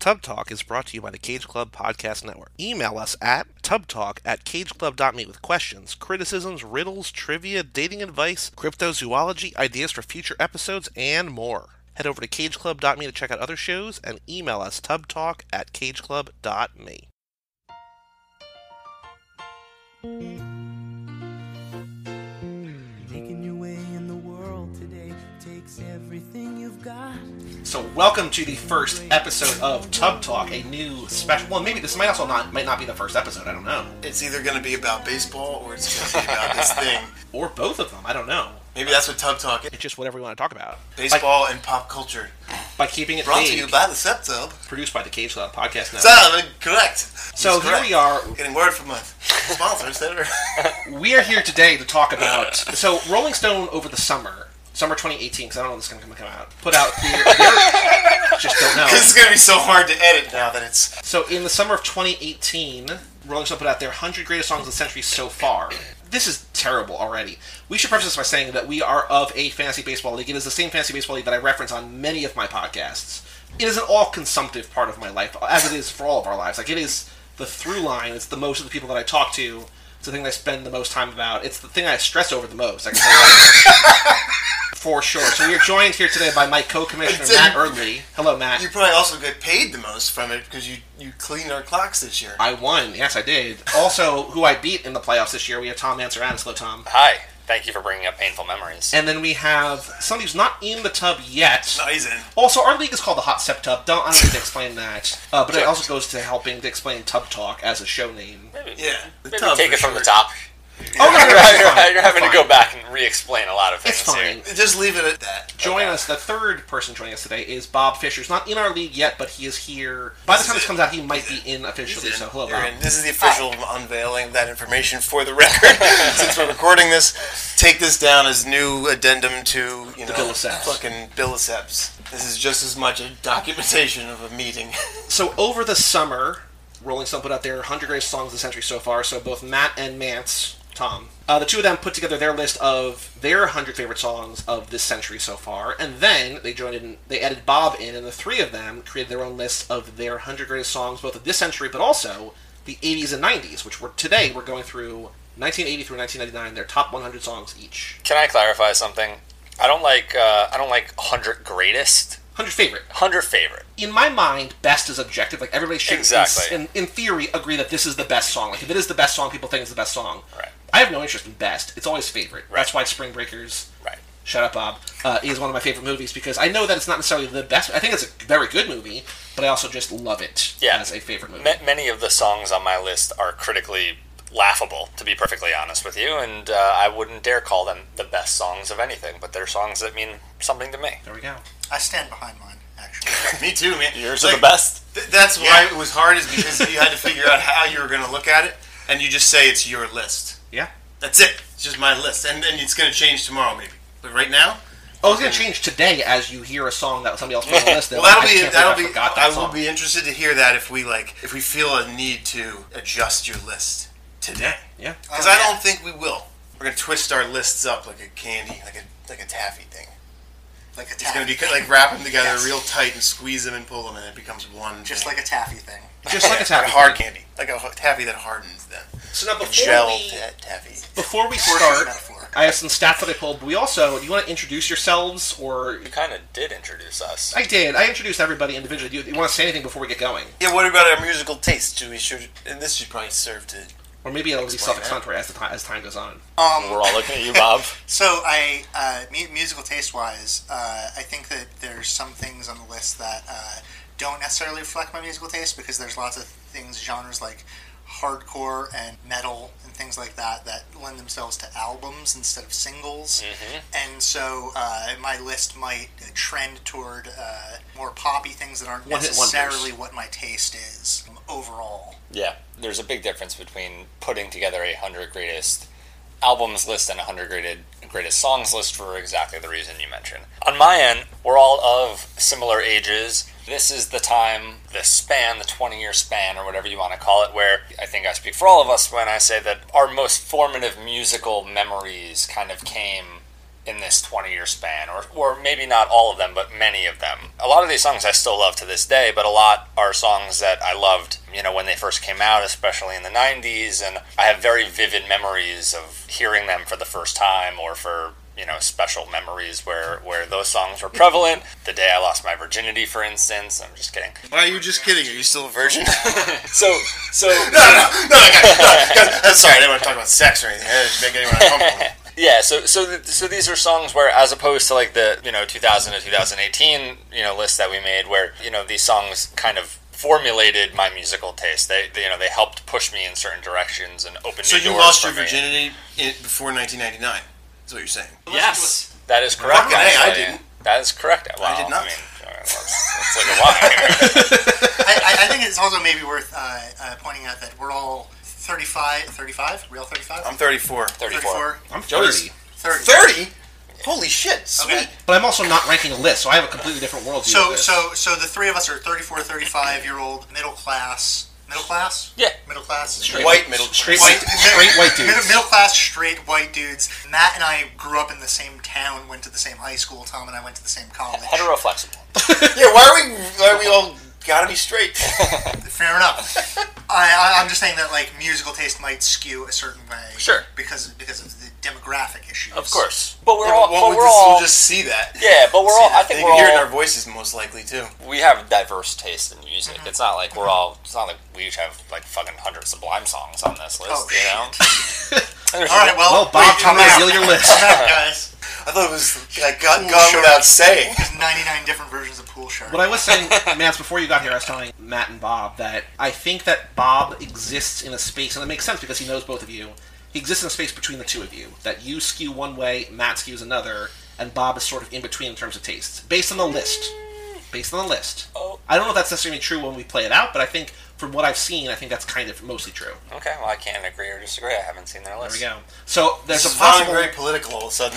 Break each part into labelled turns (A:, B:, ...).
A: Tub Talk is brought to you by the Cage Club Podcast Network. Email us at tubtalk at cageclub.me with questions, criticisms, riddles, trivia, dating advice, cryptozoology, ideas for future episodes, and more. Head over to cageclub.me to check out other shows and email us tubtalk at cageclub.me.
B: Making your way in the world today takes everything you've got.
A: So welcome to the first episode of Tub Talk, a new special. Well, maybe this might also not might not be the first episode. I don't know,
C: It's either going to be about baseball or it's going to be about this thing.
A: or both of them. I don't know.
C: Maybe that's what Tub Talk is.
A: It's just whatever we want to talk about.
C: Baseball and pop culture.
A: by, by keeping it
C: Brought
A: vague,
C: to you by the Septub.
A: produced by the Cage Club Podcast Network.
C: Sub, correct.
A: So
C: He's
A: here
C: correct.
A: we are.
C: Getting word from a sponsor, etc.
A: We are here today to talk about. So Rolling Stone over the summer, summer 2018, because I don't know when this is going to come out. Put out their, their- just don't know.
C: this is going to be so hard to edit now that it's.
A: So in the summer of 2018, Rolling Stone put out their 100 greatest songs of the century so far. This is terrible already. We should preface this by saying that we are of a fantasy baseball league. It is the same fantasy baseball league that I reference on many of my podcasts. It is an all-consumptive part of my life, as it is for all of our lives. Like it is the through line. It's the most of the people that I talk to. It's the thing I spend the most time about. It's the thing I stress over the most. I can tell you that. for sure. So we are joined here today by my co-commissioner Matt Erdley. Hello, Matt.
C: You probably also get paid the most from it because you, you cleaned our clocks this year.
A: I won. Yes, I did. Also, who I beat in the playoffs this year, we have Tom Mansoranis. Hello, Tom.
D: Hi. Thank you for bringing up painful memories.
A: And then we have somebody who's not in the tub yet.
C: No, he's in.
A: Also, our league is called the Hot Step Tub. Don't, I don't need to explain that. Uh, but it also goes to helping to explain Tub Talk as a show name.
C: Yeah. The
D: Maybe
C: tub
D: take
C: for
D: it from
C: sure.
D: the top.
A: Oh, no, no, no,
D: You're,
A: it's
D: you're-
A: fine.
D: you're having
A: It's
D: to go
A: fine.
D: back and re-explain a lot of things
A: It's fine.
D: here.
C: Just leave it at that.
A: Join us. The third person joining us today is Bob Fisher. He's not in our league yet, but he is here. By the time this comes out, he might be in
C: He's
A: officially.
C: in.
A: So, hello,
C: You're
A: Bob.
C: in. This is the official unveiling of that information for the record. Since we're recording this, take this down as new addendum to you know
A: Bill of Saps.
C: fucking bill of saps. This is just as much a documentation of a meeting.
A: So over the summer, Rolling Stone put out their 100 greatest songs of the century so far. So both Matt and Mance, Tom, uh, the two of them put together their list of their 100 favorite songs of this century so far, and then they joined in. They added Bob in, and the three of them created their own list of their 100 greatest songs, both of this century, but also the 80s and 90s, which were today we're going through 1980 through 1999, their top 100 songs each.
D: Can I clarify something? I don't like uh, I don't like 100 greatest,
A: 100 favorite.
D: 100 favorite.
A: in my mind, best is objective. Like everybody should,
D: Exactly.
A: in, in theory, agree that this is the best song. Like if it is the best song, people think it's the best song.
D: Right.
A: I have no interest in best. It's always favorite. That's why Spring Breakers.
D: Right.
A: Shut up, Bob. Uh, is one of my favorite movies because I know that it's not necessarily the best. I think it's a very good movie, but I also just love it
D: Yeah.
A: as a favorite movie.
D: Ma- many of the songs on my list are critically laughable, to be perfectly honest with you, and uh, I wouldn't dare call them the best songs of anything, but they're songs that mean something to me.
A: there we go.
E: I stand behind mine, actually.
C: Me too, man.
D: Yours
C: Like,
D: are the best.
C: th- that's why it was hard, is because you had to figure out how you were going to look at it, and you just say it's your list.
A: Yeah.
C: That's it. It's just my list, and then it's going to change tomorrow, maybe. But right now,
A: Oh, it's gonna change today as you hear a song that somebody else put on the list.
C: Well,
A: like,
C: that'll
A: I can't
C: be
A: believe
C: that'll
A: I
C: be.
A: forgot that
C: I will
A: song.
C: be interested to hear that if we like if we feel a need to adjust your list today
A: Yeah.
C: because
E: Oh,
C: I
E: yeah.
C: don't think we will. We're gonna twist our lists up like a candy, like a like a taffy thing.
E: Like a
C: It's gonna
E: taffy.
C: be co- like wrap them together
E: Yes.
C: real tight and squeeze them and pull them, and it becomes one.
E: Just
C: thing.
E: like a taffy thing.
A: Just like it's happening.
C: hard candy, like a ho- taffy that hardens then.
A: So now before
C: Gel
A: we,
C: ta- taffy.
A: before we
E: Perfect
A: start,
E: metaphor.
A: I have some stats that I pulled. But we also, do you want to introduce yourselves or
D: You kind of did introduce us.
A: I did. I introduced everybody individually. Do you, want to say anything before we get going?
C: Yeah. What about our musical taste? Should we should? And this should probably serve to.
A: Or maybe it'll be
C: Explain
A: self-explanatory as, the time, as time goes on.
D: We're
E: Um,
D: all looking at you, Bob.
E: so I, uh, mu- musical taste wise, uh, I think that there's some things on the list that uh, don't necessarily reflect my musical taste because there's lots of things, genres like hardcore and metal and things like that that lend themselves to albums instead of singles. And so uh, my list might trend toward uh, more poppy things that aren't
A: One-hit wonders.
E: necessarily what my taste is um, overall.
D: Yeah, there's a big difference between putting together a hundred greatest albums list and a hundred graded greatest songs list for exactly the reason you mentioned. On my end, we're all of similar ages. This is the time, the span, the 20 year span, or whatever you want to call it, where I think I speak for all of us when I say that our most formative musical memories kind of came in this 20 year span, or, or maybe not all of them, but many of them. A lot of these songs I still love to this day, but a lot are songs that I loved, you know, when they first came out, especially in the 90s, and I have very vivid memories of hearing them for the first time or for. You know, special memories where where those songs were prevalent. The day I lost my virginity, for instance. I'm just kidding.
C: Why are you just kidding? Are you still a virgin?
D: So so
C: no, no, guys, no, guys, I'm sorry. I didn't want to talk about sex or anything. I didn't make anyone uncomfortable.
D: Yeah, so so th- so these are songs where, as opposed to like the you know 2000 to 2018 you know list that we made, where you know these songs kind of formulated my musical taste. They, they you know they helped push me in certain directions and open.
C: So
D: new
C: you
D: doors
C: lost
D: for
C: your
D: me.
C: virginity in, before 1999. Is what you're saying?
D: Yes, that is correct.
C: Fucking A, I
D: actually.
C: didn't.
D: That is correct. Well,
C: did not.
D: I mean, it's like a lie.
E: I, I, I think it's also maybe worth uh, uh, pointing out that we're all 35, 35? Real 35?
C: I'm 34.
D: 34.
A: I'm 30.
C: Joey's-
E: 30.
C: 30? Holy shit! Sweet.
E: Okay.
A: But I'm also not ranking a list, so I have a completely different worldview. of
E: So,
A: this.
E: so, so the three of us are 34, 35 year old middle class. Middle class?
D: Yeah.
E: Middle class?
C: White middle
A: straight
E: White-
A: white, straight white dudes.
E: Middle, middle class straight white dudes. Matt and I grew up in the same town, went to the same high school. Tom and I went to the same college.
D: Heteroflexible.
C: Yeah, why are we? Why are we all gotta be straight?
E: Fair enough. I, I, I'm just saying that like musical taste might skew a certain way.
D: Sure.
E: Because because of the demographic issues.
D: Of course, but we're
C: Yeah, won't
D: all. But
C: we
D: we're
C: just,
D: all.
C: We'll just see that.
D: Yeah, but we're
C: See
D: all.
C: that.
D: I think
C: they
D: we're
C: can hear it
D: all.
C: in our voices most likely too.
D: we have diverse taste in music. It's not like we're all. It's not like we each have like fucking hundred Sublime songs on this list,
E: Oh,
D: you know. There's-
E: All right. Well,
A: well, Bob,
E: wait,
A: time to
E: Matt,
A: reveal your list.
E: Matt, guys.
C: I thought it was like God,
E: Ooh,
C: gone
E: sure.
C: without saying.
E: There's 99 different versions of Pool Shark.
A: What I was saying, Mance, before you got here, I was telling Matt and Bob that I think that Bob exists in a space, and it makes sense because he knows both of you. He exists in a space between the two of you. That you skew one way, Matt skews another, and Bob is sort of in between in terms of tastes, based on the list. Based on the list.
D: Oh.
A: I don't know if that's necessarily true when we play it out, but I think from what I've seen, I think that's kind of mostly true.
D: okay. Well, I can't agree or disagree. I haven't seen their
A: There we
D: list.
A: go. So there's
C: This
A: a
C: is sounding
A: possible.
C: very political all of a sudden.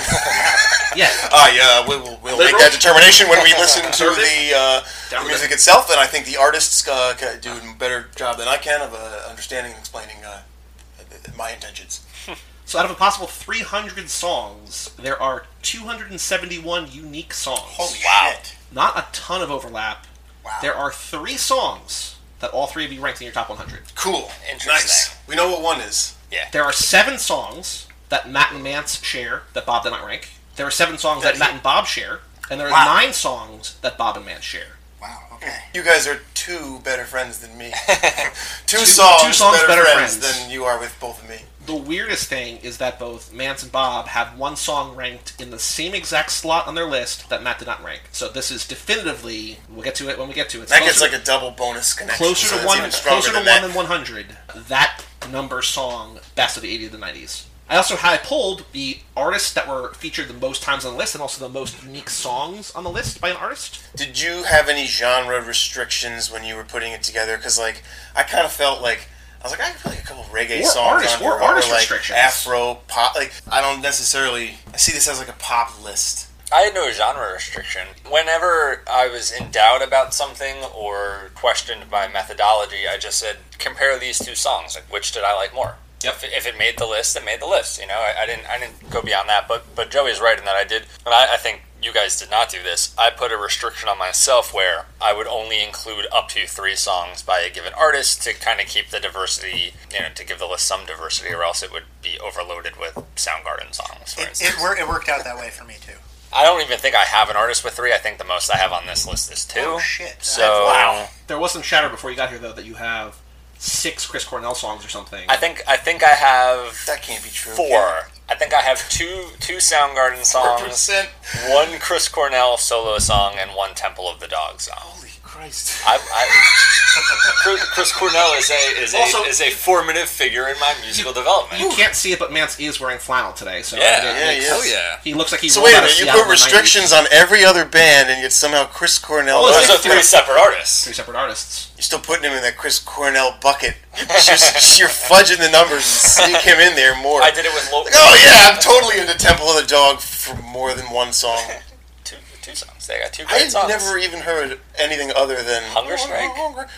A: Yeah.
C: Ah, yeah, we will we'll make
A: Liberal?
C: that determination when we listen to
A: Conservative?
C: the, uh, the
A: Down
C: music
A: there.
C: itself. And I think the artists uh, ca- do a better job than I can of uh, understanding and explaining uh, my intentions.
A: So out of a possible 300 songs, there are 271 unique songs.
E: Holy
D: Wow.
E: shit.
A: Not a ton of overlap.
E: Wow.
A: There are three songs that all three of you ranked in your top 100.
C: Cool.
D: Interesting.
C: Nice. We know what one is.
D: Yeah.
A: There are seven songs that Matt and Mance share that Bob did not rank. There are seven songs that Matt and Bob share, and there are
E: Wow.
A: nine songs that Bob and Mance share.
E: Wow. Okay.
C: You guys are two better friends than me. two, songs,
A: two songs, better friends.
C: than you are with both of me.
A: The weirdest thing is that both Mance and Bob have one song ranked in the same exact slot on their list that Matt did not rank. So this is definitively. We'll get to it when we get to it. It's
C: That gets
A: closer-
C: like a double bonus connection. so
A: closer to
C: it's
A: one,
C: even stronger
A: closer to one
C: than that.
A: than one hundred. That number song, best of the eighties and nineties. I also had I pulled the artists that were featured the most times on the list, and also the most unique songs on the list by an artist.
C: Did you have any genre restrictions when you were putting it together? Because like I kind of felt like I was like I could put like a couple reggae
A: Or
C: songs
A: artist-
C: on here,
A: or artist
C: like
A: restrictions.
C: Afro pop. Like I don't necessarily I see this as like a pop list.
D: I had no genre restriction. Whenever I was in doubt about something or questioned my methodology, I just said, compare these two songs. Like, which did I like more? If, if it made the list, it made the list. You know, I, I didn't I didn't go beyond that. But but Joey's right in that I did, and I, I think you guys did not do this. I put a restriction on myself where I would only include up to three songs by a given artist to kind of keep the diversity, you know, to give the list some diversity, or else it would be overloaded with Soundgarden songs. For
E: It,
D: instance.
E: it, wor- it worked out that way for me too.
D: I don't even think I have an artist with three. I think the most I have on this list is two.
E: Oh, shit.
D: So
E: That's-
C: wow.
A: There was some chatter before you got here though that you have six Chris Cornell songs or something.
D: I think I think I have
C: That can't be true.
D: four. I think I have two two Soundgarden songs,
C: percent.
D: one Chris Cornell solo song, and one Temple of the Dog song.
C: Holy Christ!
D: I, I, Chris, Chris Cornell is a is a
A: Also-
D: is a formative figure in my musical development.
A: you can't see it, but Mance is wearing flannel today, so
D: yeah,
A: it
C: Yeah, he
A: makes-
C: is.
D: oh yeah.
A: he looks like he.
C: So
A: rolled
C: wait a
A: out of
C: minute. You
A: Seattle in
C: put
A: the 90s.
C: restrictions on every other band, and yet somehow Chris Cornell.
A: Oh,
D: Those
A: yeah.
D: are three separate artists.
A: Three separate artists.
C: You're still putting him in that Chris Cornell bucket. You're, just- you're fudging the numbers and sneak him in there more.
D: I did it with Lo-
C: Oh yeah, I'm totally into Temple of the Dog for more than one song.
D: two, two songs. They got two
C: I
D: great
C: had
D: songs.
C: never even heard anything other than
D: Hunger Strike?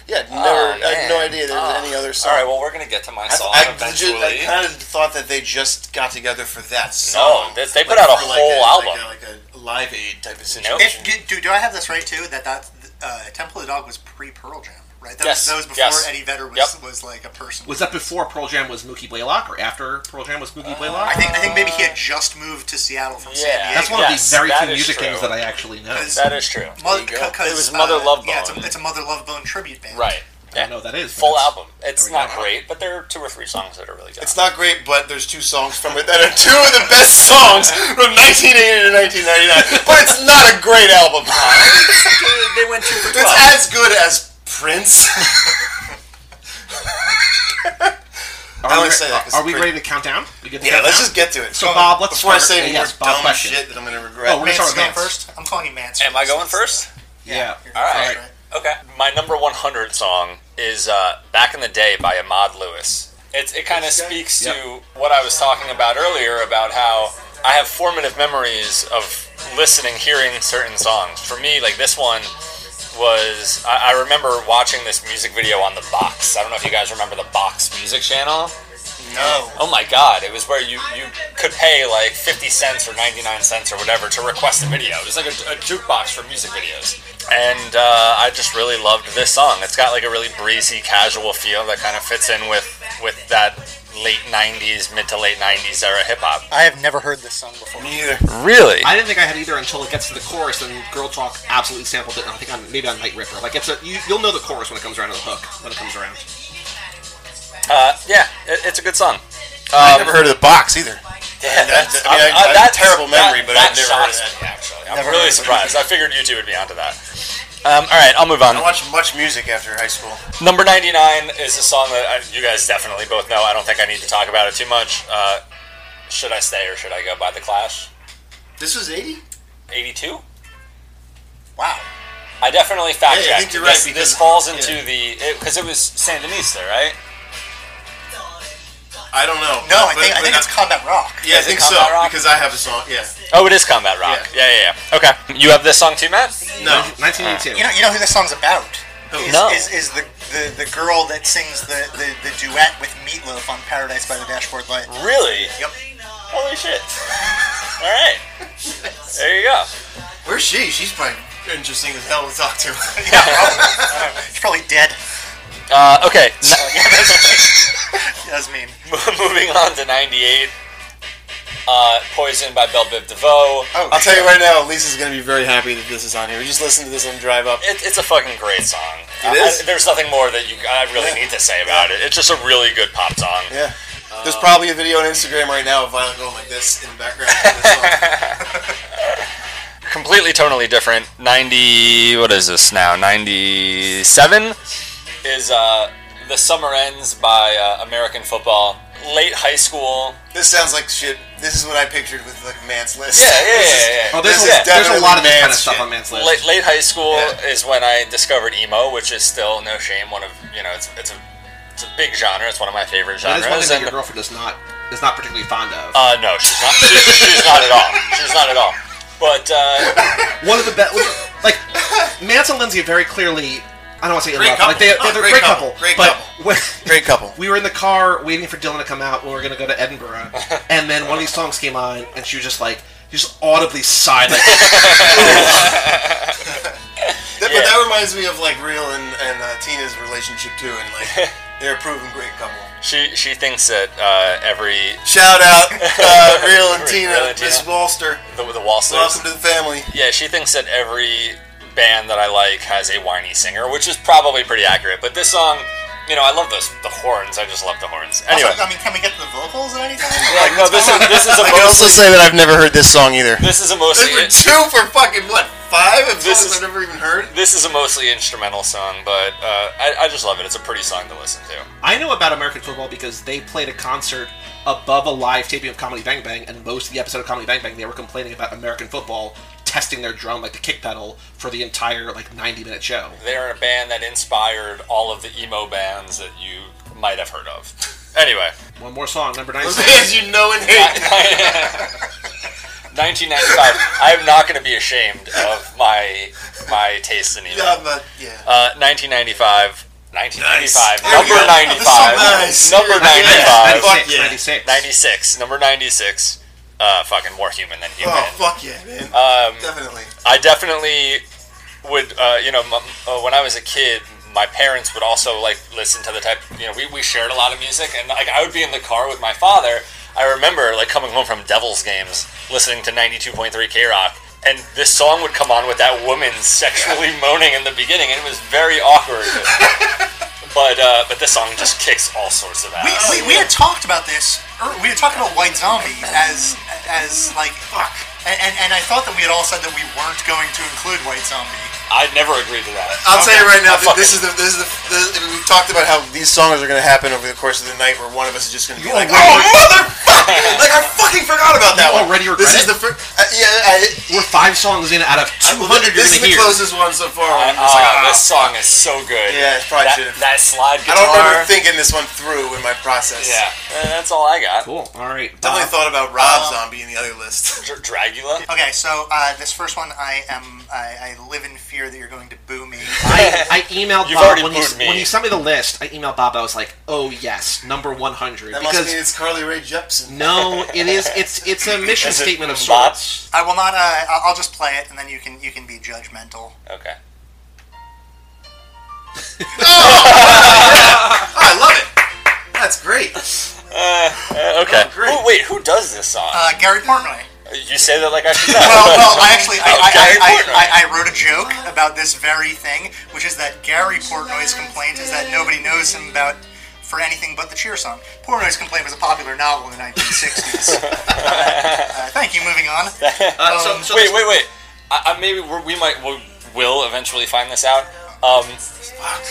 C: Yeah, never.
D: Oh,
C: I had no
D: man.
C: idea there was
D: Oh.
C: any other song.
D: All right, well, we're gonna get to my
C: I,
D: song
C: I,
D: eventually.
C: legit, I kind of thought that they just got together for that
D: no,
C: song.
D: they, they put out a
C: for
D: whole
C: like
D: album.
C: like a, like a live aid type of situation.
E: If, do, do, do I have this right too? That that uh, Temple of the Dog was pre Pearl Jam, right? That,
D: Yes,
E: was, that was before
D: yes.
E: Eddie Vedder was,
D: Yep.
E: was like a person.
A: Was that before Pearl Jam was Mookie Blaylock or after Pearl Jam was
C: Uh,
A: Mookie Blaylock?
E: I think I think maybe he had just moved to Seattle from San
D: Yeah.
E: Diego.
A: That's one
D: Yes,
A: of the very
D: that
A: few
D: is
A: music
D: true.
A: names that I actually know.
E: Because-
D: that is true.
E: Mo-
D: There you go.
E: c- 'cause,
D: it was
E: uh,
D: Mother Love Bone.
E: Yeah, it's a, it's a Mother Love Bone tribute band.
D: right.
A: I don't know what that is. but
D: Full
A: that's-
D: album. It's
A: there we
D: not
A: go.
D: great, but there are two or three songs that are really good.
C: It's not great, but there's two songs from it that are two of the best songs from 1980 to 1999. But it's not a great album.
D: they went two for
C: It's
D: twelve.
C: as good as Prince.
A: Are,
C: I
A: we,
C: only say that 'cause
A: are
C: it's
A: we
C: pretty-
A: ready to count down? We good to
C: yeah,
A: count
C: let's
A: down?
C: just get to it.
A: So, Bob, let's
C: before
A: start-
C: I say any
A: yeah,
C: more
A: yes, Bob
C: dumb
A: question.
C: shit that I'm gonna regret.
A: Oh, we're gonna
E: Mance
A: start
E: is
A: with
E: going
A: Mance.
E: first. I'm calling you Mance.
D: Am I going first?
A: Yeah.
E: you're
D: All
E: going
D: right.
E: first,
D: Okay. My number 100 song is uh, Back in the Day by Ahmad Lewis. It's, it kind of speaks to what I was talking about earlier about how I have formative memories of listening, hearing certain songs. For me, like this one was, I, I remember watching this music video on The Box. I don't know if you guys remember The Box music channel.
C: No.
D: Oh my god, it was where you, you could pay like 50 cents or 99 cents or whatever to request a video. It was like a, a jukebox for music videos. And uh, I just really loved this song. It's got like a really breezy, casual feel that kind of fits in with, with that late 90s, mid to late 90s era hip hop.
E: I have never heard this song before.
C: Me either.
D: Really?
A: I didn't think I had either until it gets to the chorus, and Girl Talk absolutely sampled it. And I think on maybe on Night Ripper, like it's a you, you'll know the chorus when it comes around to the hook when it comes around.
D: Uh, yeah, it, it's a good song.
C: Uh, I never heard of the box either.
D: Yeah,
C: that's- I mean, I- I have a
D: that's-
C: terrible memory, but I've never heard
D: shocks
C: of that.
D: me, Actually, I'm
C: Never heard
D: really
C: of it.
D: surprised. I figured you two would be onto that. Um, all right, I'll move on.
C: I watched much music after high school.
D: Number 99 is a song that I, you guys definitely both know. I don't think I need to talk about it too much. Uh, should I stay or should I go by The Clash?
C: This was 80?
D: 82?
E: Wow.
D: I definitely fact checked.
C: Yeah, I think you're right,
D: this,
C: because-
D: this falls into
C: yeah.
D: the. Because it, was Sandinista, right?
C: I don't know.
E: No, I
C: But-
E: think I
C: but
E: think it's Combat Rock.
C: Yeah, I
D: Is it
C: think so.
D: Combat Rock?
C: Because I have a song. Yeah.
D: Oh, it is Combat Rock. Yeah. yeah, yeah, Okay. You have this song too, Matt?
C: No.
A: 1982.
E: You know, you know who this song's about?
C: Who?
E: Is,
D: No.
E: is, is the, the, the girl that sings the, the, the duet with Meatloaf on Paradise by the Dashboard Light.
D: Really?
E: Yep.
D: Holy shit. All right. There you go.
C: Where's she? She's probably interesting as hell to talk to.
E: Yeah, probably. She's probably dead.
D: Uh, okay. n-
E: That's mean.
D: moving on to 98. Uh, Poison by Belle Biv DeVoe.
E: Oh,
C: I'll tell you right now, Lisa's gonna be very happy that this is on here. We just listened to this on the drive up.
D: It, it's a fucking great song.
C: It
D: I-
C: is?
D: I- there's nothing more that you I really
C: Yeah.
D: need to say about it. It's just a really good pop song.
C: Yeah. There's probably a video on Instagram right now of Violent going like this in the background. of this song.
D: Completely, tonally different. Ninety. What is this now? Ninety-seven is uh, "The Summer Ends" by uh, American Football. Late high school.
C: this sounds like shit. This is what I pictured with like Man's list.
D: Yeah, yeah,
C: This is-
D: yeah, yeah.
A: oh, there's,
C: this
A: a,
C: is
A: there's a lot of this kind of
C: definitely man's
A: stuff
C: shit.
A: on Man's list.
D: Late, late high school
C: Yeah.
D: is when I discovered emo, which is still no shame. One of you know, it's it's a it's a big genre. It's one of my favorite
A: that
D: genres.
A: is one thing that
D: and-
A: your girlfriend is not is not particularly fond of.
D: Uh, no, she's not. She, she's not at all. She's not at all. But uh,
A: one of the best, like Mance and Lindsay, are very clearly. I don't want to say in
C: Great
A: love, but, like they,
C: couple.
A: they're
C: Oh,
A: a great couple.
C: great
A: but
C: couple.
A: when-
C: Great couple.
A: we were in the car waiting for Dylan to come out when we were going to go to Edinburgh, and then one of these songs came on, and she was just like, she just audibly sighed, like,
C: That,
D: Yeah.
C: But that reminds me of like Real and, and uh, Tina's relationship too, and like they're a proven great couple.
D: she she thinks that uh, every
C: Shout out uh, Real and
D: Real
C: Tina,
D: and Tina.
C: Miss Walster.
D: the, the Waltzers.
C: Welcome to the family.
D: Yeah, she thinks that every band that I like has a whiny singer, which is probably pretty accurate. But this song, you know, I love those the horns. I just love the horns. Anyway,
E: Also, I mean, can we get to the vocals at any time?
D: like no, this is this is a
C: I can also
D: mostly
C: say that I've never heard this song either.
D: this is a
C: um, They
D: mostly
C: were two for fucking what five of
D: This
C: songs
D: is-
C: I've never even heard.
D: this is a mostly instrumental song, but uh, I, I just love it. It's a pretty song to listen to.
A: I know about American football because they played a concert above a live taping of Comedy Bang Bang, and most of the episode of Comedy Bang Bang, they were complaining about American football testing their drum, like the kick pedal, for the entire like 90 minute show.
D: They're a band that inspired all of the emo bands that you might have heard of. Anyway.
A: One more song, number nine.
C: Those bands you know and hate.
D: 1995. I'm not going to be ashamed of my my taste in
E: Yeah,
D: email.
E: I'm not- yeah.
D: Uh, 1995. 1995.
C: Nice. There you go.
D: Number 95. Number
E: That's so nice.
D: 95.
E: Yeah.
C: Fuck
A: 96,
C: yeah.
A: 96.
D: 96. Number 96. Uh, fucking more human than human.
E: Oh fuck yeah, man!
D: Um,
E: Definitely.
D: I definitely would, uh, you know, m- uh, when I was a kid, my parents would also like listen to the type, you know, we, we shared a lot of music, and like I would be in the car with my father. I remember like coming home from Devils games, listening to 92.3 K Rock, and this song would come on with that woman sexually moaning in the beginning, and it was very awkward. but uh, but this song just kicks all sorts of ass.
E: We, we, we had talked about this. ear- We had talked about White Zombie as as like fuck, and, and and I thought that we had all said that we weren't going to include White Zombie.
D: I never agreed to that.
C: I'll tell you right now,
D: I
C: that this is
D: fucking-
C: the this is the, the and we've talked about how these songs are going to happen over the course of the night, where one of us is just going to be like,
A: already-
C: "Oh motherfucker!" like I fucking forgot about that
A: You
C: one.
A: already
C: this
A: regret it?
C: is the first. Uh, yeah, I,
A: We're five songs in out of
C: I-
A: 200
C: well, this,
A: you're
C: this is
A: going to
C: the
A: hear.
C: closest one so far.
D: Uh,
C: I'm just like, ah,
D: this song is so good.
C: Yeah, it probably
D: that,
C: should've-
D: that slide
C: I
D: guitar.
C: don't remember thinking this one through in my process.
D: Yeah, uh, that's all I got.
A: Cool. All right. Bob.
C: Definitely thought about Rob
E: Um,
C: Zombie in the other list.
D: Dr- Dragula.
E: Okay, so uh, this first one, I am I, I live in fear that you're going to boo me.
A: I, I emailed
D: You've
A: Bob
D: already
A: when you,
D: booed me.
A: when you sent me the list. I emailed Bob. I was like, "Oh yes, number 100."
C: That must
A: because
C: mean it's Carly Rae Jepsen.
A: no, it is. It's it's a mission
D: Is it
A: statement of
D: Bob?
A: sorts.
E: I will not. Uh, I- I'll just play it, and then you can you can be judgmental.
D: Okay.
C: Oh, I love it. That's great.
D: Uh, okay.
C: Oh, great.
D: Who- wait, who does this song?
E: Uh, Gary Portnoy.
D: you say that like I should know.
E: Well, well, I actually I,
D: Oh,
E: I,
D: Gary
E: I,
D: Portnoy.
E: I, I wrote a joke about this very thing, which is that Gary Portnoy's complaint is that nobody knows him about for anything but the cheer song. Portnoy's complaint was a popular novel in the 1960s. uh, uh, thank you. Moving on.
A: Uh, so, so this-
D: wait, wait, wait. I, I maybe we're, we might we will eventually find this out. Um,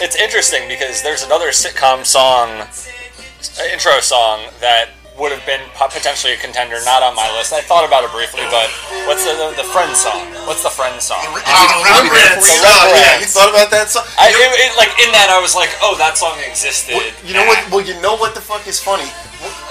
D: it's interesting because there's another sitcom song, uh, intro song that would have been po- potentially a contender, not on my list. I thought about it briefly, but what's the the, the friend song? What's the friend song?
E: Uh,
C: Love
E: remember it.
C: Rats. Oh, yeah, you thought about that song?
D: I, it, it- like in that, I was like, oh, that song existed.
C: You know what? Well, you know what the fuck is funny.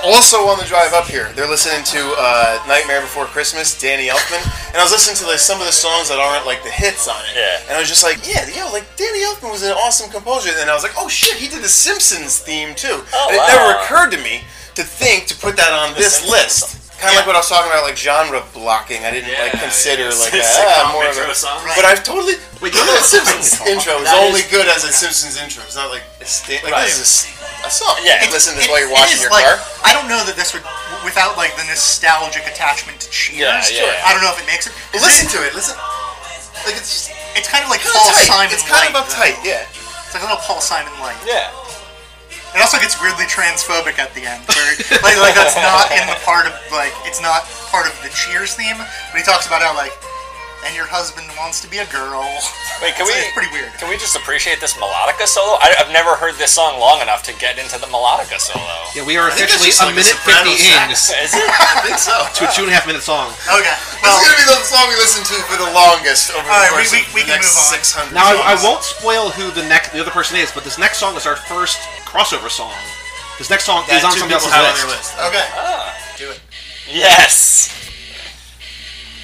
C: Also on the drive up here, they're listening to uh, "Nightmare Before Christmas," Danny Elfman, and I was listening to like some of the songs that aren't like the hits on it.
D: Yeah.
C: And I was just like, yeah, yo, like Danny Elfman was an awesome composer. And then I was like, oh shit, he did the Simpsons theme too.
D: Oh,
C: and it
D: wow.
C: never occurred to me to think to put that on this
D: Simpsons.
C: list. Kind of like what I was talking about, like genre blocking. I didn't like consider like that.
D: sitcom
C: more of
D: intro
C: a,
D: song.
C: But I've totally. Wait, you know the Simpsons intro is
D: That
C: only
D: is-
C: good as a Simpsons intro. It's not like a sta- like
D: Right.
C: this is a s- a, song.
D: Yeah.
C: you can listen to this
E: It-
C: while you're
E: it
C: washing
E: is
C: your
E: like-
C: car.
E: I don't know that this would without like the nostalgic attachment to Cheers.
D: Yeah, yeah, yeah.
E: I don't know if it makes it.
C: But listen to it. Listen. Like it's just
E: It's kind of like
C: kind of
E: Paul
C: tight.
E: Simon.
C: it's kind of
E: light,
C: uptight.
E: though.
C: Yeah.
E: It's like a little Paul Simon light.
D: yeah.
E: It also gets weirdly transphobic at the end. Where, like, like that's not in the part of like it's not part of the Cheers theme. But he talks about how like, and your husband wants to be a girl.
D: Wait, can
E: It's,
D: we?
E: like, pretty weird.
D: Can we just appreciate this melodica solo? I, I've never heard this song long enough to get into the melodica solo.
A: Yeah, we are
C: think it's
A: officially
C: just
A: a
C: like a
A: minute fifty in
C: soprano sax.
D: Is it?
C: I think so.
A: to a two and a half minute song.
E: Okay.
C: This is
E: Well,
C: gonna be the song we listen to for the longest over the
E: All right, we-
C: course
E: we-
C: of
E: we
C: the
E: can
C: next 600
E: move on.
A: Now I, I
C: songs.
A: won't spoil who the next the other person is, but this next song is our first crossover song. This next song
C: That
A: is on
C: two
A: somebody
C: people
A: else's
C: have on
A: list.
C: their list. Okay. Do it.
D: Yes.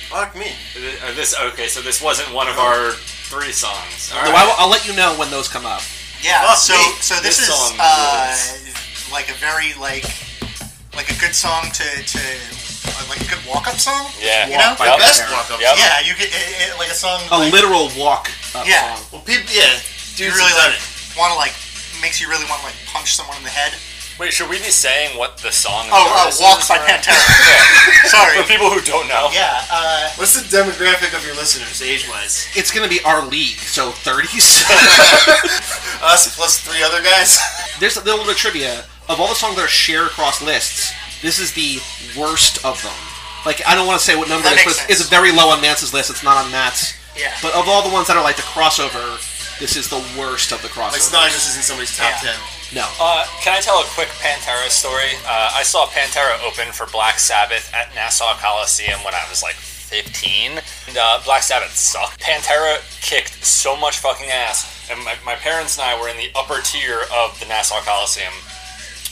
C: Fuck me.
D: Uh, This okay. So this wasn't one of our three songs.
A: No, I will, I'll let you know when those come up.
C: Fuck
E: yeah. Uh, So
C: me.
E: so this,
D: This
E: is
D: song
E: uh, like a very like like a good song to to uh, like a good walk up song.
D: Yeah.
E: You
A: Walk
E: know.
A: by
C: My
A: Yep.
C: best
A: Yep.
C: walk up.
D: Yep.
E: Yeah. You get it, it, like a song.
A: A
E: like,
A: literal walk up
E: Yeah.
A: song.
C: Well, people, yeah,
E: you
C: dudes
E: really
C: have done
E: like
C: it.
E: want to like makes you really want to like punch someone in the head.
D: Wait, should we be saying what the song?
E: Oh, uh,
D: is?
E: Walk by Pantera.
D: Yeah.
E: Sorry.
D: For people who don't know.
E: Yeah. Uh,
C: What's the demographic of your listeners, age wise?
A: It's going to be our league, so 30s.
C: Us plus three other guys.
A: There's a little bit of trivia of all the songs that are shared across lists. This is the worst of them. Like I don't want to say what number
E: That
A: it is, but
E: makes
A: it's, it's
E: sense.
A: very low on Nance's list. It's not on Matt's.
E: Yeah.
A: But of all the ones that are like the crossover, this is the worst of the
C: Like
A: crossover.
C: Snodgrass is in somebody's top
E: Yeah.
C: ten.
A: no.
D: Uh, can I tell a quick Pantera story? Uh, I saw Pantera open for Black Sabbath at Nassau Coliseum when I was like 15. And, uh, Black Sabbath sucked. Pantera kicked so much fucking ass, and my, my parents and I were in the upper tier of the Nassau Coliseum,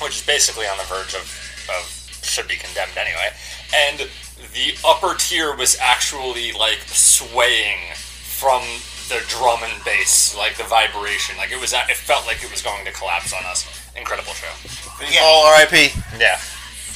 D: which is basically on the verge of, of should be condemned anyway. And the upper tier was actually like swaying from the drum and bass, like the vibration. Like it was, it felt like it was going to collapse on us. Incredible show.
E: Yeah.
C: All R.I.P.
D: Yeah,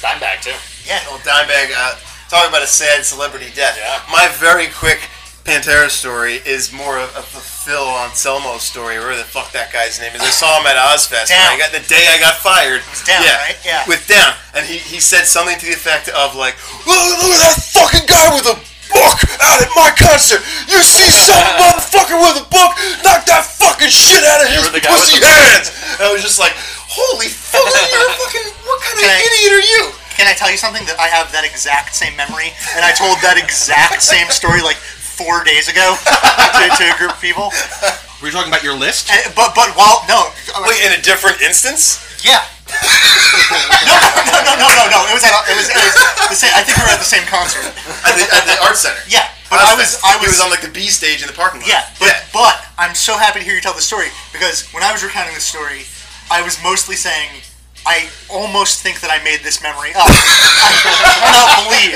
D: Dimebag too.
E: Yeah,
C: Well, Dimebag, uh, talk about a sad celebrity death.
D: Yeah.
C: My very quick Pantera story is more of a Phil Anselmo story, whatever the fuck that guy's name is. I saw him at Ozfest. and I
E: Down.
C: got the day I got fired.
E: Down, right? Yeah.
C: With Down, and he, he said something to the effect of like, "Look, look at that fucking guy with a book out at my concert. You see some motherfucker with a book? Knock that fucking shit out of his
D: were the guy with
C: pussy
D: the book.
C: hands." And I was just like, "Holy fuck! You're a fucking what kind of
E: Can I-
C: idiot are you?"
E: Can I tell you something that I have that exact same memory, and I told that exact same story like four days ago to, to a group of people.
A: Were you talking about your list?
E: And, but but while no,
C: Wait, in a different instance?
E: yeah. no, no, no, no, no, no. It was at it was, it was the same. I think we were at the same concert.
C: At the, at the art center.
E: Yeah, but I was I
C: He
E: was
C: was on like the B stage in the parking lot.
E: Yeah, but, but I'm so happy to hear you tell the story because when I was recounting the story, I was mostly saying I almost think that I made this memory up. I cannot believe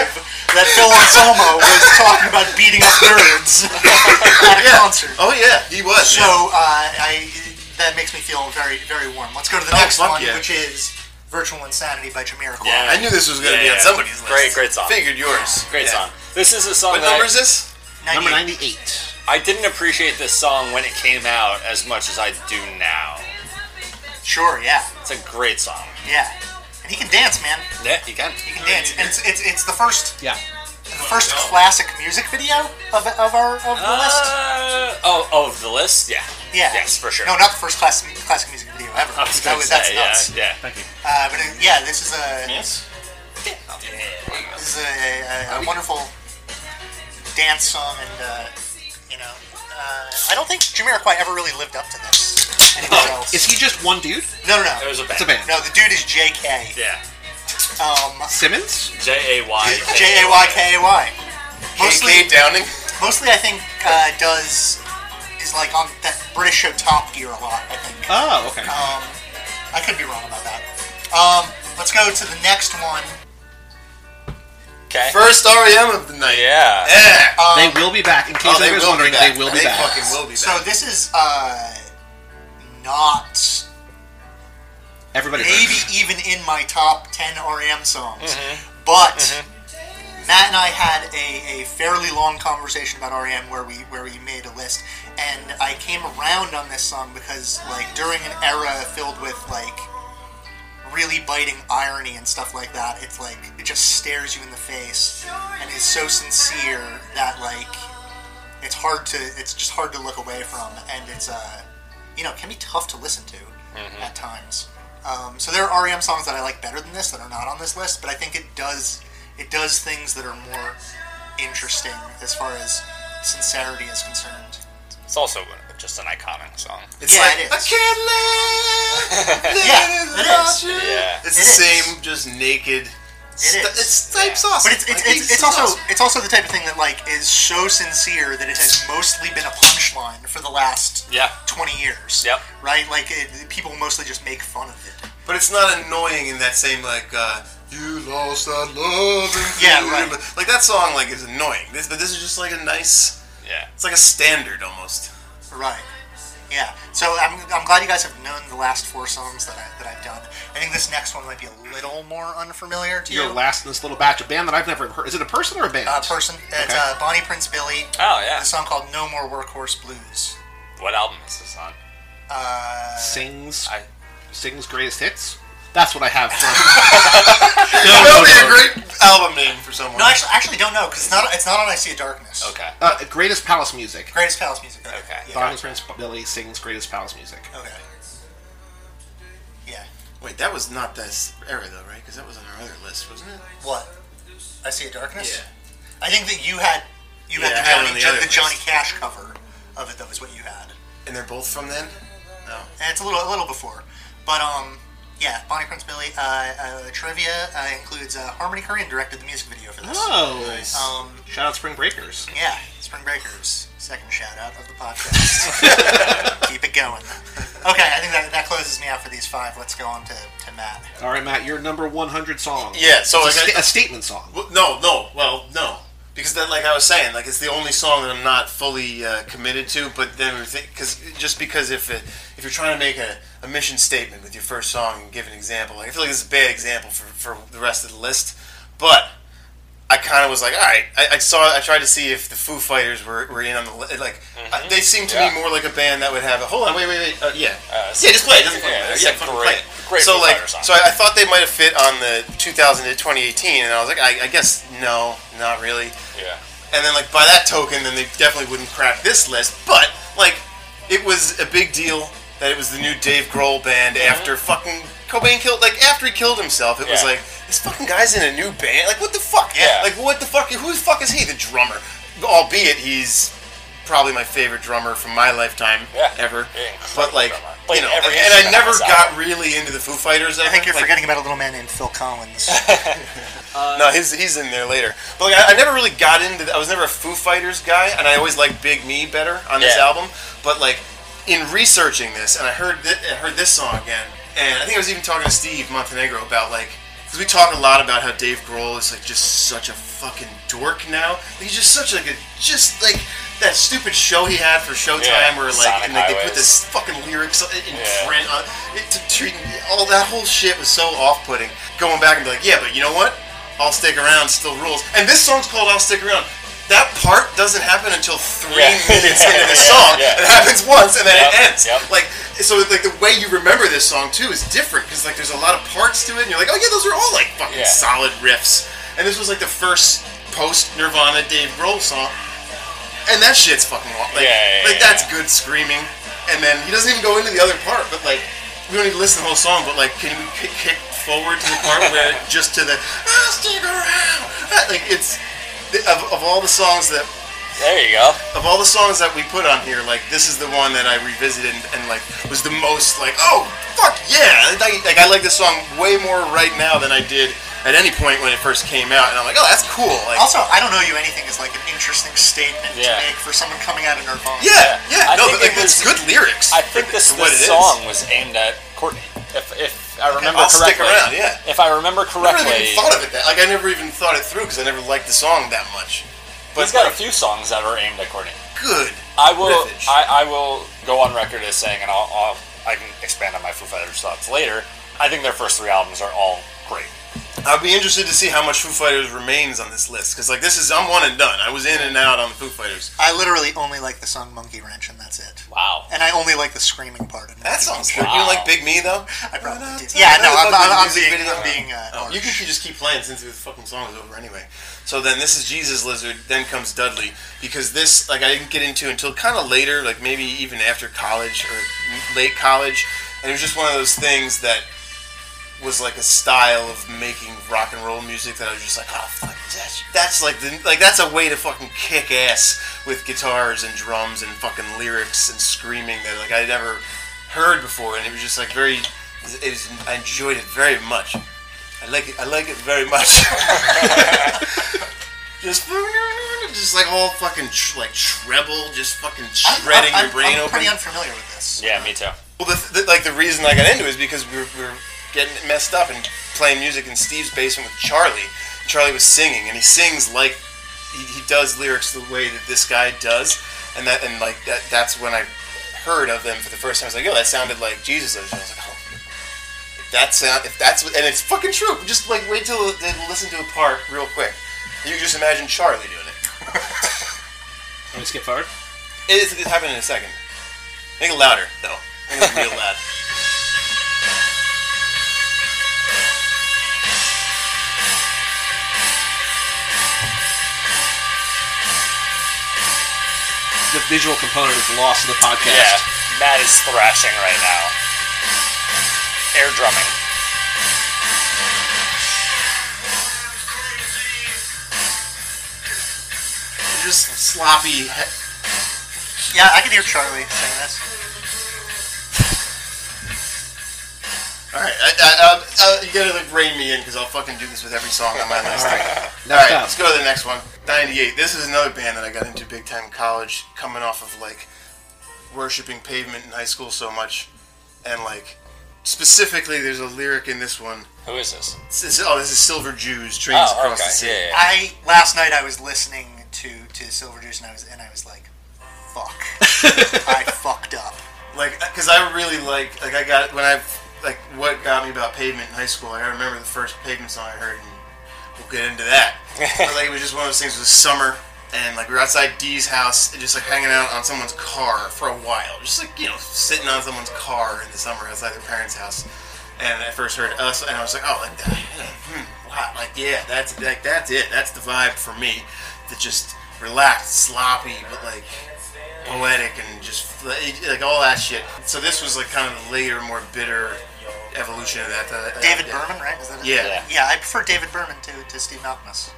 E: that Phil Anselmo was talking about beating up nerds at a
C: Yeah.
E: concert.
C: Oh yeah, he was.
E: So
C: yeah.
E: uh, I that makes me feel very very warm. Let's go to the
C: Oh,
E: next
C: fuck
E: one,
C: yeah.
E: which is Virtual Insanity by Jamiroquai.
D: Yeah.
C: I knew this was going to be
D: Yeah,
C: on
D: yeah.
C: somebody's list.
D: Great- great song.
C: Figured yours.
D: Great
C: Yeah.
D: song. This is a song
C: What
D: that
C: number is this?
A: Number
E: 98.
A: 98.
D: I didn't appreciate this song when it came out as much as I do now.
E: Sure, yeah,
D: It's a great song.
E: yeah. And he can dance, man.
D: Yeah, you can.
E: He can dance. And it's, it's, it's the first
A: Yeah.
E: the first classic music video of, of our of the list.
D: Uh, oh, oh, the list? Yeah.
E: Yeah.
D: Yes, for sure.
E: No, not the first class, classic music video ever.
D: I was
E: that
D: gonna
E: was
D: say,
E: that's nuts.
D: yeah, yeah.
A: Thank you.
E: Uh, but it, yeah, this is a
C: Yes.
D: Oh,
E: this is a, a, a wonderful dance song, and uh, you know, uh, I don't think Jamiroquai ever really lived up to this. Anywhere else?
A: Oh, Is he just one dude?
E: no, no, no.
D: It was a band.
A: It's a band.
E: no, the dude is JK.
D: Yeah.
E: Um,
A: Simmons?
D: J A Y.
E: J A Y K A Y.
C: KK Downing.
E: Mostly, I think uh, does is like on that British show Top Gear a lot. I think.
A: Oh, okay.
E: Um, I could be wrong about that. Um, let's go to the next one.
D: Okay.
C: First REM of the night.
D: Yeah.
C: Yeah.
E: Um,
A: they will be back. In case
C: Oh, they
A: anybody's
C: will
A: wondering,
C: be back.
A: they will be back.
C: fucking will be back.
E: So this is uh, not
A: Everybody.
E: maybe even in my top ten REM songs, but Matt and I had a, a fairly long conversation about REM where we where we made a list, and I came around on this song because like during an era filled with like really biting irony and stuff like that, it's like it just stares you in the face and is so sincere that like it's hard to it's just hard to look away from, and it's uh you know it can be tough to listen to
D: Mm-hmm.
E: at times. Um, so there are REM songs that I like better than this that are not on this list, but I think it does it does things that are more interesting as far as sincerity is concerned.
D: It's also just an iconic song.
C: it's
E: yeah,
C: like
E: it is.
C: I can't live.
E: Yeah, it
C: without
E: is.
C: you.
D: Yeah.
C: It's
E: It
C: the
E: is.
C: same, just naked. It
E: is.
C: It's type
D: Yeah.
C: sauce.
E: But it's it's,
C: Like,
E: it's, it's
C: sauce.
E: also it's also the type of thing that like is so sincere that it has mostly been a punchline for the last
D: Yeah.
E: twenty years.
D: Yep.
E: Right? Like it, people mostly just make fun of it.
C: But it's not annoying in that same like uh, you lost that love. and
E: Yeah,
C: freedom."
E: right.
C: But, like that song like is annoying. This, but this is just like a nice.
D: Yeah.
C: It's like a standard almost.
E: Right. Yeah. So I'm, I'm glad you guys have known the last four songs that, I, that I've done. I think this next one might be a little more unfamiliar to
A: You're
E: you.
A: last in this little batch of band that I've never heard. Is it a person or a band?
E: uh, person. It's
A: Okay.
E: uh, Bonnie Prince Billy.
D: Oh yeah.
E: The song called "No More Workhorse Blues."
D: What album is this on?
E: Uh,
A: sings
D: I.
A: sings greatest hits. That's what I have for. no,
C: that
A: no,
C: would be a
A: no.
C: great album name for someone.
E: no, actually, actually don't know because it's not it's not on "I See a Darkness."
D: Okay.
A: Uh, greatest palace music.
E: Greatest Palace Music. Okay.
D: Okay.
E: Yeah.
A: Bonnie Prince Billy sings greatest palace music.
E: Okay. Yeah.
C: Wait, that was not this era though, right? Because that was on our other list, wasn't it?
E: What? "I See a Darkness."
C: Yeah.
E: I think that you had you
C: Yeah, I
E: had
C: had it on
E: the Johnny
C: the
E: Jo-
C: other
E: the Johnny
C: list.
E: Cash cover of it. That was what you had.
C: And they're both from then. No.
E: and Eh, it's a little a little before, but um, yeah, Bonnie Prince Billy. Uh, uh, trivia uh, includes uh, Harmony Korine directed the music video for this.
A: Oh,
E: Um,
A: shout out Spring Breakers.
E: yeah, Spring Breakers. Second shout out of the podcast. Keep it going. Okay, I think that, that closes me out enough of these five. Let's go on to, to Matt.
A: All right, Matt, your number 100 song.
C: Yeah, so
A: it's a,
C: I got-
A: sta- a statement song.
C: Well, no, no. Well, no. Because then, like I was saying, like it's the only song that I'm not fully uh, committed to. But then, because just because if it, if you're trying to make a, a mission statement with your first song and give an example, like, I feel like this is a bad example for, for the rest of the list. But I kind of was like, all right. I, I saw, I tried to see if the Foo Fighters were, were in on the li- like. I- they seem to
D: Mm-hmm. Yeah.
C: me more like a band that would have a. Hold on, wait, wait, wait. Uh, yeah,
D: Uh,
C: yeah, just play. It doesn't
D: yeah,
C: yeah,
D: it's
C: yeah,
D: a
C: fucking
D: great-
C: play. it.
D: great
C: so
D: Foo
C: like,
D: Fighters song.
C: so I, I thought they might have fit on the 2000 to 2018, and I was like, I, I guess no, not really.
D: Yeah.
C: And then like by that token, then they definitely wouldn't crack this list. But like, it was a big deal that it was the new Dave Grohl band after fucking Cobain killed. Like after he killed himself, it was
D: Yeah.
C: like this fucking guy's in a new band. Like what the fuck?
D: Yeah.
C: Like what the fuck? Who the fuck is he? The drummer, albeit he's probably my favorite drummer from my lifetime
D: Yeah.
C: ever.
D: Yeah, incredible
C: But like,
D: drummer.
C: you
D: Played
C: know,
D: every
C: and, and I
D: instrument
C: never
D: on this
C: got
D: album.
C: really into the Foo Fighters.
E: I think you're
C: like,
E: forgetting about a little man named Phil Collins.
D: Uh,
C: no, he's, he's in there later. But like, I, I never really got into. I was never a Foo Fighters guy, and I always liked Big Me better on this
D: Yeah.
C: album. But like, in researching this, and I heard th- I heard this song again, and I think I was even talking to Steve Montenegro about like, because we talk a lot about how Dave Grohl is like just such a fucking dork now. He's just such like a just like that stupid show he had for Showtime,
D: Yeah,
C: where like
D: Sonic
C: and like they put
D: Highways.
C: this fucking lyrics in
D: Yeah.
C: print. On, it, to treat all that whole shit was so off-putting. Going back and be like, yeah, but you know what? I'll stick around still rules. And this song's called "I'll Stick Around." That part doesn't happen until three
D: Yeah.
C: minutes into the
D: Yeah,
C: song.
D: yeah.
C: It happens once and then it
D: Yep,
C: ends.
D: yep.
C: Like so, like the way you remember this song too is different because like there's a lot of parts to it, and you're like, oh yeah, those are all like fucking
D: Yeah.
C: solid riffs. And this was like the first post Nirvana Dave Grohl song, and that shit's fucking aw- like,
D: Yeah, yeah, yeah,
C: like
D: yeah.
C: that's good screaming. And then he doesn't even go into the other part, but like we don't need to listen to the whole song. But like, can we kick, kick forward to the part where just to the I'll stick around? Ah, Like it's of, of all the songs that
D: There you go.
C: of all the songs that we put on here, like this is the one that I revisited and, and like was the most like, oh fuck yeah! Like, like I like this song way more right now than I did at any point when it first came out, and I'm like, oh that's cool. Like,
E: also, I don't know you anything is like an interesting statement
D: Yeah.
E: to make for someone coming out of Nirvana.
C: yeah, yeah,
D: I
C: no,
D: think
C: but like
D: it
C: it's
D: was-
C: good lyrics.
D: I think this,
C: for what
D: this
C: it is.
D: song was aimed at Courtney. If, if I remember
C: I'll stick
D: correctly.
C: around, yeah.
D: If I remember
C: I
D: correctly,
C: never even thought of it that. Like I never even thought it through because I never liked the song that much. But
D: he's got
C: like,
D: a few songs that are aimed at Courtney.
C: good.
D: I will.
C: riffage.
D: I, I will go on record as saying, and I'll, I'll I can expand on my Foo Fighters thoughts later. I think their first three albums are all great.
C: I'd be interested to see how much Foo Fighters remains on this list because like this is I'm one and done. I was in and out on the Foo Fighters.
E: I literally only like the song Monkey Wrench, and that's it.
D: Wow.
E: And I only like the screaming part. Of
C: That
E: Monkey
C: sounds
E: Wrench.
C: good. You
D: Wow.
C: like Big Me though?
E: I probably do. Yeah, no, I'm, I'm, I'm
C: Music
E: being,
C: video.
E: I'm being uh,
C: Oh, you
E: harsh.
C: can you just keep playing since the fucking song is over anyway. So then this is Jesus Lizard. Then comes Dudley because this like I didn't get into until kind of later, like maybe even after college or late college, and it was just one of those things that was like a style of making rock and roll music that I was just like, oh fuck, that's, that's like the, like that's a way to fucking kick ass with guitars and drums and fucking lyrics and screaming that like I never heard before, and it was just like very, it was I enjoyed it very much. I like it. I like it very much. just, just like all fucking tr- like treble, just fucking
E: I'm-
C: shredding
E: I'm,
C: your brain
E: I'm
C: open.
E: pretty unfamiliar with this.
D: Yeah, me too.
C: Well, the, the, like the reason I got into it is because we were, we were getting messed up and playing music in Steve's basement with Charlie. Charlie was singing, and he sings like he, he does lyrics the way that this guy does, and that and like that. That's when I heard of them for the first time. I was like, yo, that sounded like Jesus. I was like, oh, if that sound if that's what, and it's fucking true. Just like wait till they listen to a part real quick. You can just imagine Charlie doing it.
A: Let me skip forward.
C: It's, it's happening in a second. Make it louder, though. Make it real loud.
A: The visual component is lost to the podcast.
D: Yeah, Matt is thrashing right now. Air drumming.
C: Just sloppy.
E: Yeah, I can hear Charlie saying this.
C: All right, I, I, I, I, you gotta like rein me in because I'll fucking do this with every song on my list. All right,
A: up.
C: let's go to the next one. '98. This is another band that I got into big time in college, coming off of like worshiping pavement in high school so much, and like Specifically, there's a lyric in this one.
D: Who is this?
C: This is- oh, this is Silver Jews, Trains
D: Oh,
C: Across
D: okay,
C: the Sea.
D: yeah, yeah.
E: I last night I was listening to to Silver Juice and I was and I was like, fuck, I fucked up.
C: like because I really like like I got when I like what got me about pavement in high school. Like, I remember the first pavement song I heard, and we'll get into that. but, like it was just one of those things. It was summer, and like we were outside Dee's house, and just like hanging out on someone's car for a while, just like you know sitting on someone's car in the summer outside their parents' house. And I first heard us, and I was like, oh, like that, hmm, wow, like yeah, that's like that's it. That's the vibe for me. That just relaxed, sloppy, but like poetic and just like all that shit. So this was like kind of the later, more bitter evolution of that. that- that-
E: David
C: that-
E: Berman, right? Is that it?
C: Yeah.
D: Yeah.
E: Yeah, I prefer David Berman to to Steve Malkmus.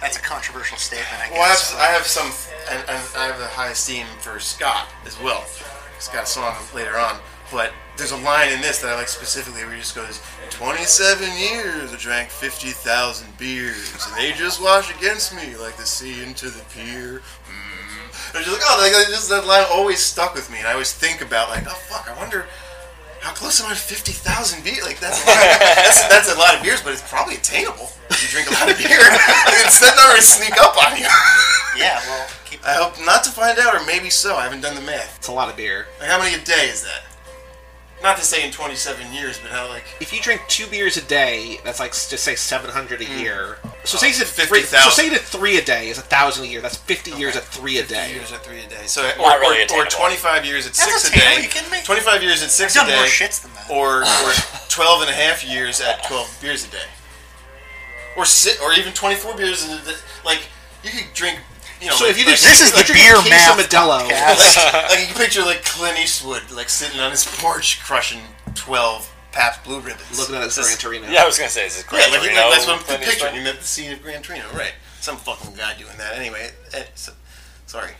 E: That's a controversial statement. I
C: Well, I
E: guess.
C: have, I have some, and, and I have a high esteem for Scott as well. He's got a song later on, but there's a line in this that I like specifically where he just goes, "27 years, I drank 50,000 beers, and they just wash against me like the sea into the pier." Mm. I was just like, oh, like, I just, that line always stuck with me, and I always think about like, oh fuck, I wonder. How close am I to 50,000 beers? Like, that's a, lot of, that's, that's a lot of beers, but it's probably attainable if you drink a lot of beer. it's not going to sneak up on you.
E: yeah. Well, keep.
C: I hope not to find out, or maybe so. I haven't done the math.
A: It's a lot of beer.
C: Like, how many a day is that? Not to say in 27 years, but how, like,
A: If you drink two beers a day, that's like just say seven hundred a year. So say you did three. So
C: 50,000.
A: say you did three a day is a thousand a year. That's fifty years at three a day.
C: years at three a day. So, or,
D: Not really
C: or, or
D: attainable.
C: 25 years at
E: That's
C: six a
E: attainable,
C: day.
E: you kidding me?
C: 25 years at
E: I've
C: six
E: done
C: a day.
E: more shits than that.
C: Or, or 12 and a half years at 12 beers a day. Or si or even 24 beers. In the, like, you could drink, you know.
A: So if you do
C: like,
E: This is
A: if
E: the
A: you drink a
E: beer
A: case
E: math
A: of Modelo,
C: like, like you can picture like Clint Eastwood like sitting on his porch crushing 12 Pabst Blue Ribbons.
A: looking at his
C: This-
A: Gran Torino.
D: Yeah, I was gonna say, is this
C: Yeah,
D: Gran
C: like, like
D: Torino
C: that's what I'm
D: Clint
C: picturing. You
D: Eastwood?
C: met the scene of Gran Torino, right? Some fucking guy doing that. Anyway, eh, so, sorry.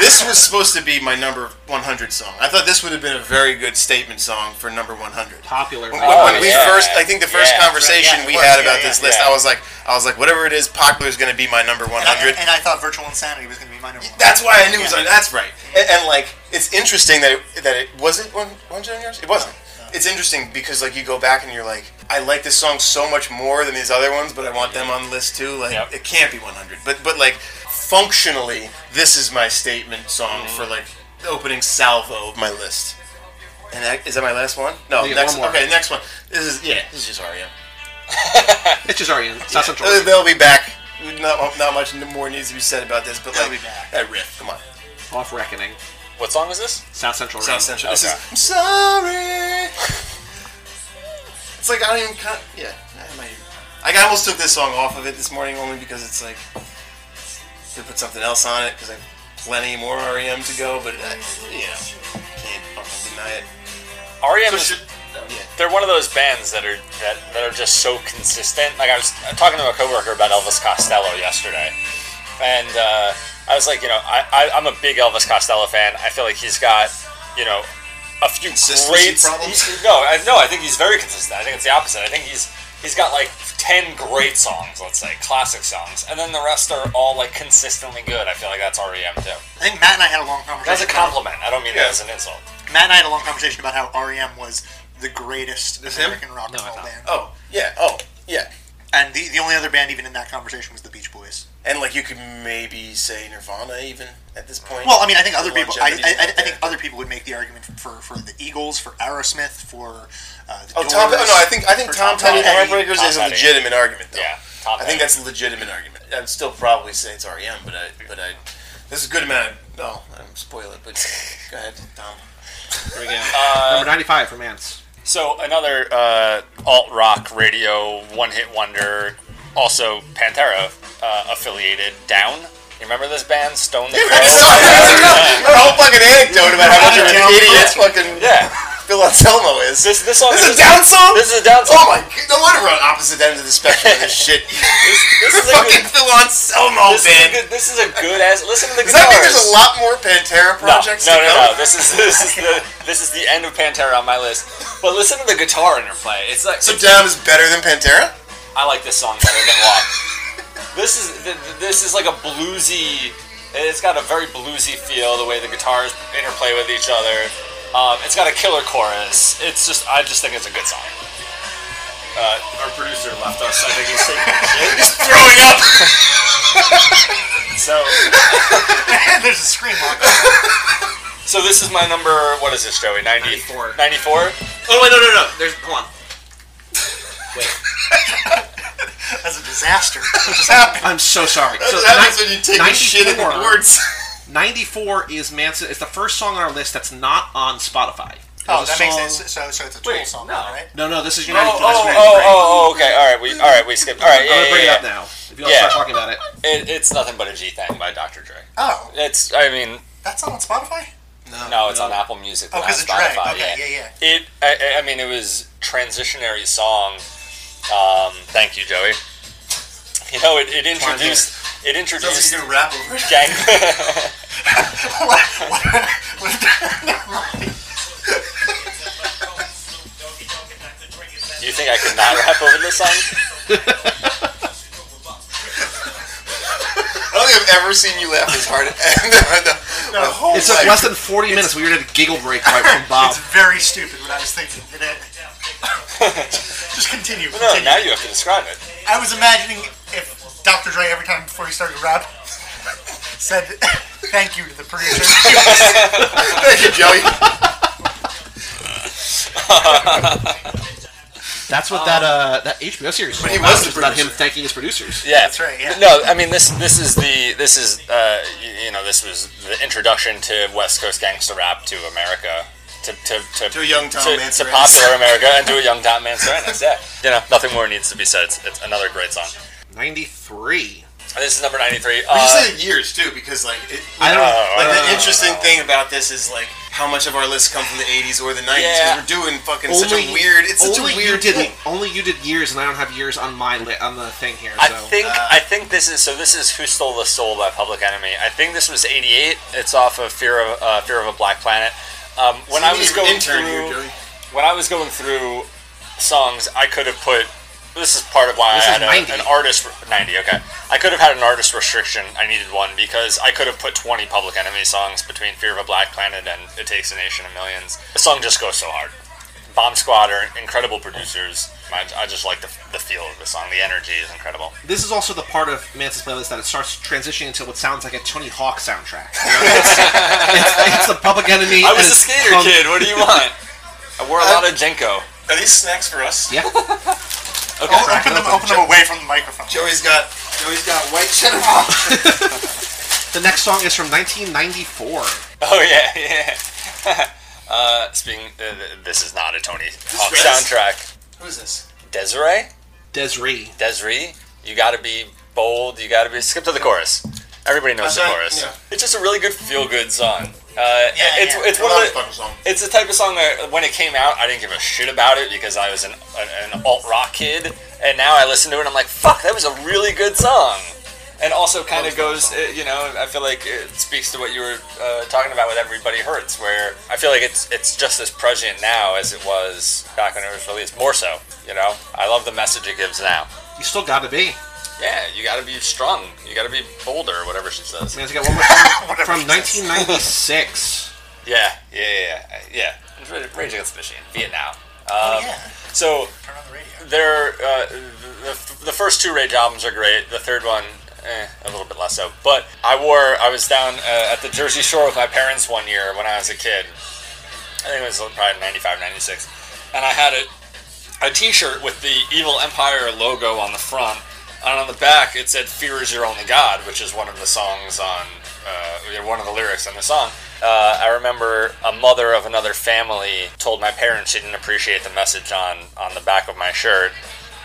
C: this was supposed to be my number 100 song. I thought this would have been a very good statement song for number 100.
A: popular.
C: When,
D: Oh,
C: when we
D: yeah.
C: first, I think the first
D: Yeah.
C: conversation
E: Yeah, it
C: we
E: was.
C: had
E: Yeah,
C: about
E: yeah,
C: this list,
D: yeah.
C: I was like, I was like, whatever it is, popular is going to be my number 100.
E: and, I, and I thought Virtual Insanity was going to be my number one.
C: That's why I knew it was on.
E: Yeah.
C: That's right. And, and like, it's interesting that it, that it wasn't one one Jam Yours. It wasn't. It's interesting because like you go back and you're like, I like this song so much more than these other ones, but I want them on the list too. Like,
D: Yep.
C: it can't be 100. But but like, functionally, this is my statement song for like the opening salvo of my list. And that, is that my last one? No,
A: Yeah,
C: next
A: one more.
C: Okay, next one. This is yeah. This is just REM.
A: It's just Orient. It's not Central.
C: Uh, They'll be back. Not, not much more needs to be said about this, but
E: They'll
C: like
E: be back.
C: that riff. Come on.
A: Off Reckoning.
D: What song is this?
A: South Central.
C: South
A: Orient.
C: Central. This
D: Okay.
C: is. I'm sorry. it's like I don't even. Kind yeah, I might. Like I almost took this song off of it this morning only because it's like to put something else on it because I have plenty more REM to go, but I, you know, can't fucking deny it.
D: REM
C: So
D: is
C: should- yeah.
D: they're one of those bands that are that, that are just so consistent. Like I was talking to a coworker about Elvis Costello yesterday, and uh, I was like, you know, I, I I'm a big Elvis Costello fan. I feel like he's got, you know, a few
C: Consistency
D: great
C: problems?
D: he- no, I, no, I think he's very consistent. I think it's the opposite. I think he's he's got like ten great songs, let's say classic songs, and then the rest are all like consistently good. I feel like that's REM too.
E: I think Matt and I had a long
D: That's a
E: conversation. about-
D: compliment. I don't mean that as an insult.
E: Matt and I had a long conversation about how REM was the greatest
C: This him?
E: American rock and
A: No, I
E: roll
A: thought-
E: band.
C: Oh yeah. Oh yeah.
E: And the, the only other band even in that conversation was the Beach Boys.
C: And like you could maybe say Nirvana even at this point.
E: Well, I mean, I think other people. I,
C: Longevity's
E: I, I,
C: not
E: I think
C: there.
E: other people would make the argument for, for the Eagles, for Aerosmith, for uh, the
C: Oh,
E: Doors,
C: Tom. Oh, no, I think I think
E: for
C: Tom Petty
E: Petty.
C: and Heartbreakers is a
D: Tom Petty.
C: legitimate argument, though.
D: Yeah, Tom
C: I think
D: Petty.
C: that's a legitimate argument. I'd still probably say it's REM, but I, but I, this is a good amount. Of, oh, I'm spoil it, but go ahead, Tom.
A: There we go. Number ninety-five from Ants.
D: So another uh, alt rock radio one hit wonder, also Pantera uh, affiliated. Down. You remember this band, Stone the
C: Sorry,
D: Crow?
C: that's enough. a whole fucking anecdote about how much of an
E: Down
C: idiot fucking
D: yeah.
C: Phil Anselmo is.
D: This this song
C: This is a
D: is,
C: down song.
D: This is a down song.
C: Oh my! g- No wonder we're on opposite ends of the spectrum of this shit.
D: This, this is
C: Oh
D: a
C: fucking
D: good.
C: Phil Anselmo,
D: This is a
C: man.
D: good. This is a good ass. Listen to the
C: Because I
D: guitars.
C: think there's a lot more Pantera
D: No,
C: projects.
D: no,
C: to
D: no,
C: come.
D: no. This is this is the this is the end of Pantera on my list. But listen to the guitar interplay. It's like
C: So Down is better than Pantera.
D: I like this song better than Walk. this is th- th- this is like a bluesy. It's got a very bluesy feel. The way the guitars interplay with each other. Um, it's got a killer chorus. It's just, I just think it's a good song.
C: Uh, our producer left us. I think he's taking
D: He's throwing up. so,
E: There's a scream on
D: so this is my number. What is this, Joey? 90,
A: 94.
D: 94?
A: Oh wait, no, no, no. There's hold on. Wait,
E: That's a disaster. What just happened?
A: I'm so sorry. So
C: That happens when you take a shit in
A: 94.
C: the words.
A: 94 is Manson. It's the first song on our list that's not on Spotify.
E: Oh,
A: There's a
E: that makes
A: song-
E: sense. So, so it's a
D: Wait,
E: tool song,
D: no.
E: right?
A: No, no, this is
D: Oh,
A: United.
D: oh,
A: that's
D: oh,
A: United
D: oh,
A: Frame.
D: oh, okay. All right, we, all right, we skipped. All right,
A: I'm
D: yeah,
A: gonna bring
D: yeah,
A: it up
D: yeah.
A: now. If you all
D: Yeah.
A: start talking about it,
D: It, it's nothing but a G thing by Dr. Dre.
E: Oh,
D: It's, I mean,
E: that's not on Spotify.
D: no, it's
A: No.
D: on Apple Music,
E: Oh,
D: but not
E: because it's Dre.
D: Spotify.
E: Okay, yeah, yeah.
D: It, I, I- I mean, it was transitionary song. Um, thank you, Joey. You know, it, it introduced it
C: That's
D: introduced
C: like you rap over. it.
D: gang.
E: what, what, what, never mind.
D: Do you think I could not rap over this song?
C: I don't think I've ever seen you laugh this hard. And the, the whole
A: it took
C: life.
A: less than 40 minutes. We were at a giggle break right from Bob.
E: It's very stupid what I was thinking. It, it, just continue.
D: No,
E: continue.
D: now you have to describe it.
E: I was imagining if Dr. Dre, every time before he started rap, said thank you to the producer.
C: Thank you, Joey.
A: That's what that uh that HBO series. But
C: he was the
A: about him
C: producer.
A: thanking his producers.
D: Yeah,
E: That's right, yeah.
D: No, I mean this. This is the. This is uh, you, you know. This was the introduction to West Coast gangster rap to America. To to to,
C: To a young Tom
D: to, to
C: Manserandis.
D: popular America and to a young Tom Manserandis. Yeah, you know, nothing more needs to be said. It's, it's another great song.
A: 93.
D: This is number ninety three.
C: We should
D: Uh,
C: say the years too, because like it,
A: I don't- I
C: like the
A: don't-
C: interesting thing about this is like how much of our lists come from the '80s or the '90s. Because
D: Yeah.
C: we're doing fucking such a weird. Oh, It's such a
A: only
C: weird
A: you did,
C: thing.
A: Only you did years, and I don't have years on my li- on the thing here. So.
D: I think
C: uh,
D: I think this is so. This is "Who Stole the Soul" by Public Enemy. I think this was '88. It's off of "Fear of uh, Fear of a Black Planet." Um, when
C: So
D: I
C: you need
D: was
C: an
D: going
C: intern
D: through,
C: here, Joey.
D: when I was going through songs, I could have put. This is part of why
A: This is
D: I had a,
A: 90.
D: an artist ninety. Okay, I could have had an artist restriction. I needed one because I could have put twenty Public Enemy songs between "Fear of a Black Planet" and "It Takes a Nation of Millions. The song just goes so hard. Bomb Squad are incredible producers. I, I just like the, the feel of the song. The energy is incredible.
A: this is also the part of Manson's playlist that it starts transitioning into what sounds like a Tony Hawk soundtrack. You know, it's, it's, it's the Public Enemy.
D: I
A: and
D: was a
A: it's
D: skater
A: punk-
D: kid. What do you want? I wore a lot of Jenko.
C: Are these snacks for us?
A: Yeah.
D: Okay.
E: Oh, open, them, open them away from the microphone.
C: Joey's got Joey's got white cheddar balls.
A: The next song is from 1994.
D: Oh yeah, yeah. uh, speaking, uh, this is not a Tony Hawk
C: Rez?
D: soundtrack.
C: Who's this?
D: Desiree,
A: Desiree.
D: Desiree, you gotta be bold. You gotta be. Skip to the chorus. Everybody knows the
C: Okay,
D: chorus.
C: Uh-huh. yeah.
D: It's just a really good feel-good song. Uh, it's
E: yeah.
D: it's
C: I
D: one
C: love
D: of
C: this
D: the,
C: fucking song.
D: It's the type of song that when it came out, I didn't give a shit about it because I was an, an, an alt rock kid. And now I listen to it and I'm like, fuck, that was a really good song. And also kind of goes, uh, you know, I feel like it speaks to what you were uh, talking about with Everybody Hurts, where I feel like it's it's just as prescient now as it was back when it was released, more so, you know? I love the message it gives now.
A: You still gotta be.
D: Yeah, you gotta be strong. You gotta be bolder, whatever she says.
A: Manson got one more song
E: Whatever
A: from
E: she says.
A: 1996.
D: Yeah, yeah, yeah, yeah. yeah. It's Rage- Rage Against the Machine, Vietnam. Um,
E: Oh, yeah.
D: So
E: Turn on the radio.
D: They're, uh, the, the first two Rage albums are great. The third one, eh, a little bit less so. But I wore, I was down uh, at the Jersey Shore with my parents one year when I was a kid. I think it was probably 95, 96. And I had a, a t shirt with the Evil Empire logo on the front. And on the back, it said Fear is Your Only God, which is one of the songs on, uh, one of the lyrics on the song. Uh, I remember a mother of another family told my parents she didn't appreciate the message on, on the back of my shirt.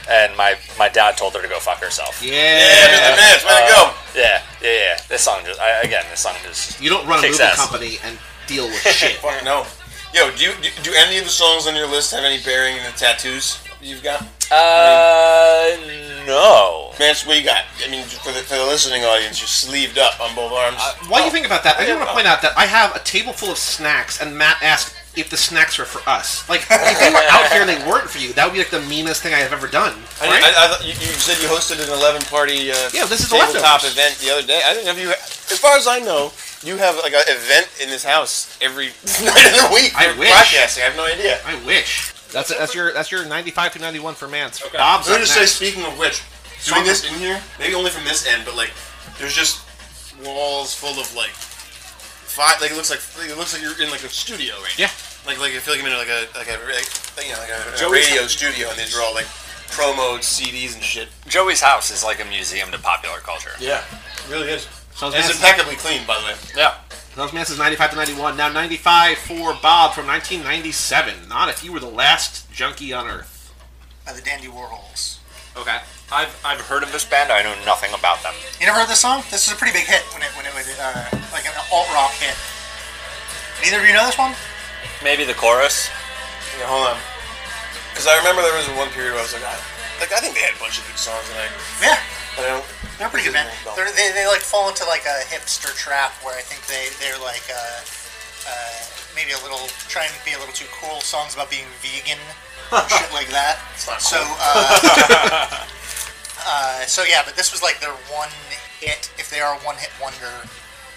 D: And my, my dad told her to go fuck herself. Uh,
A: Yeah.
C: Yeah, Mr. Vance, way to go.
D: Yeah, yeah, yeah. This song just, I, again, this song just.
A: You don't run a
D: Kicks
A: movie
D: ass.
A: company and deal with shit.
C: Fuck no. Yo, do you, do, do any of the songs on your list have any bearing in the tattoos you've got?
D: Uh, no.
C: Man, what you got? I mean, for the, for the listening audience, you're sleeved up on both arms.
A: Uh, While you think about that, I do want to
C: yeah.
A: point out that I have a table full of snacks, and Matt asked if the snacks were for us. Like, if they were out here and they weren't for you, that would be like the meanest thing I have ever done.
C: I,
A: Right?
C: I, I, thought- you, you said you hosted an 11 party uh,
A: Yeah, this is the
C: tabletop
A: leftovers.
C: event the other day. I didn't know if you, as far as I know, You have like an event in this house every night of the week.
A: I
C: for
A: wish.
C: Podcasting. I have no idea.
A: I wish. That's that's your that's your 95 to 91 for Mance.
D: Okay.
A: Bob's
C: Let
A: up
C: me just say,
A: next.
C: speaking of which, doing this in here, maybe only from this end, but like, there's just walls full of like five. Like it looks like it looks like you're in like a studio right now.
A: Yeah.
C: Like like I feel like I'm in like a like a like, you know, like a, a
D: Joey's-
C: radio studio, and these are all like promo CDs and shit.
D: Joey's house is like a museum to popular culture.
C: Yeah, really is.
A: So
C: It's
A: that's,
C: impeccably clean, by the way.
D: Yeah.
A: That was Manson's 95 to 91. Now 95 for Bob from 1997. Not if you were the last junkie on Earth.
E: by the Dandy Warhols.
A: Okay.
D: I've, I've heard of this band. I know nothing about them.
E: You never heard this song? This was a pretty big hit when it when it was uh, like an alt rock hit. Neither of you know this one?
D: Maybe the chorus.
C: Yeah, hold on. Because I remember there was one period where I was like, I, like I think they had a bunch of good songs, and I,
E: Yeah,
C: but I don't.
E: they're pretty good, man. They're, they they like fall into like a hipster trap where I think they they're like uh, uh, maybe a little trying to be a little too cool. Songs about being vegan, shit like that.
C: not
E: so.
C: cool.
E: Uh, Uh, so yeah, but this was like their one hit. If they are a one-hit wonder,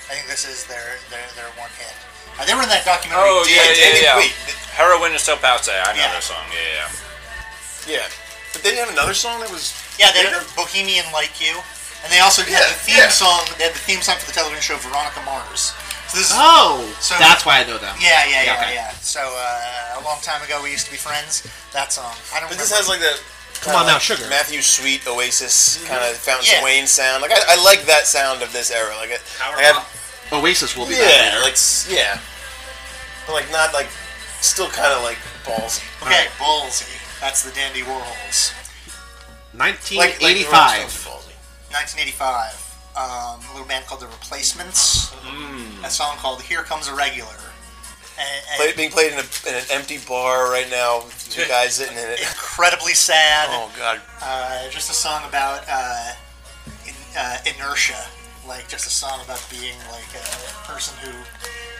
E: I think this is their their, their one hit. Uh, they were in that documentary.
D: Oh, yeah,
E: Dig.
D: yeah,
C: David
D: yeah.
C: Wheat.
D: Heroin is so passe. I know
E: Yeah.
D: their song. Yeah,
C: Yeah. But they didn't have another song that was.
E: Yeah, they
C: Yeah.
E: had Bohemian Like You, and they also
C: Yeah,
E: had the theme
C: yeah.
E: song. They had the theme song for the television show Veronica Mars. So this is,
A: Oh,
E: So-
A: that's why I know them.
E: yeah, yeah, yeah,
A: okay.
E: yeah. So uh, a long time ago, we used to be friends. That song, I don't.
C: But
E: remember.
C: this has like that.
A: Come on
C: kinda
A: now, sugar.
C: Matthew Sweet, Oasis, kind of Fountain
E: Yeah.
C: Wayne sound. Like I, I like that sound of this era. Like it.
D: Power
C: I have,
D: pop.
A: Oasis will be back
C: yeah,
A: later.
C: like s- yeah. But like not like, still kind of like ballsy.
E: okay, Ballsy. That's the Dandy Warhols.
C: Like, like the
A: 1985.
C: Rolling Stones were ballsy.
E: 1985. Um, a little band called The Replacements. A song called Here Comes a Regular. And, and
C: Play, being played in, a, in an empty bar right now. with Two guys sitting in it.
E: incredibly sad.
C: Oh God.
E: uh, just a song about uh, in, uh, inertia, like just a song about being like a person who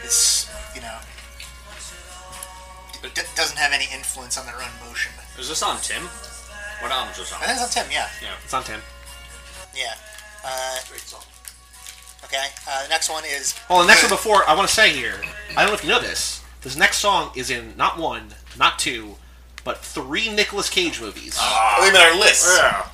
E: is, you know, d- doesn't have any influence on their own motion.
D: yeah. Is this on Tim? What album is this on?
E: And that's on Tim, yeah,
A: It's on 10.
E: yeah. Uh, okay, uh, the next one is.
A: Well, the next one before, I want to say here, I don't know if you know this. This next song is in not one, not two, but three Nicolas Cage movies.
C: Oh, they made our list.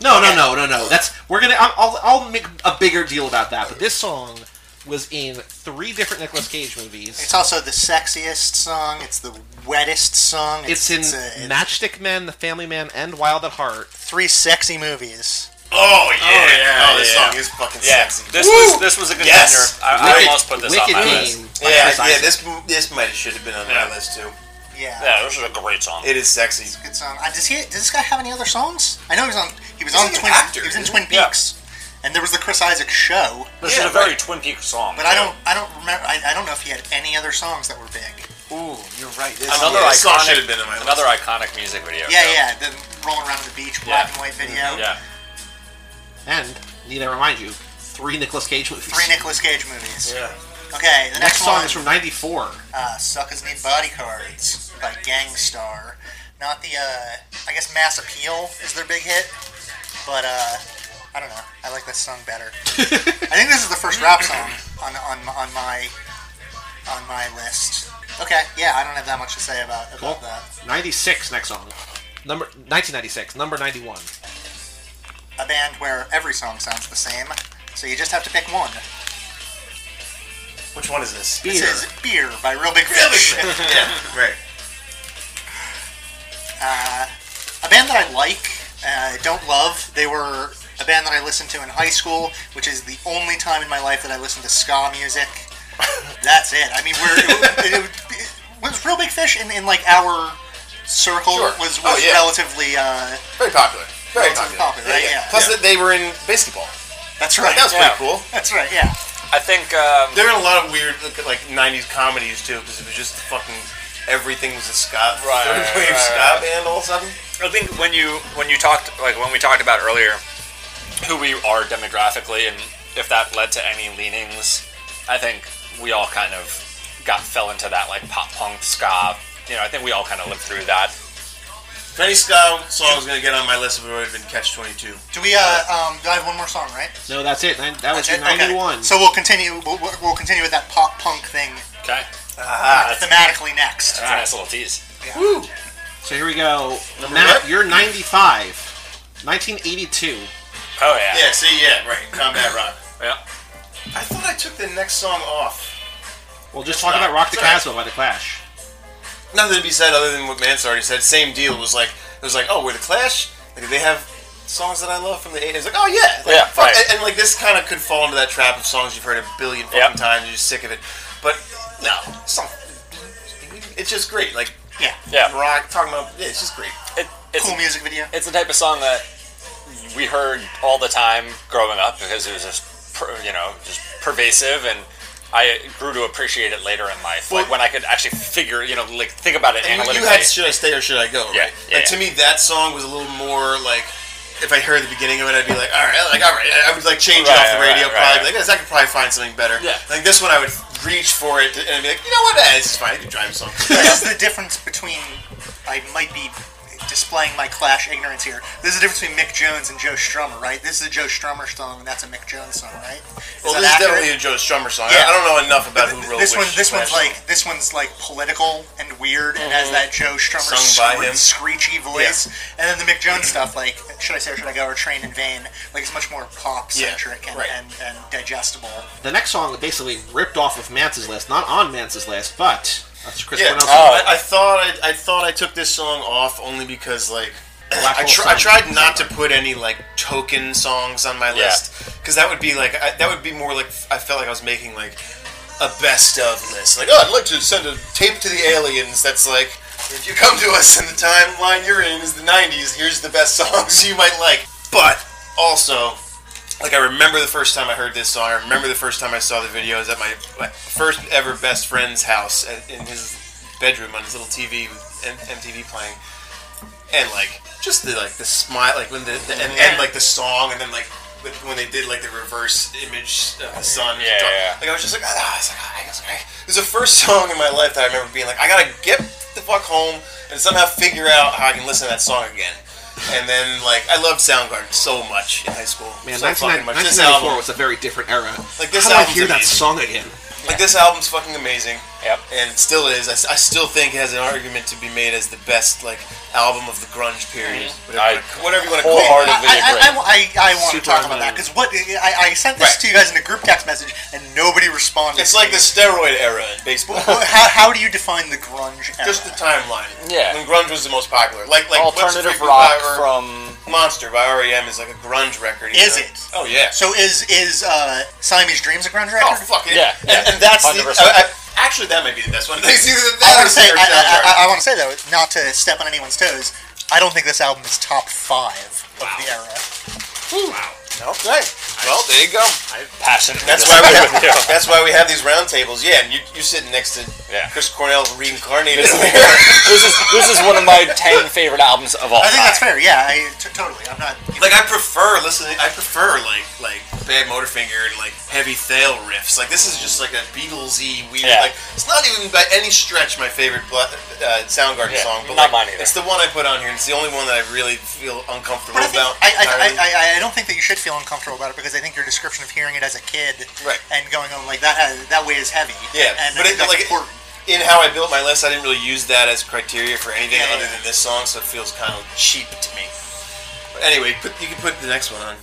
A: No, no, no, no, no. That's we're gonna. I'll, I'll, I'll make a bigger deal about that. But this song was in three different Nicolas Cage movies.
E: It's also the sexiest song. It's the wettest song.
A: It's in Matchstick Men, The Family Man, and Wild at Heart.
E: three sexy movies.
C: Oh yeah. Oh
D: yeah,
C: this
D: yeah.
C: song is fucking
D: Yeah,
C: sexy.
D: this
C: Woo!
D: was this was a contender.
C: Yes.
D: I, I
A: Wicked-
D: almost put this on
A: Wicked
D: my
A: Game.
D: list.
A: by
C: yeah,
A: Chris
C: yeah.
A: Isaac.
C: This this might should have been on
D: Yeah.
C: my list too.
E: Yeah.
D: Yeah, this is a great song.
C: It is sexy.
E: Good song. Uh, does he? Does this guy have any other songs? I know he was on. He was
C: He's
E: on
C: like an
E: Twin.
C: actor,
E: he was in
C: isn't
E: Twin
D: he? Yeah.
E: Peaks, and there was the Chris Isaac show.
D: this
C: yeah,
D: is a very Twin Peaks song.
E: But I don't. I don't remember. I, I don't know if he had any other songs that were big.
C: Ooh, you're right. This,
D: Another
C: yeah, this song
D: iconic.
C: should have been on my list.
D: another iconic music video.
E: Yeah,
D: so-
E: yeah. The rolling around on the beach, black and white video.
D: Yeah.
A: And need I remind you, three Nicolas Cage movies.
E: Three Nicolas Cage movies.
C: Yeah.
E: Okay, the
A: Next
E: next,
A: song
E: one
A: is from '94.
E: uh, "Suckers Need Body Cards" by Gangstar. Not the. Uh, I guess Mass Appeal is their big hit, but uh, I don't know. I like this song better. I think this is the first rap song on, on, on my on my list. Okay, yeah, I don't have that much to say about, about
A: Cool.
E: that.
A: '96. Next song. Number 1996. Number 91.
E: A band where every song sounds the same, so you just have to pick one.
C: Which one is this?
A: Beer.
E: This is Beer by Real Big
C: Really?
E: Fish.
C: yeah. Right.
E: Uh, a band that I like, uh, don't love. They were a band that I listened to in high school, which is the only time in my life that I listened to ska music. That's it. I mean, we're it, it, it was Real Big Fish in, in like our circle
C: Sure.
E: was
C: Oh,
E: was
C: yeah.
E: relatively. Uh,
C: Very popular. Very
E: Well, it's
C: popular.
E: popular, right? Yeah.
C: Plus,
E: Yeah.
C: they were in basketball.
E: that's right.
C: That was
D: Yeah.
C: pretty cool.
E: That's right. Yeah.
D: I think um,
C: They're in a lot of weird like '90s comedies too, because it was just fucking everything was a ska,
D: Right,
C: third
D: right,
C: wave
D: right,
C: ska
D: right.
C: band all of a sudden.
D: I think when you when you talked like when we talked about earlier who we are demographically and if that led to any leanings, I think we all kind of got fell into that like pop punk ska. You know, I think we all kind of lived through that.
C: Freddy Scott song is gonna get on my list if it would have been Catch Twenty Two.
E: Do we? Uh, um, do I have one more song? Right.
A: No, that's it. Nin- That was
E: That's
A: your
E: it? Okay.
A: 91.
E: So we'll continue. We'll, we'll- we'll continue with that pop punk thing
D: Okay.
E: uh,
C: Ah.
E: thematically next.
D: That's a nice little tease.
A: So here we go.
C: Number
A: Now,
C: what?
A: you're 95. 1982.
D: Oh, yeah.
C: Yeah, see, yeah, right, Combat Rock.
D: Yeah.
C: I thought I took the next song off.
A: Well, just talk
C: not-
A: about Rock the
C: it's not.
A: Casbah by The Clash.
C: Nothing to be said other than what Mance already said. Same deal. It was like it was like, oh, we're the Clash. Like they have songs that I love from the '80s. Like, oh yeah, like,
D: Yeah,
C: fuck.
D: right.
C: And, and, like this kind of could fall into that trap of songs you've heard a billion fucking
D: Yep.
C: times. You're just sick of it. But no, it's not- It's just great. Like
E: Yeah.
D: Yeah.
C: rock talking about. Yeah, it's just great.
D: It, it's,
E: Cool music video.
D: it's the type of song that we heard all the time growing up because it was just, per, you know, just pervasive and. I grew to appreciate it later in life, like
C: Well-
D: when I could actually figure, you know, like think about it
C: And you-
D: analytically.
C: you had "Should I Stay or Should I Go?" Right?
D: Yeah, yeah,
C: Like to me, that song was a little more like if I heard the beginning of it, I'd be like, "All right, like all right," I would like change it
D: Right,
C: off the
D: right,
C: radio,
D: right,
C: probably
D: right.
C: like, "Yes, I could probably find something better."
D: Yeah.
C: Like this one, I would reach for it and I'd be like, "You know what? Eh, this is fine. I can drive a song."
E: This is the difference between. I might be displaying my Clash ignorance here. This is the difference between Mick Jones and Joe Strummer, right? This is a Joe Strummer song, and that's a Mick Jones song, right? Is
C: well,
E: that
C: this is
E: accurate?
C: definitely a Joe Strummer song.
E: Yeah.
C: I I don't know enough about who wrote
E: this
C: which
E: one, this one's
C: Clash
E: like this one's like political and weird, and has that Joe Strummer
C: Sung by
E: scre-
C: him.
E: screechy voice, and then the Mick Jones stuff, like should I say or should I go or Train in Vain, like it's much more pop centric
C: Yeah,
E: and,
C: right.
E: and, and digestible.
A: The next song basically ripped off of Mance's list. Not on Mance's list, but that's Chris
C: Yeah,
A: Cornell's
D: Oh.
C: I, I thought I, I thought I took this song off only because like
A: Black
C: I,
A: Hole
C: tr-
A: Sun.
C: I tried not to put any like token songs on my
D: Yeah.
C: list because that would be like I, that would be more like I felt like I was making like a best of list. Like oh, I'd like to send a tape to the aliens. That's like if you come to us in the timeline you're in is the '90s. Here's the best songs you might like. But also like I remember the first time I heard this song. I remember the first time I saw the video. It was at my, my first ever best friend's house at, in his bedroom on his little TV with M- MTV playing, and like just the like the smile, like when the, the and, and like the song, and then like with- when they did like the reverse image of the sun.
D: Yeah, yeah.
C: Like I was just like, ah, it's like, ah, I guess, okay. It was the first song in my life that I remember being like, I gotta get the fuck home and somehow figure out how I can listen to that song again. And then, like, I loved Soundgarden so much in high school.
A: Man,
C: so
A: 1990
C: fucking much.
A: 1994
C: This album,
A: was a very different era.
C: Like, this
A: How do I
C: album's
A: hear that
C: amazing.
A: song again?
C: like, this album's fucking amazing.
D: Yep.
C: And it still is. I, s- I still think it has an argument to be made as the best, like, album of the grunge period.
D: I
C: Whatever, whatever you want to call it.
D: wholeheartedly-
E: I, I, I, I, want
A: Super
E: to talk about that
A: unknown.
E: because what I, I sent this
C: Right.
E: to you guys in a group text message and nobody responded.
C: It's like the steroid era in baseball.
E: Well, how, how do you define the grunge? Era?
C: Just the timeline.
D: Yeah.
C: When grunge was the most popular. Like, like what's
D: alternative
C: Freakin'
D: rock
C: Power?
D: from
C: Monster by REM is like a grunge record. you know?
E: Is it?
C: Oh, yeah.
E: so is is uh, Siamese Dreams a grunge record?
C: Oh fuck it.
D: Yeah,
C: and,
D: yeah,
C: and that's the.
D: 100%.
C: I- I- actually, that might be the best one. They see that.
E: I
C: that
E: want
C: or
E: to say, I,
C: Sarah Soundgarden.
E: I, I, want to say though, not to step on anyone's toes, I don't think this album is top five of the era.
C: Okay. Well, there you go.
D: Passionate.
C: That's why we have, that's why we have these roundtables. Yeah, and you, you're sitting next to
D: Yeah.
C: Chris Cornell reincarnated.
D: This is, this is this is one of my ten favorite albums of all.
E: I think
D: time.
E: that's fair. Yeah, I t- totally. I'm not.
C: like I prefer listening. I prefer like like Bad Motorfinger and like heavy Thale riffs. Like this is just like a Beatlesy weird.
D: Yeah.
C: Like it's not even by any stretch my favorite Bla- uh, Soundgarden
D: Yeah,
C: song, but
D: not
C: like
D: mine either.
C: it's the one I put on here. and It's the only one that I really feel uncomfortable
E: But I, think,
C: about.
E: I, I,
C: entirely.
E: I, I, I don't think that you should feel uncomfortable about it because I think your description of hearing it as a kid
C: Right.
E: and going on like that has, that way is heavy.
C: Yeah,
E: and
C: but
E: I
C: it-
E: think that's
C: like-
E: important.
C: in how I built my list, I didn't really use that as criteria for anything
E: Yeah,
C: other
E: yeah.
C: than this song, so it feels kind of cheap to me. But anyway, put, you can put the next one on.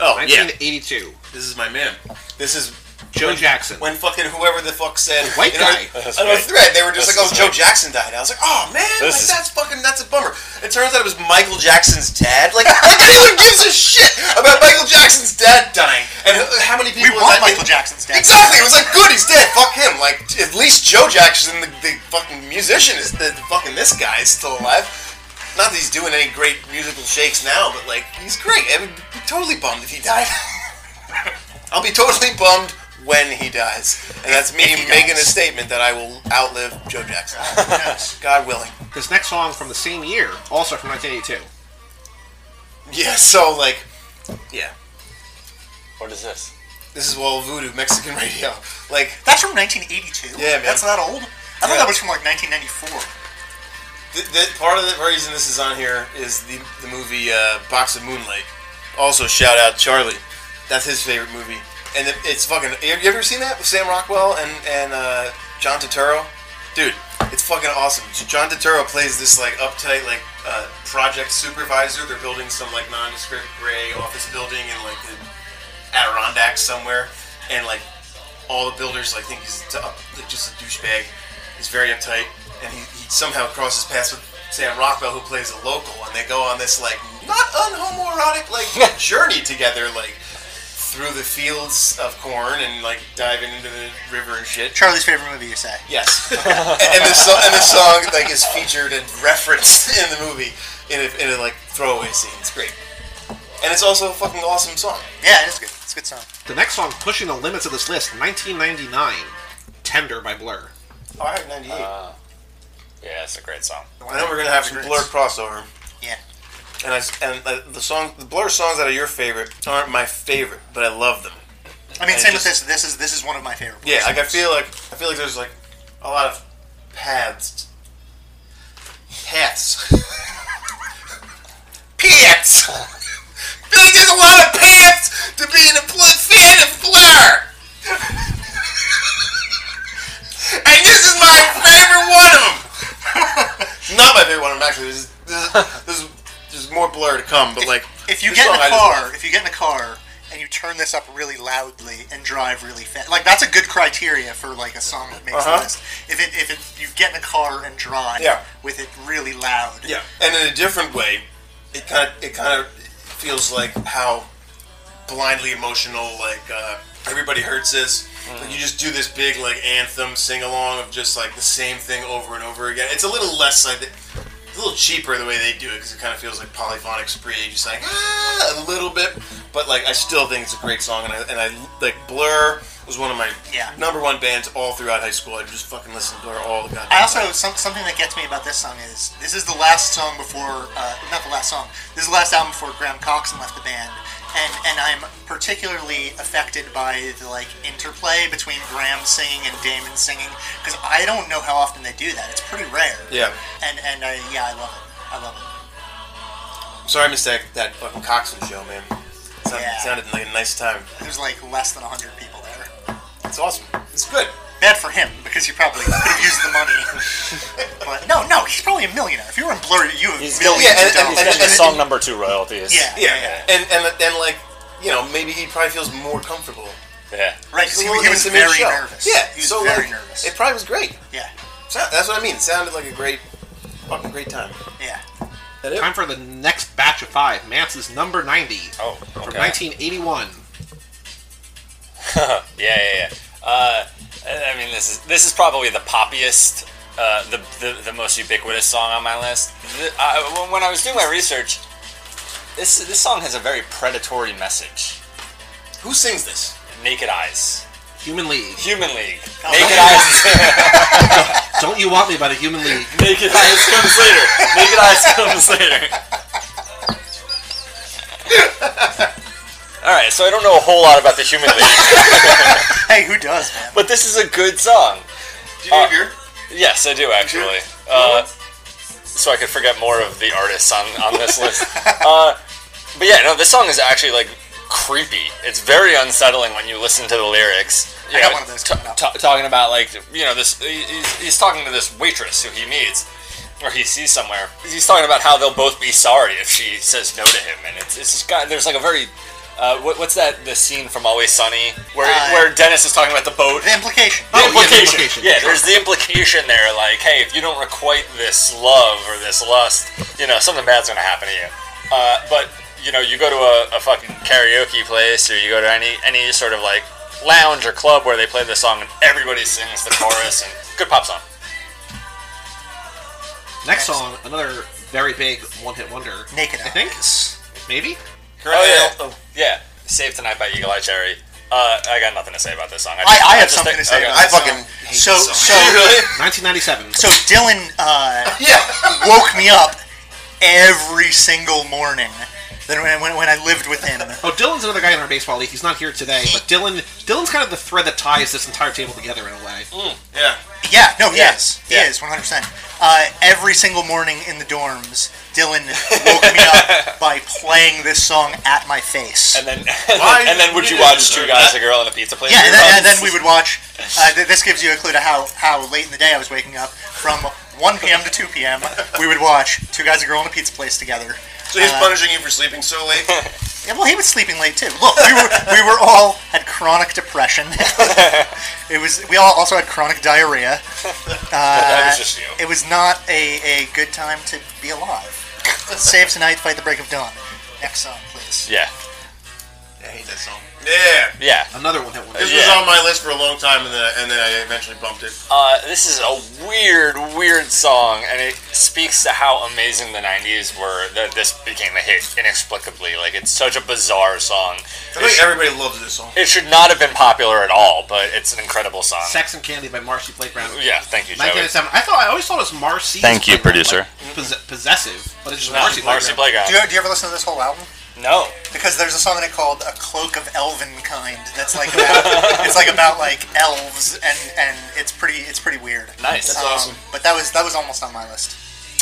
C: Oh yeah,
A: 1982.
C: this is my man. This is
A: Joe
C: when-
A: Jackson.
C: When fucking whoever the fuck said
A: White
C: in our-
A: guy.
C: on our
D: right.
C: thread, they were just
D: This
C: like, "Oh,
D: is
C: Joe
D: right.
C: Jackson died." I was like, "Oh man,
D: This
C: like
D: is-
C: that's fucking that's a bummer." It turns out it was Michael Jackson's dad. Like, like anyone gives a shit about Michael Jackson's dad dying, and h- how many
E: We
C: people in
E: want
C: that-
E: Michael Jackson's death.
C: Exactly. It was like, good, he's dead. Fuck him. Like, at least Joe Jackson, the, the fucking musician, is the, the fucking this guy is still alive. Not that he's doing any great musical shakes now, but like, he's great. I would be totally bummed if he died. I'll be totally bummed when he dies, and that's me
E: he
C: making
E: dies.
C: a statement that I will outlive Joe Jackson.
E: Yes.
C: God willing.
A: This next song from the same year, also from 1982.
C: Yeah. So like, yeah.
D: What is this?
C: This is all voodoo Mexican radio. Like,
E: That's from 1982.
C: Yeah, man.
E: That's that old. I thought
C: Yeah.
E: that was from like 1994.
C: Th- th- part of the reason this is on here is the the movie uh, Box of Moonlight. Also, shout out Charlie. That's his favorite movie, and it, it's fucking. You you ever seen that with Sam Rockwell and and uh, John Turturro? Dude, it's fucking awesome. J- John Turturro plays this like uptight like uh, project supervisor. They're building some like nondescript gray office building in like the Adirondacks somewhere, and like all the builders like think he's t- up, like, just a douchebag. He's very uptight, and he, he somehow crosses paths with Sam Rockwell, who plays a local, and they go on this like not unhomoerotic like journey together, like through the fields of corn and like diving into the river and shit.
E: Charlie's favorite movie, you say?
C: Yes, and, and the so- and the song like is featured and referenced in the movie in a, in a like throwaway scene. It's great, and it's also a fucking awesome song.
E: Yeah, it is good. It's a good song.
A: The next song, pushing the limits of this list, 1999, "Tender" by Blur.
C: Oh, I heard '98.
D: Yeah, it's a great song.
C: I know we're gonna have some Blur crossover.
E: Yeah.
C: and I, and uh, the song the Blur songs that are your favorite aren't my favorite, but I love them.
E: I mean,
C: And
E: same
C: just-
E: with this. This is this is one of my favorite.
C: Yeah, like I
E: songs.
C: feel like I feel like there's like a lot of paths, paths, paths. I feel like there's a lot of paths to being a bl- fan of Blur, and this is my favorite one of them. Not my favorite one of them, actually. There's, there's, there's, there's more Blur to come, but like
E: If you
C: this
E: get in
C: song I
E: a
C: just
E: car,
C: love.
E: if you get in a car and you turn this up really loudly and drive really fast, like that's a good criteria for like a song that makes
C: Uh-huh.
E: the list. If it if it you get in a car and drive
C: Yeah.
E: with it really loud.
C: Yeah, and in a different way, it kind of it kind of feels like how blindly emotional like uh, everybody hurts is.
E: Mm-hmm.
C: Like you just do this big like anthem sing along of just like the same thing over and over again. It's a little less like the- it's a little cheaper the way they do it because it kind of feels like polyphonic spree, just like ah, a little bit. But like I still think it's a great song, and I and I like Blur was one of my
E: Yeah.
C: number one bands all throughout high school. I just fucking listened to Blur all the goddamn
E: I also
C: time.
E: some, something that gets me about this song is this is the last song before uh, not the last song. This is the last album before Graham Coxon left the band, and and I'm particularly affected by the like interplay between Graham singing and Damon singing because I don't know how often they do that. It's pretty rare.
C: Yeah.
E: And and I, yeah, I love it. I love it.
C: Sorry I missed that, that fucking Coxon show, man. It sounded,
E: Yeah.
C: sounded like a nice time.
E: There's like less than hundred people there.
C: It's awesome. It's good.
E: Bad for him because he probably could have used the money. but no, no, he's probably a millionaire. If you were in Blur, you have
D: He's-
E: millions
C: yeah, and-
E: of
C: and-
E: dollars.
D: He's getting the song number two royalties.
E: Yeah.
C: Yeah, and and then like you know maybe he probably feels more comfortable.
D: Yeah.
E: Right,
C: It's
E: because
C: a
E: he,
C: little
E: he was
C: intimate
E: very
C: show.
E: nervous.
C: Yeah,
E: he was
C: so
E: very
C: like,
E: nervous.
C: It probably was great.
E: yeah,
C: So, that's what I mean. It sounded like a great, fucking great time.
E: yeah.
C: That it?
A: Time for the next batch of five. Mance's number 90
D: Oh,
A: from
D: okay.
A: 1981.
D: Yeah, yeah, yeah. Uh, I I mean, this is this is probably the poppiest, uh, the, the the most ubiquitous song on my list. The, I, when- when I was doing my research, this this song has a very predatory message.
C: Who sings this?
D: Naked Eyes,
A: Human League.
D: Human League, Naked Eyes,
A: Don't you want me by the Human League?
D: Naked Eyes comes later. Naked Eyes comes later. All right, so I don't know a whole lot about the Human League,
E: Hey, who does, man?
D: but this is a good song.
C: Do you
D: Uh,
C: have your?
D: Yes, I do actually. Uh, so I could forget more of the artists on, on this list. Uh, but yeah, no, this song is actually like creepy. It's very unsettling when you listen to the lyrics. You
E: I got
D: know,
E: one of those
D: t-
E: coming up.
D: t- talking about like you know this. he- He's, he's talking to this waitress who he meets. Or he sees somewhere. He's talking about how they'll both be sorry if she says no to him, and it's, it's just got, there's like a very, uh, what, what's that? The scene from Always Sunny where
E: Uh,
D: where Dennis is talking about the boat,
E: The implication.
A: Oh, yeah,
D: the
A: the
D: implication.
A: implication.
D: Yeah, there's the implication there, like, hey, if you don't requite this love or this lust, you know, something bad's gonna happen to you. Uh, but you know, you go to a, a fucking karaoke place, or you go to any any sort of like lounge or club where they play this song and everybody sings the chorus and good pop song.
A: Next song, another very big one hit wonder.
E: Naked
A: I
E: Eye.
A: think? s- Maybe?
D: Oh, yeah.
C: Oh.
D: Yeah, Save Tonight by Eagle Eye Cherry. Uh, I got nothing to say about this song.
E: I, I have
D: just
E: something
D: think-
E: to say
D: okay.
E: about
C: I
E: this
C: fucking
E: song.
C: hate
E: so,
C: this song.
E: So,
A: 1997.
E: so Dylan uh,
C: Yeah.
E: woke me up every single morning then when, when, when I lived with him.
A: Oh, Dylan's another guy in our baseball league. He's not here today, but Dylan Dylan's kind of the thread that ties this entire table together in a way.
C: yeah.
E: Yeah, no, he
D: Yeah,
E: is. He
D: yeah.
E: is, 100%. Uh, every single morning in the dorms, Dylan woke me up by playing this song at my face.
D: And then,
C: Why
D: and then,
C: did
D: would
C: we
D: you watch
C: deserve
D: two guys,
C: that?
D: a girl, and a pizza place?
E: Yeah, and then, and then we would watch. Uh, th- this gives you a clue to how, how late in the day I was waking up. From 1 p.m. to 2 p.m., we would watch Two Guys, a Girl, and a Pizza Place together.
C: So he's
E: Uh,
C: punishing you for sleeping so late.
E: Yeah, well, he was sleeping late too. Look, we were, we were all had chronic depression. it was we all also had chronic diarrhea.
D: Uh, That was just you.
E: It was not a, a good time to be alive. Save tonight, fight the break of dawn. Next song, please.
D: Yeah,
C: I hate that song. Yeah.
D: yeah.
A: Another one that one.
C: This was
D: Yeah.
C: on my list for a long time, and then I, and then I eventually bumped it.
D: Uh, this is a weird, weird song, and it speaks to how amazing the '90s were. That this became a hit inexplicably. Like it's such a bizarre song.
C: I
D: It
C: think
D: should,
C: everybody loves this song.
D: it should not have been popular at all, but it's an incredible song.
A: Sex and Candy by Marcy Blake Brown.
D: Yeah, thank you, Joey.
A: 1997. I thought I always thought it was Marcy.
D: Thank you, producer.
A: Like, pos- possessive, but it's just
D: No,
A: Marcy.
D: Marcy
A: Playground.
D: Playground.
E: Do you, do you ever listen to this whole album?
D: No,
E: Because there's a song in it called "A Cloak of Elven Kind." That's like about, it's like about like elves, and and it's pretty it's pretty weird.
D: nice.
E: Um, But that was that was almost on my list.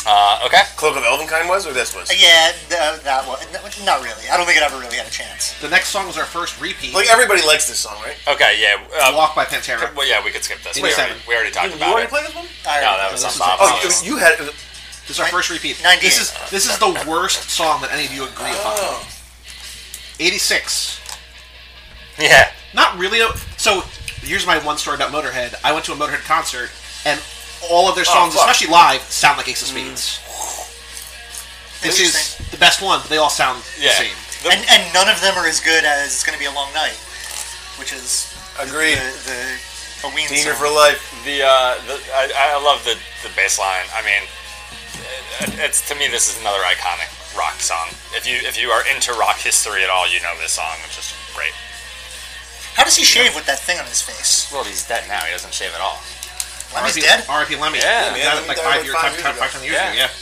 D: Uh, okay.
C: Cloak of Elvenkind was, or this was?
E: Uh, Yeah, th- that one. no, Not really. I don't think it ever really had a chance.
A: The next song was our first repeat.
C: Like everybody likes this song, right?
D: Okay. Yeah. Uh,
A: Walk by Pantera.
D: well, yeah, we could skip this. We
A: 87.
D: already, we already talked
C: you
D: about
C: already
D: it.
C: played this one?
E: I
D: No, that was
A: This
D: on
A: is
D: Bob's.
A: awesome.
C: Oh,
A: Oh,
D: list.
C: you, you had. it-
A: This is our first repeat.
E: 98.
A: This is this is the worst song that any of you agree upon. 86.
D: Yeah.
A: Not really. A, so here's my one story about Motorhead. I went to a Motorhead concert, and all of their songs,
C: fuck.
A: especially live, sound like Ace of Spades. This
E: Interesting.
A: is the best one, but they all sound
D: Yeah.
A: the same.
D: The-
E: and and none of them are as good as "It's Gonna Be a Long Night," which is the
C: Agreed.
E: the a Ween
C: Diener
E: song.
C: for life.
D: The, uh, the I, I love the the bass line. I mean, it- it's to me this is another iconic rock song. If you if you are into rock history at all, you know this song, which is great.
E: How does he shave with that thing on his face?
D: Well, he's dead now. He doesn't shave at all.
E: Lemmy's
A: R.I.P.
E: dead,
A: R.I.P. Lemmy.
D: Yeah,
A: He
C: man,
A: died
C: Lemmy
A: like
C: died
A: five
C: like
A: years,
C: five
A: five,
C: years
A: five,
C: ago.
A: five, ten years
D: Yeah.
A: ago. Yeah.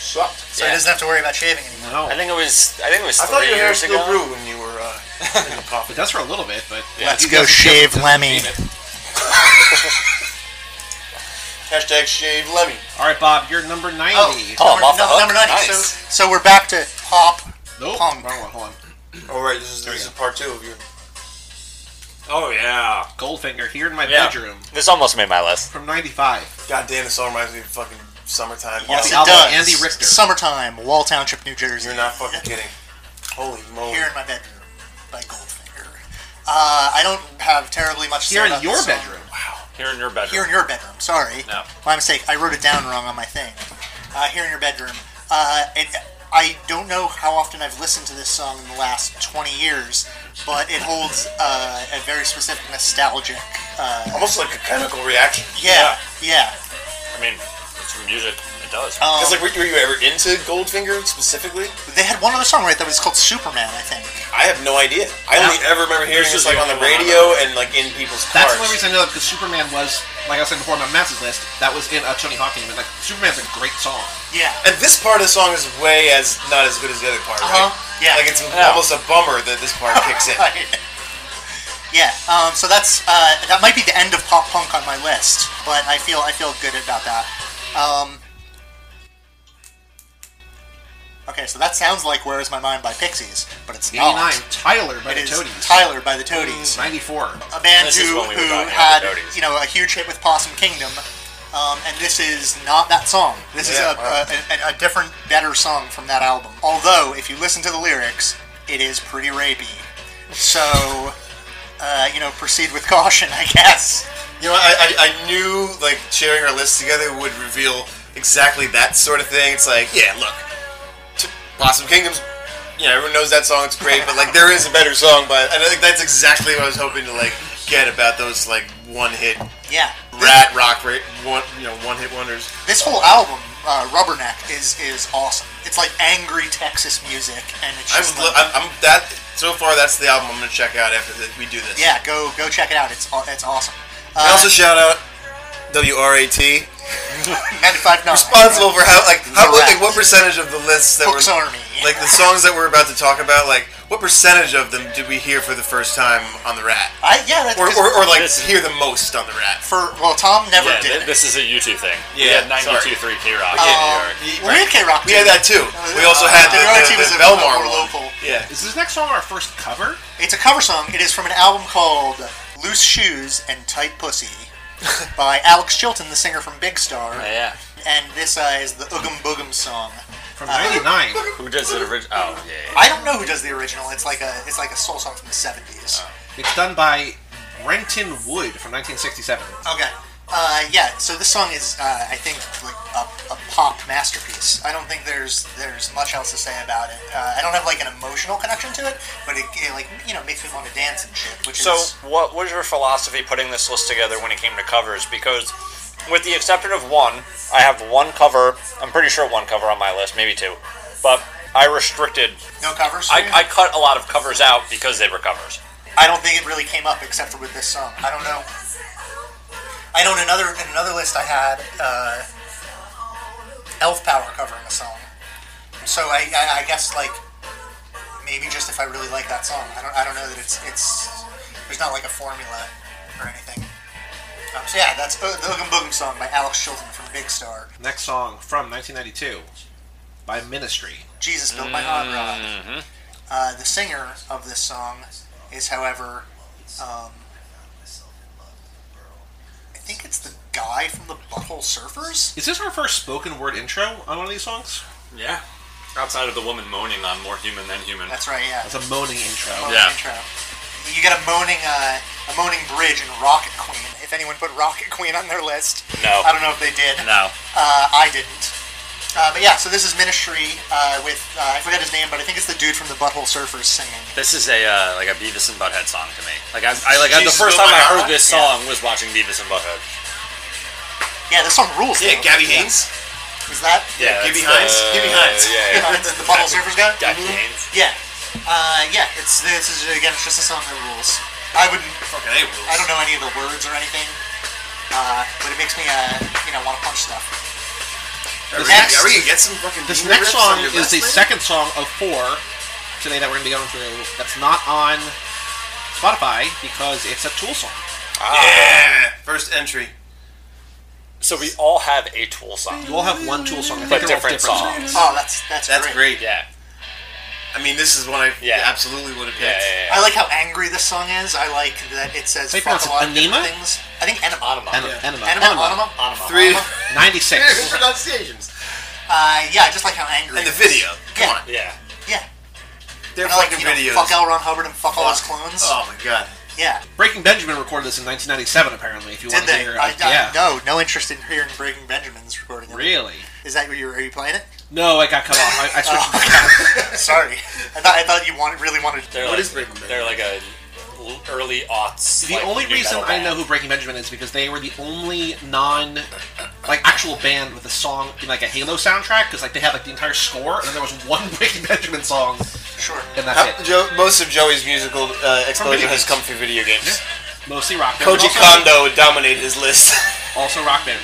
C: Sucked.
E: so
D: Yeah.
E: he doesn't have to worry about shaving anymore.
A: No,
D: I think it was I think it was
C: I
D: three
C: thought your hair
D: years
C: still
D: ago.
C: grew when you were uh, in the
A: it
C: coffin.
A: does for a little bit, but
D: Yeah. Let's
A: You guys-
E: Lemmy.
C: Hashtag shave Lemmy.
A: All right, Bob, you're number 90.
E: Oh,
D: Oh, I'm
E: number,
D: off the
E: no-
D: hook.
E: number ninety.
D: Nice.
E: So, so we're back to pop.
A: nope.
E: punk.
A: Wrong one. Hold on.
C: All right, this is
A: There
C: this
A: you
C: is part two of your.
D: Oh yeah.
A: Goldfinger, here in my
D: Yeah.
A: bedroom
D: This almost made my list.
A: from 95.
C: God damn, this song reminds me of fucking summertime.
A: Yes,
E: It
A: Album,
E: does.
A: Andy Richter.
E: Summertime, Wall Township, New Jersey.
C: You're not fucking kidding. Holy moly.
E: Here in my bedroom by Goldfinger. Uh, I don't have terribly much. to say
A: Here in
E: about
A: your
E: this song.
A: bedroom.
D: Here in your bedroom.
E: Here in your bedroom. Sorry,
D: No.
E: my mistake. I wrote it down wrong on my thing. Uh, here in your bedroom. Uh, it, I don't know how often I've listened to this song in the last 20 years, but it holds uh, a very specific nostalgic. Uh,
C: Almost like a chemical reaction.
E: yeah, yeah.
D: I mean, it's music. It does.
E: Um,
C: Because like, were, were you ever into Goldfinger specifically?
E: they had one other song right that was called Superman, I think.
C: I have no idea. I
A: Yeah.
C: only ever remember hearing
D: This is
C: this like
D: the
C: on the
D: only one I
C: radio and like in people's
A: That's
C: cars.
A: the only reason I know that because Superman was, like I was saying before, on my massive list. That was in a Tony Hawk game, and like Superman's a great song.
E: Yeah.
C: and this part of the song is way as not as good as the other part,
E: Uh-huh.
C: right?
E: Yeah.
C: Like it's almost a bummer that this part kicks in.
E: yeah. Um, so that's uh, that might be the end of pop punk on my list, but I feel I feel good about that. Um, okay, so that sounds like "Where Is My Mind" by Pixies, but it's
A: 89,
E: not.
A: Tyler by
E: It
A: the
E: is
A: Toadies. Mm,
E: Tyler by the Toadies,
A: 94.
E: a band
D: This is
E: who,
D: when we were
E: who
D: talking about
E: had
D: the Toadies.
E: you know a huge hit with Possum Kingdom. Um, and this is not that song. This
C: Yeah,
E: is a,
C: wow.
E: a, a, a different, better song from that album. Although, if you listen to the lyrics, it is pretty rapey. So, uh, you know, proceed with caution, I guess.
C: You know, I, I, I knew like sharing our list together would reveal exactly that sort of thing. It's like, yeah, look, t- Possum Kingdom's. You know, everyone knows that song. It's great, but like, there is a better song. But and I think that's exactly what I was hoping to like get about those like one hit
E: Yeah.
C: rat rock ra- one you know one hit wonders.
E: This whole album, uh, Rubberneck, is is awesome. It's like angry Texas music, and it's
C: I'm,
E: just
C: lo-
E: like-
C: I'm, I'm that so far. That's the album I'm gonna check out after that we do this.
E: yeah. Go go check it out. It's aw- it's awesome.
C: I
E: Uh,
C: also shout out WRAT
E: 95 Uh, nine.
C: responsible for how like how about,
E: Correct.
C: like what percentage of the lists that
E: Books
C: were
E: Army.
C: like the songs that we're about to talk about like what percentage of them did we hear for the first time on the rat
E: I, yeah, that's
C: or,
E: 'cause
C: or, or like
D: This-
C: hear the most on the rat
E: for well, Tom never
D: Yeah,
E: did.
D: th- this is a U2 thing.
C: Yeah,
D: Yeah, Oh. 92
C: sorry.
D: 3 K Rock
E: Um,
D: in New York.
E: well, we had K Rock.
C: we had that too we also had the,
E: the, other team
C: the,
E: is
C: the
E: a
C: Belmar
E: more
C: one.
E: local.
C: yeah
A: Is this next song our first cover?
E: It's a cover song. It is from an album called Loose Shoes and Tight Pussy by Alex Chilton, the singer from Big Star.
D: Oh, yeah.
E: And this uh, is the Oogum Boogum song.
A: From
E: Uh-huh.
A: 99.
D: Who does it originally? Oh, yeah, yeah.
E: I don't know who does the original. It's like a it's like a soul song from the seventies.
A: It's done by Brenton Wood from 1967.
E: Okay. Uh, yeah. So this song is, uh, I think, like a, a pop masterpiece. I don't think there's there's much else to say about it. Uh, I don't have like an emotional connection to it, but it, it like you know makes me want to dance and shit. Which
D: So,
E: is
D: what was your philosophy putting this list together when it came to covers? Because, with the exception of one, I have one cover. I'm pretty sure one cover on my list, maybe two, but I restricted.
E: no covers. for
D: I,
E: you?
D: I cut a lot of covers out because they were covers.
E: I don't think it really came up except for with this song. I don't know. I know in another in another list I had uh, Elf Power covering a song. So I, I, I guess like maybe just if I really like that song. I don't I don't know that it's it's there's not like a formula or anything. Um, so yeah, that's Bo- the Oogum Boogum song by Alex Chilton from Big Star.
A: Next song from 1992 by Ministry.
E: Jesus built my hot
D: Mm-hmm.
E: rod. Uh, the singer of this song is, however, um, I think it's the guy from the Butthole Surfers.
A: Is this our first spoken word intro on one of these songs?
D: Yeah. Outside of the woman moaning on more human than human.
E: That's right. Yeah.
A: That's a moaning intro.
E: Moaning
D: Yeah.
E: intro. You get a moaning, uh, a moaning bridge and Rocket Queen. If anyone put Rocket Queen on their list,
D: No.
E: I don't know if they did.
D: No.
E: Uh, I didn't. Uh, but yeah, so this is Ministry uh, with uh, I forget his name, but I think it's the dude from the Butthole Surfers singing.
D: This is a uh, like a Beavis and Butthead song to me. Like I, I like I, the
C: Jesus
D: first
C: built
D: time I
C: my house?
D: heard this
E: Yeah.
D: song was watching Beavis and Butthead.
E: Yeah, this song rules.
C: yeah
E: though.
C: Gabby Haynes
E: Is that?
C: Yeah, Gibby
D: it's the-
C: Hines? Gibby Hines.
D: Yeah, yeah.
E: Hines, the Butthole Surfers guy? Mm-hmm.
D: Gabby Haynes.
E: Yeah, uh, yeah. It's this is again. It's just a song that rules. I wouldn't.
C: fucking A rules
E: I don't know any of the words or anything, uh, but it makes me, uh, you know, want to punch stuff.
C: are we,
E: Next.
C: are we gonna get some fucking
A: This
C: Beanie
A: next
C: Rips
A: song
C: on your
A: is
C: list
A: the
C: later?
A: second song of four today that we're going to be going through that's not on Spotify because it's a Tool song.
C: Ah. yeah first entry
D: So we all have a Tool song,
A: You all have one Tool song. I think
D: but
A: they're all
D: different
A: different
D: songs.
E: Oh, that's that's,
C: that's great
D: Yeah.
C: I mean this is one I
D: Yeah.
C: absolutely would have
D: Yeah, yeah,
C: picked
D: yeah.
E: I like how angry this song is. I like that it says
A: They
E: fuck
A: pronounce
E: a
A: it
E: lot of different
A: anema?
E: things. I think enema.
D: Anima.
A: Anima.
C: Yeah.
A: Enema.
E: Enema,
A: Enema.
E: enema,
D: Anima.
C: three
E: Anima.
A: Uh-huh.
C: different
A: 96.
C: pronunciations
E: Uh, yeah, I just like how angry.
C: and the
E: it is.
C: video come on
E: Yeah.
D: Yeah.
E: Yeah,
C: they're
E: and I like
C: fucking
E: you
C: videos
E: know, fuck L. Ron Hubbard and fuck all his
C: Fuck.
E: clones.
C: oh my god
E: Yeah,
A: Breaking Benjamin recorded this in 1997, apparently, if you
E: did
A: want to
E: they?
A: hear.
E: I, I,
A: yeah.
E: No, no interest in hearing Breaking Benjamin's recording. of it.
A: Really?
E: Is that what you are you playing it?
A: No, I got cut off. I, I switched.
E: Sorry, I thought I thought you wanted really wanted.
D: They're
C: What
D: like,
C: is Breaking Benjamin?
D: They're like a l- early aughts.
A: The
D: like,
A: only
D: new
A: reason
D: metal
A: I know
D: band.
A: who Breaking Benjamin is because they were the only non, like actual band with a song in like a Halo soundtrack. Because like they had like the entire score, and there was one Breaking Benjamin song,
E: Sure.
A: and that's
C: How-
A: it.
C: Joe, most of Joey's musical uh, exposure
A: video
C: has
A: games.
C: come through video games.
A: Mostly rock. band,
C: Koji
A: also-
C: Kondo dominated his list.
A: Also rock band.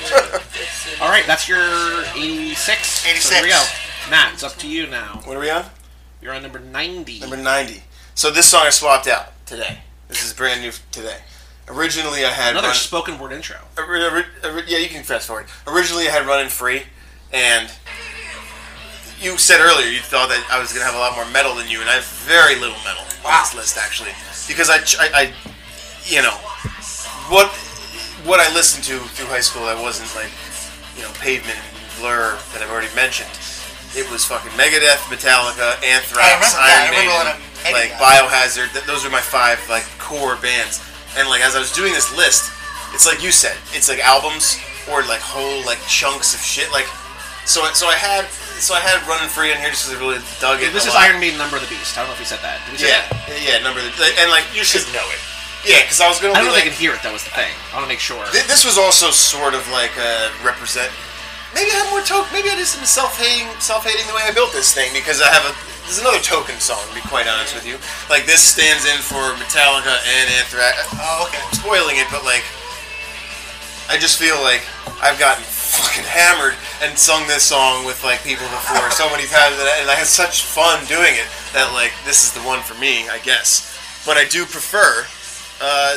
A: All right, that's your 86. So here we
E: 86.
A: go. Matt, it's up to you now.
C: what are we on?
A: You're on number 90.
C: Number 90. So this song I swapped out today. This is brand new f- today. Originally I had
A: Another
C: Run-
A: spoken word intro.
C: ori- ori- ori- yeah, you can fast forward. Originally I had Running Free, and you said earlier you thought that I was gonna have a lot more metal than you, and I have very little metal on this list actually, because I, ch- I, I you know, what what I listened to through high school that wasn't like you know Pavement and Blur that I've already mentioned. It was fucking Megadeth, Metallica, Anthrax,
E: I remember that. I
C: Iron
E: remember
C: Maiden,
E: when I'm heading
C: like
E: that.
C: Biohazard. Th- those are my five like core bands. And like as I was doing this list, it's like you said, it's like albums or like whole like chunks of shit. Like so, so I had so I had Running Free on here just because I really dug it.
A: This is
C: a lot.
A: Iron Maiden, Number of the Beast. I don't know if we said that. Did we say
C: Yeah,
A: that?
C: yeah, yeah, number of the, like, and like
D: You should know it.
C: yeah, because I was gonna.
A: I don't know
C: be, like,
A: if they can hear it. That was the thing. I want to make sure.
C: Th- This was also sort of like a represent. Maybe I have more token. Maybe I did some self-hating, self-hating the way I built this thing because I have a. There's another token song. To be quite honest with you, like this stands in for Metallica and Anthrax.
E: Oh, okay.
C: I'm spoiling it, but like, I just feel like I've gotten fucking hammered and sung this song with like people before so many times, and I, and I had such fun doing it that like this is the one for me, I guess. But I do prefer uh,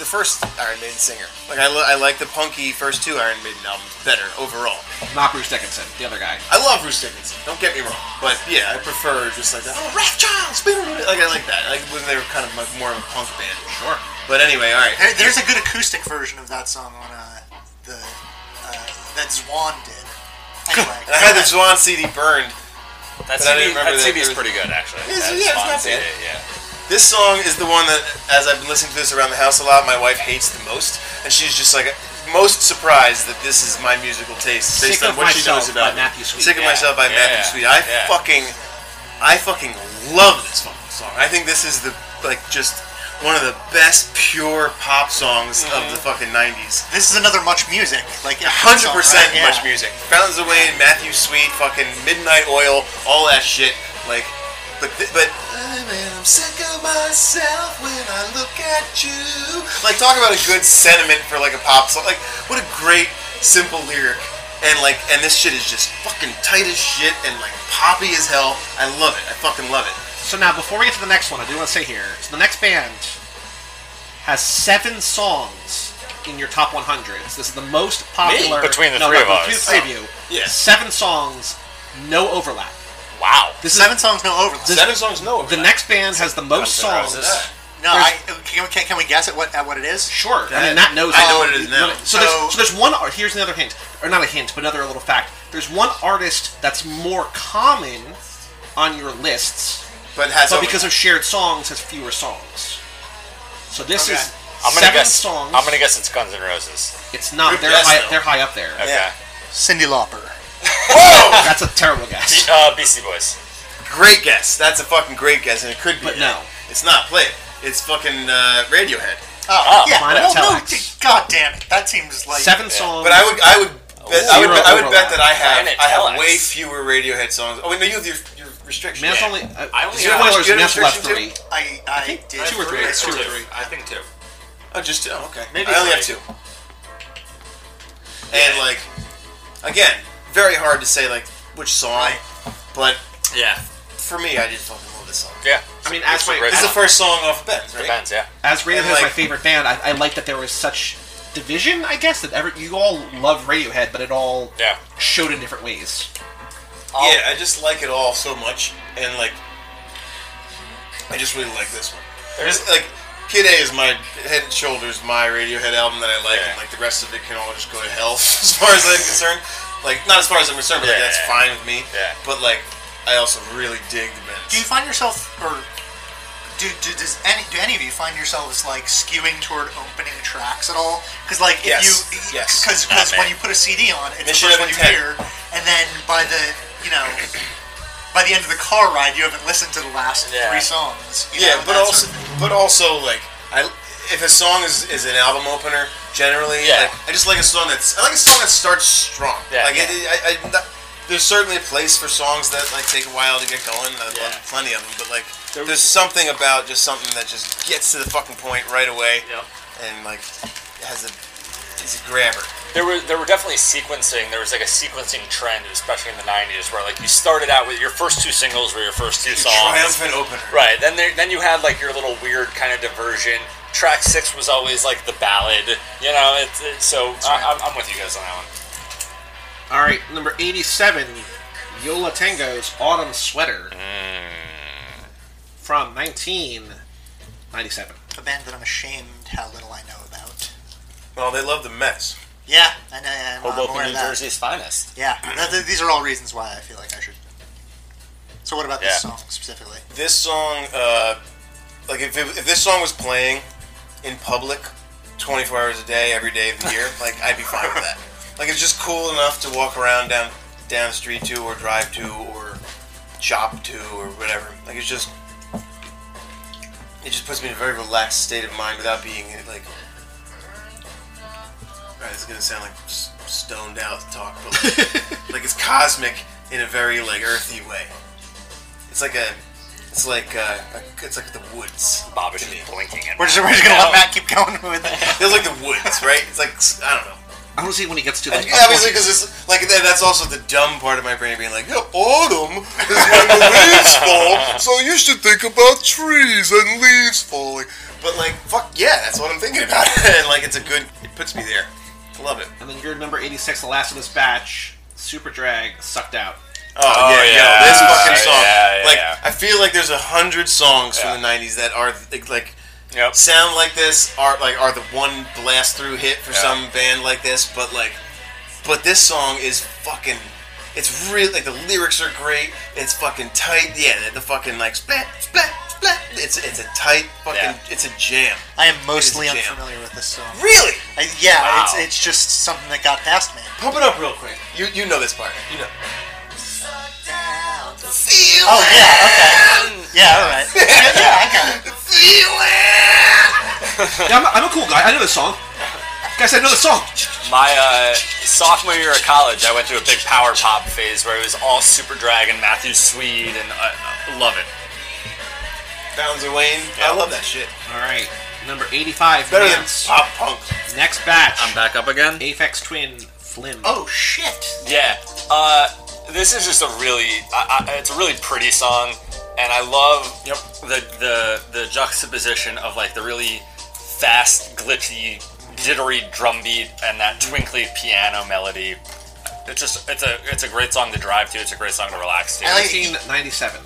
C: the first Iron Maiden singer. Like I, li- I like the punky first two Iron Maiden albums better overall.
A: Not Bruce Dickinson, the other guy.
C: I love Bruce Dickinson. Don't get me wrong, but yeah, I prefer just like that. Oh, Rap Charles, like I like that. Like when they were kind of like more of a punk band.
A: Sure.
C: But anyway, all right.
E: There, there's a good acoustic version of that song on uh, the uh, that Zwan did. Anyway,
C: And I had the Zwan CD burned.
D: That
C: But I didn't
D: CD,
C: remember
D: that
C: that
D: CD is
C: there was-
D: pretty good, actually.
C: It's-
D: That
C: yeah, it's
D: Spawn
C: not
D: CD,
C: bad.
D: Yeah.
C: This song is the one that, as I've been listening to this around the house a lot, my wife hates the most, and she's just like most surprised that this is my musical taste based
A: Sick
C: on
A: of
C: what she
A: Myself
C: knows about
A: by Matthew Sweet,
C: Sick of
D: yeah,
C: myself by
D: yeah,
C: Matthew Sweet. I
D: yeah.
C: fucking, I fucking love this fucking song. I think this is the like just one of the best pure pop songs
A: Mm-hmm.
C: of the fucking '90s.
E: this is another much music. Like
C: Hundred percent
E: song, right?
C: much music. Fountains of Wayne, Matthew Sweet, fucking Midnight Oil, all that shit. Like, but th- but. "Oh, man, I'm sick of myself when I look at you. Like, talk about a good sentiment for like a pop song. Like, what a great simple lyric. And like, and this shit is just fucking tight as shit and like poppy as hell. I love it. I fucking love it.
A: So now, before we get to the next one, I do want to say here: so the next band has seven songs in your top 100s. This is the most popular
D: Between the
A: no,
D: three
A: no,
D: of
A: between
D: us.
A: the three of you.
C: Yeah.
A: Seven songs, no overlap.
D: Wow.
A: This
E: Seven
A: is
E: songs, no overlap.
C: Seven songs, no.
A: the next band has the most songs.
D: Guns N' Roses.
E: no, I, can, can, can we guess at what at what it is?
A: Sure. I
C: That-
A: mean, that knows.
C: I know what it is now.
A: So,
E: So-
A: there's, so there's one. ar- Here's another hint, or not a hint, but another little fact. There's one artist that's more common on your lists,
C: But has
A: but
C: over-
A: because of shared songs, has fewer songs. So this
E: Okay.
A: is
D: I'm gonna
A: seven
D: guess.
A: songs.
D: I'm gonna guess it's Guns N' Roses.
A: It's not.
C: Good
A: They're
C: guess,
A: high,
C: though.
A: they're high up there.
D: Okay.
C: Yeah.
E: Cindy Lauper.
A: That's a terrible guess.
D: Be- uh, Beastie Boys.
C: great guess. That's a fucking great guess, and it could be.
A: But
C: it.
A: no.
C: it's not. Play it. It's fucking uh, Radiohead. Ah,
E: Oh, yeah.
A: mine
E: Well,
A: at
E: no,
A: Telex.
E: d- God damn it. That seems like
A: Seven songs.
C: But I would, I would, bet, I would,
A: Zero
C: bet, I would
A: overlap.
C: bet that I have,
D: Planet
C: I have
D: Telex.
C: way fewer Radiohead songs. Oh wait, no, you have your, your restriction.
A: Man's
C: Yeah.
A: only. Uh,
D: I only
A: zero
D: have-
A: dollars,
C: you have
A: Man's left
C: restrictions
A: three.
E: I, I,
A: think
E: did
A: two or three,
E: I
A: two or
E: did.
A: three.
D: I think two.
C: Oh, just two. Oh, okay.
D: Maybe
C: I only have
D: three.
C: two. And like, again, very hard to say like which song, but
D: Yeah.
C: for me, I just fucking love this song.
D: Yeah.
A: I mean, as
D: It's
A: my-
D: the great-
C: This is the first song off Ben's, right?
D: Depends. Yeah.
A: As Radiohead
C: And,
A: is my
C: like-
A: favorite band, I, I like that there was such division. I guess that every you all love Radiohead, but it all
D: Yeah.
A: showed in different ways.
D: I'll-
C: Yeah, I just like it all so much, and like, I just really like this one.
D: There's
C: Just, like, Kid A is my head and shoulders my Radiohead album that I like,
D: Yeah.
C: and like the rest of it can all just go to hell as far as I'm concerned. Like, not as far as I'm concerned, but like,
D: Yeah.
C: that's fine with me.
D: Yeah.
C: But like, I also really dig the Benz.
E: Do you find yourself, or do, do does any do any of you find yourselves like skewing toward opening tracks at all? Because like if
C: Yes.
E: you,
C: Yes.
E: because
D: Not
E: when
D: me.
E: you put a CD on, it's
C: Mission
E: the first one
C: of
E: you
C: intent.
E: hear, and then by the you know. By the end of the car ride, you haven't listened to the last
D: Yeah.
E: three songs. you
C: yeah,
E: know,
C: but
E: that
C: also,
E: sort of-
C: but also like, I if a song is, is an album opener, generally,
D: Yeah.
C: like, I just like a song that's I like a song that starts strong.
D: Yeah.
C: like It, I, I, that- there's certainly a place for songs that like take a while to get going. and I
D: Yeah.
C: love plenty of them, but like, there's something about just something that just gets to the fucking point right away,
D: Yep.
C: and like has a is a grabber.
D: there were there were definitely sequencing. There was like a sequencing trend, especially in the '90s, where like you started out with your first two singles were your first two songs.
C: Triumphant opener.
D: Right. Then there, then you had like your little weird kind of diversion. Track six was always like the ballad. You know. It's, it's so I, I'm, I'm with you guys on that one.
A: All right, number eighty-seven, Yola Tango's "Autumn Sweater"
D: Mm.
A: from nineteen ninety-seven.
E: a band that I'm ashamed how little I know about.
C: Well, they love the mess.
E: Yeah, I know. I'm I'm aware of that.
D: finest.
E: Yeah, th- th- these are all reasons why I feel like I should. So what about
D: Yeah.
E: this song specifically?
C: this song, uh, like if, if this song was playing in public 24 hours a day, every day of the year, like I'd be fine with that. Like it's just cool enough to walk around down down the street to, or drive to, or shop to, or whatever. Like it's just, it just puts me in a very relaxed state of mind without being like. Alright, this is gonna sound like s- stoned out talk, but like, like it's cosmic in a very like earthy way. It's like a, it's like uh, a, it's like the woods.
D: Bob is just blinking. At
E: We're
D: me.
E: just, we're just gonna
D: No.
E: let Matt keep going with it.
C: Feels like the woods, right? It's like I don't know.
A: I want to see when he gets to Oh, like.
C: Yeah, obviously, because it's like that- that's also the dumb part of my brain being like, yeah, autumn is when the leaves fall, so you should think about trees and leaves falling. But like, fuck yeah, that's what I'm thinking about, and like, it's a good, it puts me there. I love it.
A: and then your number eighty six, the last of this batch, Super Drag sucked out.
C: Oh, yeah,
D: yeah,
C: yo, this fucking
D: yeah,
C: song.
D: yeah,
C: like,
D: yeah.
C: I feel like there's a hundred songs from the
D: Yeah.
C: '90s that are like, like
D: Yep.
C: sound like this are like are the one blast through hit for
D: Yeah.
C: some band like this, but like but this song is fucking it's really like the lyrics are great, it's fucking tight, yeah, the, the fucking like splat splat splat it's it's a tight fucking
D: Yeah.
C: it's a jam.
E: I am mostly
C: It is a jam.
E: unfamiliar with this song.
C: Really?
E: I, yeah,
D: Wow.
E: it's, it's just something that got past me.
C: Pump it up real quick. You you know this part. You know.
E: Oh yeah, okay, yeah, all right, yeah, yeah, I got it.
A: Yeah, I'm a, I'm a cool guy. I know this song. Guys, I know the song.
D: My uh, sophomore year of college, I went through a big power pop phase where it was all Super Drag and Matthew Swede, and I, I love it.
C: Bounds of Wayne. I love that shit.
A: All right, number eighty five.
C: Better than
A: Nance.
C: pop punk.
A: next batch.
D: I'm back up again.
A: Aphex Twin Flim.
E: Oh shit.
D: Yeah. Uh, this is just a really, I, I, it's a really pretty song, and I love
C: Yep.
D: the the the juxtaposition of like the really fast, glitchy, jittery drum beat and that twinkly piano melody. It's just it's a it's a great song to drive to. It's a great song to relax to.
E: I like-
A: nineteen ninety seven.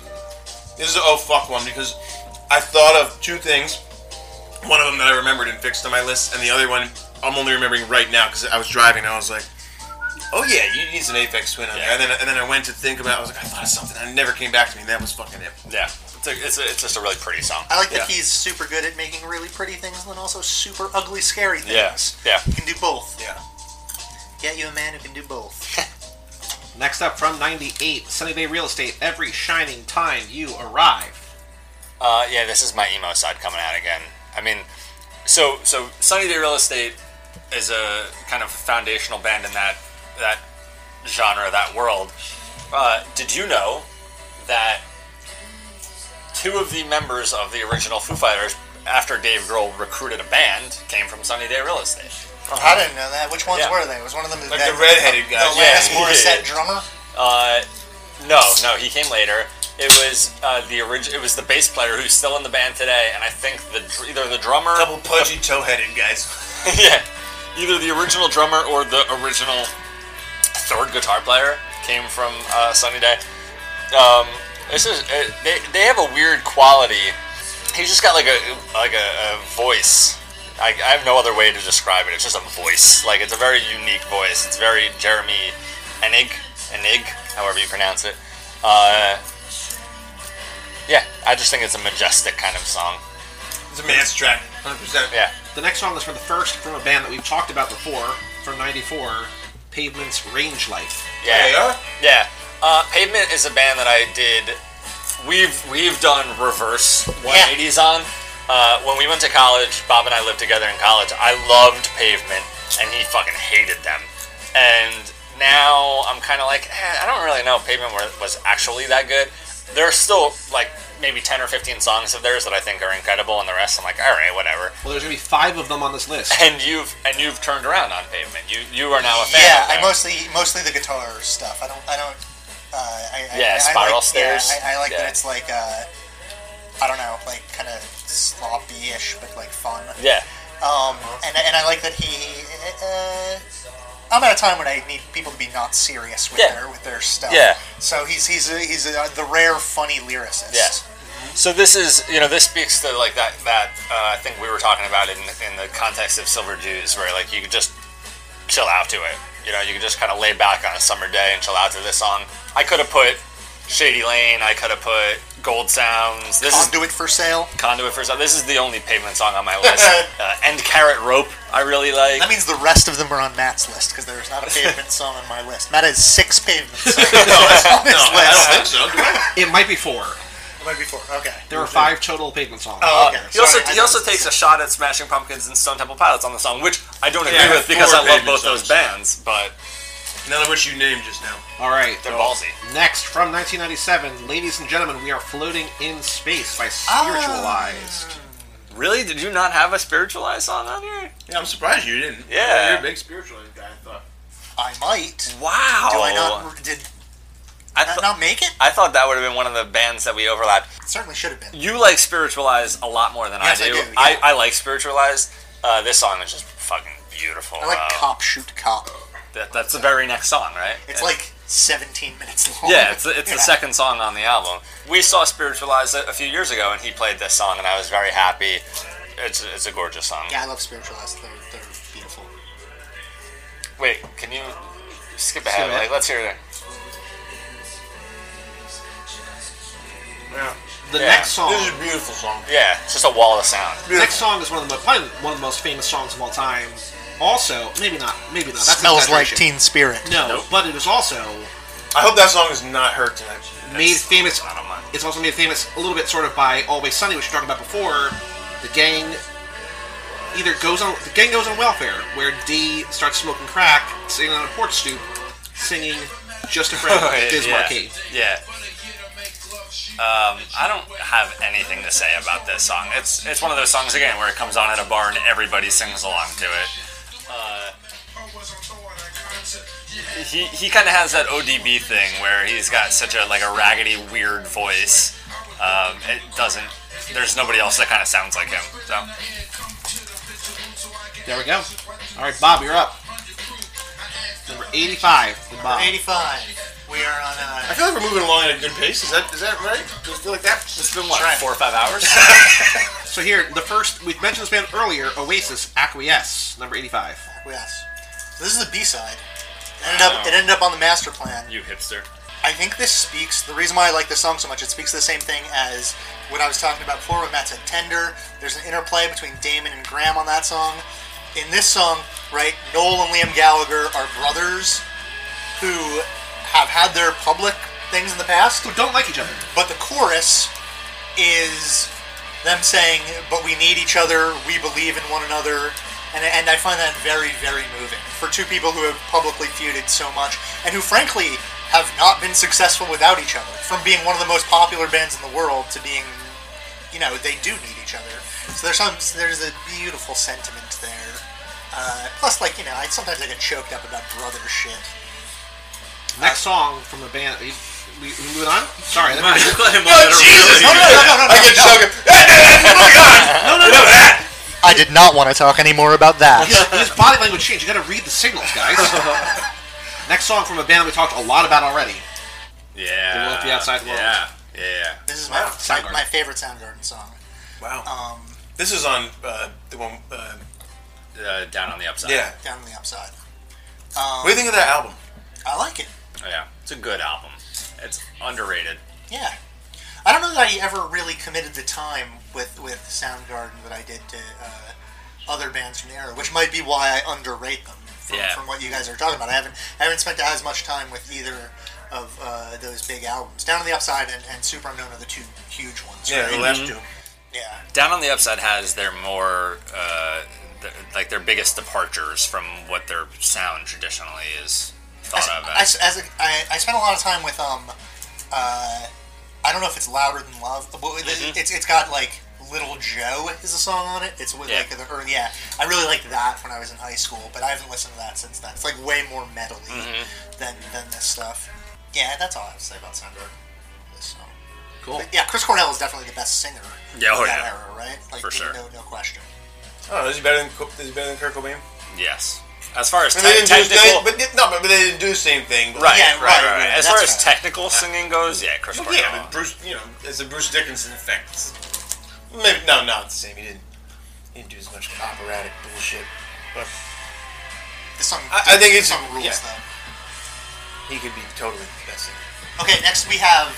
C: This is the oh fuck one because I thought of two things. One of them that I remembered and fixed on my list, and the other one I'm only remembering right now because I was driving and I was like, "Oh yeah, you need some Apex Twin on
D: Yeah.
C: there." And then and then I went to think about. it. I was like, "I thought of something." And it never came back to me. And that was fucking it.
D: yeah, it's a, it's, a, it's just a really pretty song.
E: I like that
C: Yeah.
E: he's super good at making really pretty things and then also super ugly, scary things.
D: Yes. Yeah.
E: He can do both.
C: Yeah.
E: Get you a man who can do both.
A: Next up from ninety eight, Sunny Day Real Estate. Every shining time you arrive.
D: Uh, yeah, this is my emo side coming out again. I mean, so so Sunny Day Real Estate is a kind of foundational band in that that genre, that world. Uh, did you know that two of the members of the original Foo Fighters, after Dave Grohl recruited a band, came from Sunny Day Real Estate?
E: I didn't know that. Which ones
D: Yeah.
E: were they? Was one of them
C: Like the redheaded guy.
E: The
D: yeah,
E: last
D: he
E: Morissette
D: did.
E: drummer.
D: Uh, no, no, he came later. It was uh, the origi- It was the bass player who's still in the band today, and I think the dr- either the drummer
C: Couple pudgy toe-headed guys.
D: yeah, either the original drummer or the original third guitar player came from uh, Sunny Day. Um, this is uh, they, they have a weird quality. He's just got like a like a, a voice. I, I have no other way to describe it. It's just a voice. Like it's a very unique voice. It's very Jeremy Enig Enig, however you pronounce it. Uh, yeah, I just think it's a majestic kind of song.
C: It's a man's track. 100. percent
D: Yeah.
A: The next song is from the first from a band that we've talked about before from ninety four. Pavement's Range Life.
D: Yeah. Yeah, uh, Pavement is a band that I did. We've we've done reverse 180s on. Uh, when we went to college, Bob and I lived together in college. I loved Pavement, and he fucking hated them. And now I'm kind of like, eh, I don't really know if Pavement were, was actually that good. There are still like maybe 10 or 15 songs of theirs that I think are incredible, and the rest I'm like, all right, whatever.
A: Well, there's gonna be five of them on this list.
D: And you've and you've turned around on Pavement. You you are now a fan.
E: Yeah,
D: of
E: I
D: them.
E: mostly mostly the guitar stuff. I don't I don't. Uh, I, I-
D: Yeah,
E: I, I
D: Spiral
E: like,
D: Stairs.
E: Yeah, I, I like
D: Yeah.
E: that it's like uh, I don't know, like kind of sloppy-ish, but like fun.
D: Yeah.
E: Um, and, and I like that he. Uh, I'm at a time when I need people to be not serious with
D: Yeah.
E: their with their stuff.
D: Yeah.
E: So he's he's a, he's a, the rare funny lyricist.
D: Yeah. So this is, you know, this speaks to like that that uh, I think we were talking about in in the context of Silver Jews, where like you could just chill out to it. You know, you could just kind of lay back on a summer day and chill out to this song. I could have put Shady Lane. I could have put Gold Sounds. This is
E: Conduit for sale.
D: Conduit for Sound. This is the only pavement song on my list. uh, and Carrot Rope, I really like.
E: That means the rest of them are on Matt's list because there's not a pavement song on my list. Matt has six pavement songs
C: No, it's-
E: on his
C: no, I
E: list.
C: don't think so. Do I?
A: It might be four.
E: It might be four. Okay.
A: There are five total Pavement songs.
E: Oh, okay.
D: he Uh, also
E: Sorry, I
D: he also
E: didn't-
D: takes a shot at Smashing Pumpkins and Stone Temple Pilots on the song, which I don't agree
C: Yeah,
D: with because I
C: four
D: love
C: Pavement
D: both
C: songs.
D: those bands, but
C: None of which you named just now.
A: All right.
D: they're ballsy.
A: Next, from 1997, ladies and gentlemen, we are floating in space by Spiritualized.
C: Ah.
D: Really? Did you not have a spiritualized song on here?
C: Yeah, I'm surprised you didn't.
D: Yeah.
C: you're a big spiritual guy.
E: I might.
D: Wow.
E: Do I not? Did
D: I,
E: that
D: th-
E: not make it?
D: I thought that would have been one of the bands that we overlapped.
E: It certainly should have been.
D: You like Spiritualized a lot more than
E: Yes,
D: I
E: I
D: do.
E: do, yeah.
D: I, I like Spiritualized. Uh, this song is just fucking beautiful.
E: I like
D: Uh,
E: cop shoot cop.
D: that- that's the very next song, right?
E: It's like 17 minutes long.
D: Yeah, it's, it's
E: Yeah.
D: the second song on the album. We saw Spiritualized a, a few years ago, and he played this song, and I was very happy. It's, it's a gorgeous song.
E: Yeah, I love spiritualized. They're, they're beautiful.
D: Wait, can you skip ahead?
A: ahead.
D: Like, let's hear it.
A: The
D: Yeah.
A: next song.
C: This is a beautiful song.
D: Yeah, it's just a wall of sound.
A: The next song is one of the mo- probably one of the most famous songs of all time. Also, maybe not. Maybe not. That's
E: Smells like
A: exaggeration.
E: Teen Spirit.
A: No,
C: Nope.
A: but it was also
C: I hope that song is not heard tonight.
A: made famous.
D: I don't mind.
A: It's also made famous a little bit, sort of, by Always Sunny, which we talked about before. The gang either goes on the gang goes on welfare, where D starts smoking crack, sitting on a porch stoop, singing "Just a Friend" by Biz
D: yeah.
A: Markie.
D: Yeah. Um, I don't have anything to say about this song. It's it's one of those songs again where it comes on at a bar and everybody sings along to it. Uh, he he kind of has that ODB thing where he's got such a like a raggedy weird voice. Um, it doesn't. There's nobody else that kind of sounds like him. So
A: There we go. All right, Bob, you're up. Number 85. with Bob.
E: 85. We are on uh,
C: I
E: a.
C: feel like we're moving along at a good pace. Is that is that right? Do you feel like that?
D: it's been what
E: Try it.
D: four or five hours.
A: So here, the first we mentioned this band earlier, Oasis, Acquiesce, number 85.
E: Yes. This is the B side. It ended up. It ended up on the master plan.
D: you hipster.
E: I think this speaks. The reason why I like this song so much, it speaks the same thing as what I was talking about before with Matt's at Tender. There's an interplay between Damon and Graham on that song. In this song, right, Noel and Liam Gallagher are brothers who have had their public things in the past,
A: Who don't like each other.
E: but the chorus is them saying, "But we need each other. We believe in one another." And, and I find that very, very moving for two people who have publicly feuded so much and who, frankly, have not been successful without each other. From being one of the most popular bands in the world to being, you know, they do need each other. So there's some, there's a beautiful sentiment there. Uh, plus, like you know, I sometimes I get choked up about brother shit.
A: Next song from the band. Are you, we, we moving on? Sorry. that-
C: No, no, no, no, no, I get chugging.
A: no, no, no.
E: I did not want to talk anymore about that.
A: His, his body language changed. You gotta read the signals, guys. Next song from a band we talked a lot about already.
D: Yeah.
A: The Wolf, the Outside World.
D: Yeah. Yeah.
E: This is my
A: Soundgarden.
E: my, my favorite Soundgarden song.
C: Wow.
E: Um,
C: This is on uh, the one. Uh,
D: Uh, down on the upside.
C: yeah.
E: down on the upside.
C: What do you think of that album?
E: I like it.
D: Yeah, it's a good album. It's underrated.
E: Yeah. I don't know that I ever really committed the time with with Soundgarden that I did to uh, other bands from the era, which might be why I underrate them from,
D: Yeah.
E: from what you guys are talking about. I haven't I haven't spent as much time with either of uh, those big albums. Down on the Upside and, and Super Unknown are the two huge ones.
C: Yeah, the
E: right?
C: last two.
E: yeah.
D: Down on the Upside has their more, uh, th like their biggest departures from what their sound traditionally is thought of.
E: I,
D: As.
E: s- as a, I, I spent a lot of time with um, uh, I don't know if it's louder than love, but it- it's it's got like Little Joe is a song on it. It's with
D: Yeah.
E: like the or, yeah, I really liked that when I was in high school, but I haven't listened to that since then. It's like way more metally than than this stuff. Yeah, that's all I have to say about Soundgarden. This song.
A: Cool.
E: But yeah, Chris Cornell is definitely the best singer.
D: Yeah, oh
E: of that
D: yeah.
E: era, right? Like,
D: For sure.
E: No, no question.
C: Oh, is he better than Co- is he better than Kurt Cobain?
D: yes. As far as
C: And
D: te-
C: they didn't do
D: technical.
C: they, but they- no, but they didn't do the same thing. but-
D: Right,
E: Yeah,
D: right,
E: right,
D: right, right.
E: yeah,
D: As far
E: that's
D: as
E: fair.
D: technical singing goes, yeah, Chris
C: Well,
D: Cornell.
C: yeah, but Bruce, you know, it's a Bruce Dickinson effect. It's- Maybe no, no, it's the same. He didn't, he didn't do as much operatic bullshit. But
E: This song.
C: I- I think it's-
E: this song rules
C: yeah.
E: though.
C: he could be totally the best singer.
E: Okay, next we have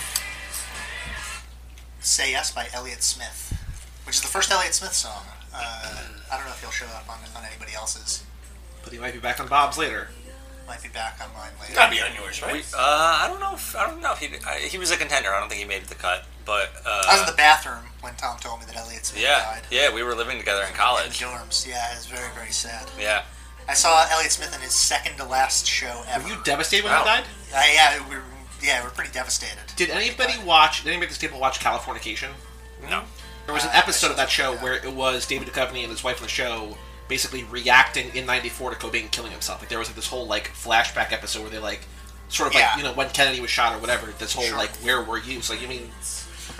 E: Say Yes by Elliott Smith, which is the first Elliott Smith song. Uh, I don't know if he'll show up on, on anybody else's.
A: But he might be back on Bob's later.
E: Might be back on mine later.
C: Gotta be on yours, right?
D: We- uh, I don't know. If, I don't know. If he I, he was a contender. I don't think he made the cut. But
E: I was in
D: uh,
E: the bathroom when Tom told me that Elliott Smith
D: yeah,
E: died.
D: yeah, we were living together in
E: In
D: college.
E: dorms. Yeah, it's very, very sad.
D: Yeah,
E: I saw Elliott Smith in his second to last show ever.
A: Were you devastated when
D: Wow.
A: he died?
E: I- yeah, we were, yeah, we're pretty devastated.
A: Did anybody watch, did anybody at this table watch Californication?
D: no.
C: Uh,
A: There was an episode of that show where it was David Duchovny and his wife on the show basically reacting in '94 to Cobain killing himself. Like there was like this whole like flashback episode where they like sort of
E: Yeah.
A: like you know when Kennedy was shot or whatever. This whole
E: Sure.
A: like where were you? So like you mean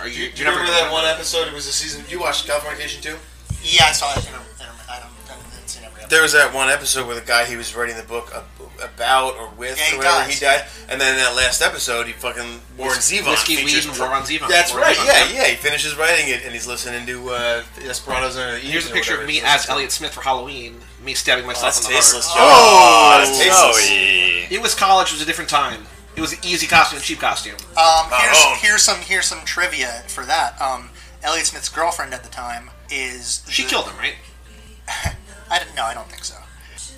A: are you?
C: Do you
A: you're never
C: remember
A: gonna
C: that one episode? It was a season. You watched Californication too?
E: Yeah, I saw it. In a, in a, I don't. I haven't seen every episode.
C: There was that one episode where the guy he was writing the book ab- about or with
E: Yeah, he
C: or whatever
E: dies.
C: he died, and then that last episode he fucking Warren Zevon
A: Whiskey,
C: features-
A: weed, and Warren Zevon.
C: That's
A: Warren
C: right.
A: Zevon,
C: Yeah, yeah. He finishes writing it and he's listening to uh, Desperados and the
A: Here's a
C: Evening or
A: picture of
C: whatever.
A: me as Elliot Smith for Halloween. Me stabbing
C: Oh,
A: myself
C: that's
A: in the
C: tasteless.
A: heart.
C: Joe.
D: Oh,
C: that's tasteless.
D: Joey.
A: It was college. It was a different time. It was an easy costume, cheap costume.
E: Um,
C: Our
E: here's,
C: own.
E: here's some here's some trivia for that. Um, Elliot Smith's girlfriend at the time is
A: She
E: the-
A: killed him, right?
E: I don't. No, I don't think so.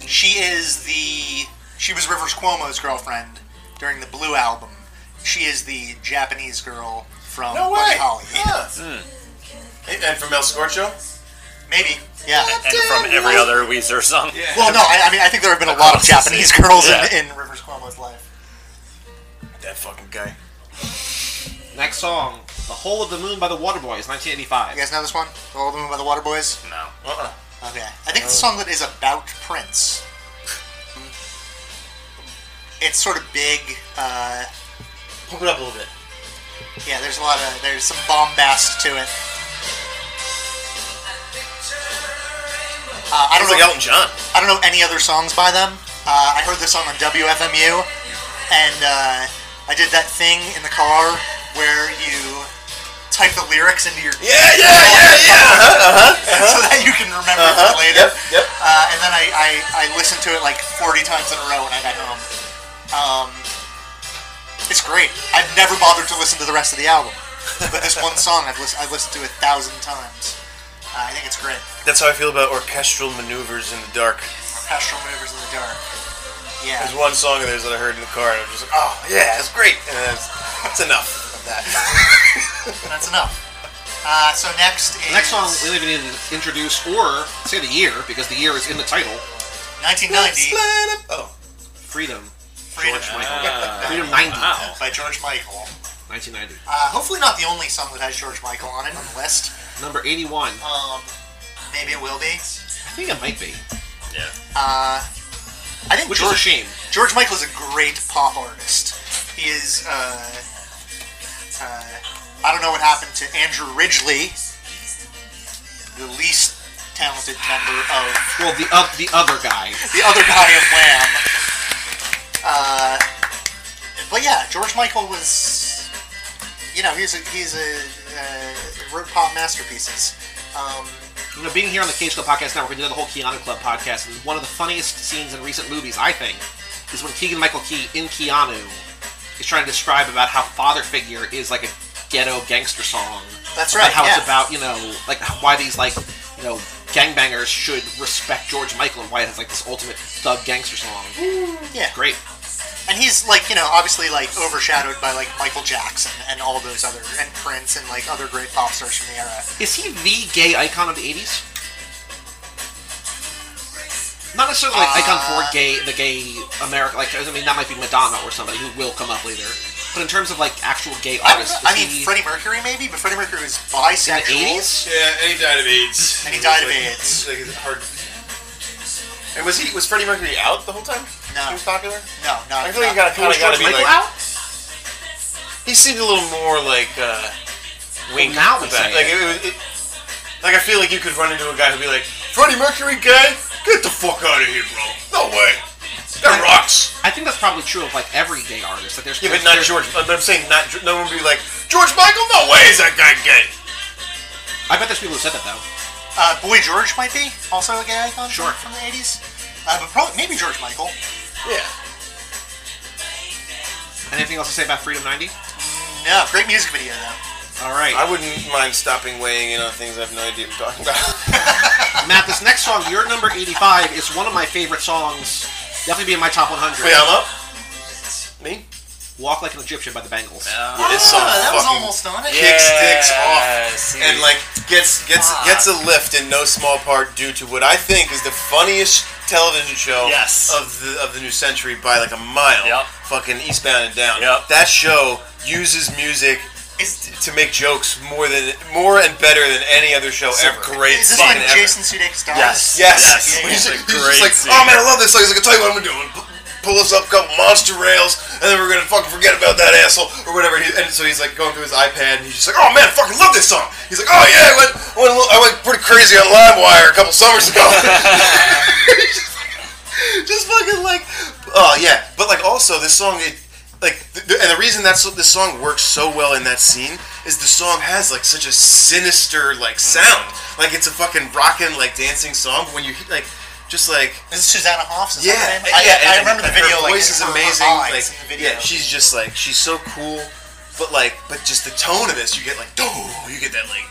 E: She is the. She was Rivers Cuomo's girlfriend during the Blue album. She is the Japanese girl from
C: No
E: Buddy
C: way.
E: Holly.
C: Huh. And- And Hmm. from El Scorcho.
E: Maybe. Yeah.
D: And from every other Weezer song.
E: Well, no. I, I mean, I think there have been a lot of Japanese girls
D: Yeah.
E: in, in Rivers Cuomo's life.
C: That fucking guy.
A: Next song, "The Hole of the Moon" by the Waterboys, 1985.
E: You guys know this one? The old one by the Waterboys.
D: No.
C: Uh-uh.
E: Okay. I think it's a song that is about Prince. It's sort of big. Uh,
C: Pump it up a little bit.
E: yeah, there's a lot of there's some bombast to it. Uh, I don't
C: Sounds like
E: know.
C: Elton John.
E: I don't know any other songs by them. Uh, I heard this song on WFMU, and uh, I did that thing in the car where you type the lyrics into your
C: Yeah, yeah, yeah, yeah. Uh huh.
E: so that you can remember
C: Uh
E: them
C: huh.
E: later.
C: Yep. Yep.
E: Uh, and then I, I, I listened to it like 40 times in a row when I got home. Um, it's great. I've never bothered to listen to the rest of the album. But this one song I've, lis- I've listened to a thousand times. Uh, I think it's great.
C: That's how I feel about orchestral maneuvers in the dark.
E: Orchestral Maneuvers in the Dark. Yeah.
C: There's one song of theirs that I heard in the car, and I'm just like, oh yeah, that's great. And that's, that's enough of that.
E: That's enough. Uh, so next is.
A: The next song we don't even need to introduce or say the year because the year is in the title.
E: 1990
C: Oh,
A: Freedom.
E: Freedom. Ah.
A: George Michael. Freedom 90.
D: Wow.
E: by George Michael.
A: 1990.
E: Uh, hopefully not the only song that has George Michael on it on the list.
A: Number 81.
E: Um, maybe it will be.
A: I think it might be.
D: Yeah.
E: Uh, I think
A: Which is
E: George
A: a shame.
E: George Michael is a great pop artist. He is. Uh, uh, I don't know what happened to Andrew Ridgely, the least talented member of
A: Well, the uh, the other guy.
E: the other guy of Wham. Uh, but yeah, George Michael was. You know, he's a he's a uh, wrote pop masterpieces. Um,
A: You know, being here on the Cage Club Podcast Network, we did the whole Keanu Club podcast, and one of the funniest scenes in recent movies, I think, is when Keegan Michael Key in Keanu is trying to describe about how Father Figure is like a ghetto gangster song.
E: that's
A: About
E: right.
A: how
E: yeah.
A: it's about, you know, like why these like, you know, gangbangers should respect George Michael and why it has like this ultimate thug gangster song.
E: Mm, yeah.
A: Great.
E: and he's like you know obviously like overshadowed by like Michael Jackson and all those other and Prince and like other great pop stars from the era.
A: Is he the gay icon of the eighties? Not necessarily like icon
E: Uh.
A: for gay the gay America like I mean that might be Madonna or somebody who will come up later. But in terms of like actual gay
E: I don't know.
A: artists,
E: I
A: is
E: mean
A: he
E: Freddie Mercury maybe, but Freddie Mercury was
A: in the
E: bisexual.
A: eighties?
C: yeah, and he died of AIDS.
E: And he died of
C: Like,
E: AIDS.
C: Like, it's hard. And was he was Freddie Mercury out the whole time?
E: No.
C: he was popular.
E: No, no.
C: I feel like
E: no.
C: he got kind
A: Was
C: of got to
A: George
C: be
A: Michael
C: like.
A: out?
C: He seemed a little more like uh, wink
A: now we say
C: about it. like it. was- it- like I feel like you could run into a guy who'd be like, Freddie Mercury gay? Get the fuck out of here, bro. No way. That rocks.
A: I think that's probably true of like every gay artist. Like there's
C: Yeah,
A: there's-
C: but not
A: there's-
C: George. But I'm saying not. No one would be like George Michael. No way is that guy gay.
A: I bet there's people who said that though.
E: Uh, Boy George might be also a gay icon
A: Sure.
E: from the eighties, uh, but probably maybe George Michael.
C: Yeah.
A: Anything else to say about Freedom ninety?
E: No, great music video though.
A: Alright.
C: I wouldn't mind stopping weighing in on things I have no idea what I'm talking about.
A: Matt, this next song, your number eighty-five, is one of my favorite songs. Definitely be in my top one hundred.
C: Wait, I'm up. Me?
A: Walk Like an Egyptian by the Bengals.
C: Yeah, this song
E: Ah, that was
C: fucking
E: almost on it.
C: kicks dicks
D: Yeah,
C: off
D: see.
C: and like gets gets gets a lift in no small part due to what I think is the funniest television show
D: Yes.
C: of the of the new century by like a mile.
D: Yep.
C: Fucking Eastbound and Down.
D: Yep.
C: That show uses music
E: Is,
C: to make jokes more than more and better than any other show
D: It's a
C: ever.
D: great
E: is this
D: scene
E: when
D: ever.
E: Jason Sudeikis dies?
C: Yes. Yes.
E: Yeah,
C: He's,
E: yeah,
C: just-
D: It's a
E: yeah.
C: he's just
D: great
C: like,
D: scene.
C: oh man, I love this song. He's like, I'll tell you what I'm gonna do. I'm gonna pu- pull us up a couple monster rails, and then we're gonna fucking forget about that asshole or whatever. He- And so he's like going through his iPad, and he's just like, oh man, I fucking love this song. He's like, oh yeah, I went, I went, a little- I went pretty crazy on LimeWire a couple summers ago. just fucking like oh yeah but like also this song it like th- th- and the reason that so- this song works so well in that scene is the song has like such a sinister like
E: Mm.
C: sound like it's a fucking rockin' like dancing song but when you hit like just like
E: Is this Susanna Hoffs? Is
C: yeah,
E: that her name?
C: yeah,
E: I, I
C: and-
E: remember the
C: and her
E: video. like, uh,
C: voice is
E: her- her
C: amazing.
E: eyes
C: like,
E: in the video.
C: yeah, she's just like she's so cool, but like, but just the tone of this, you get like, oh, you get that like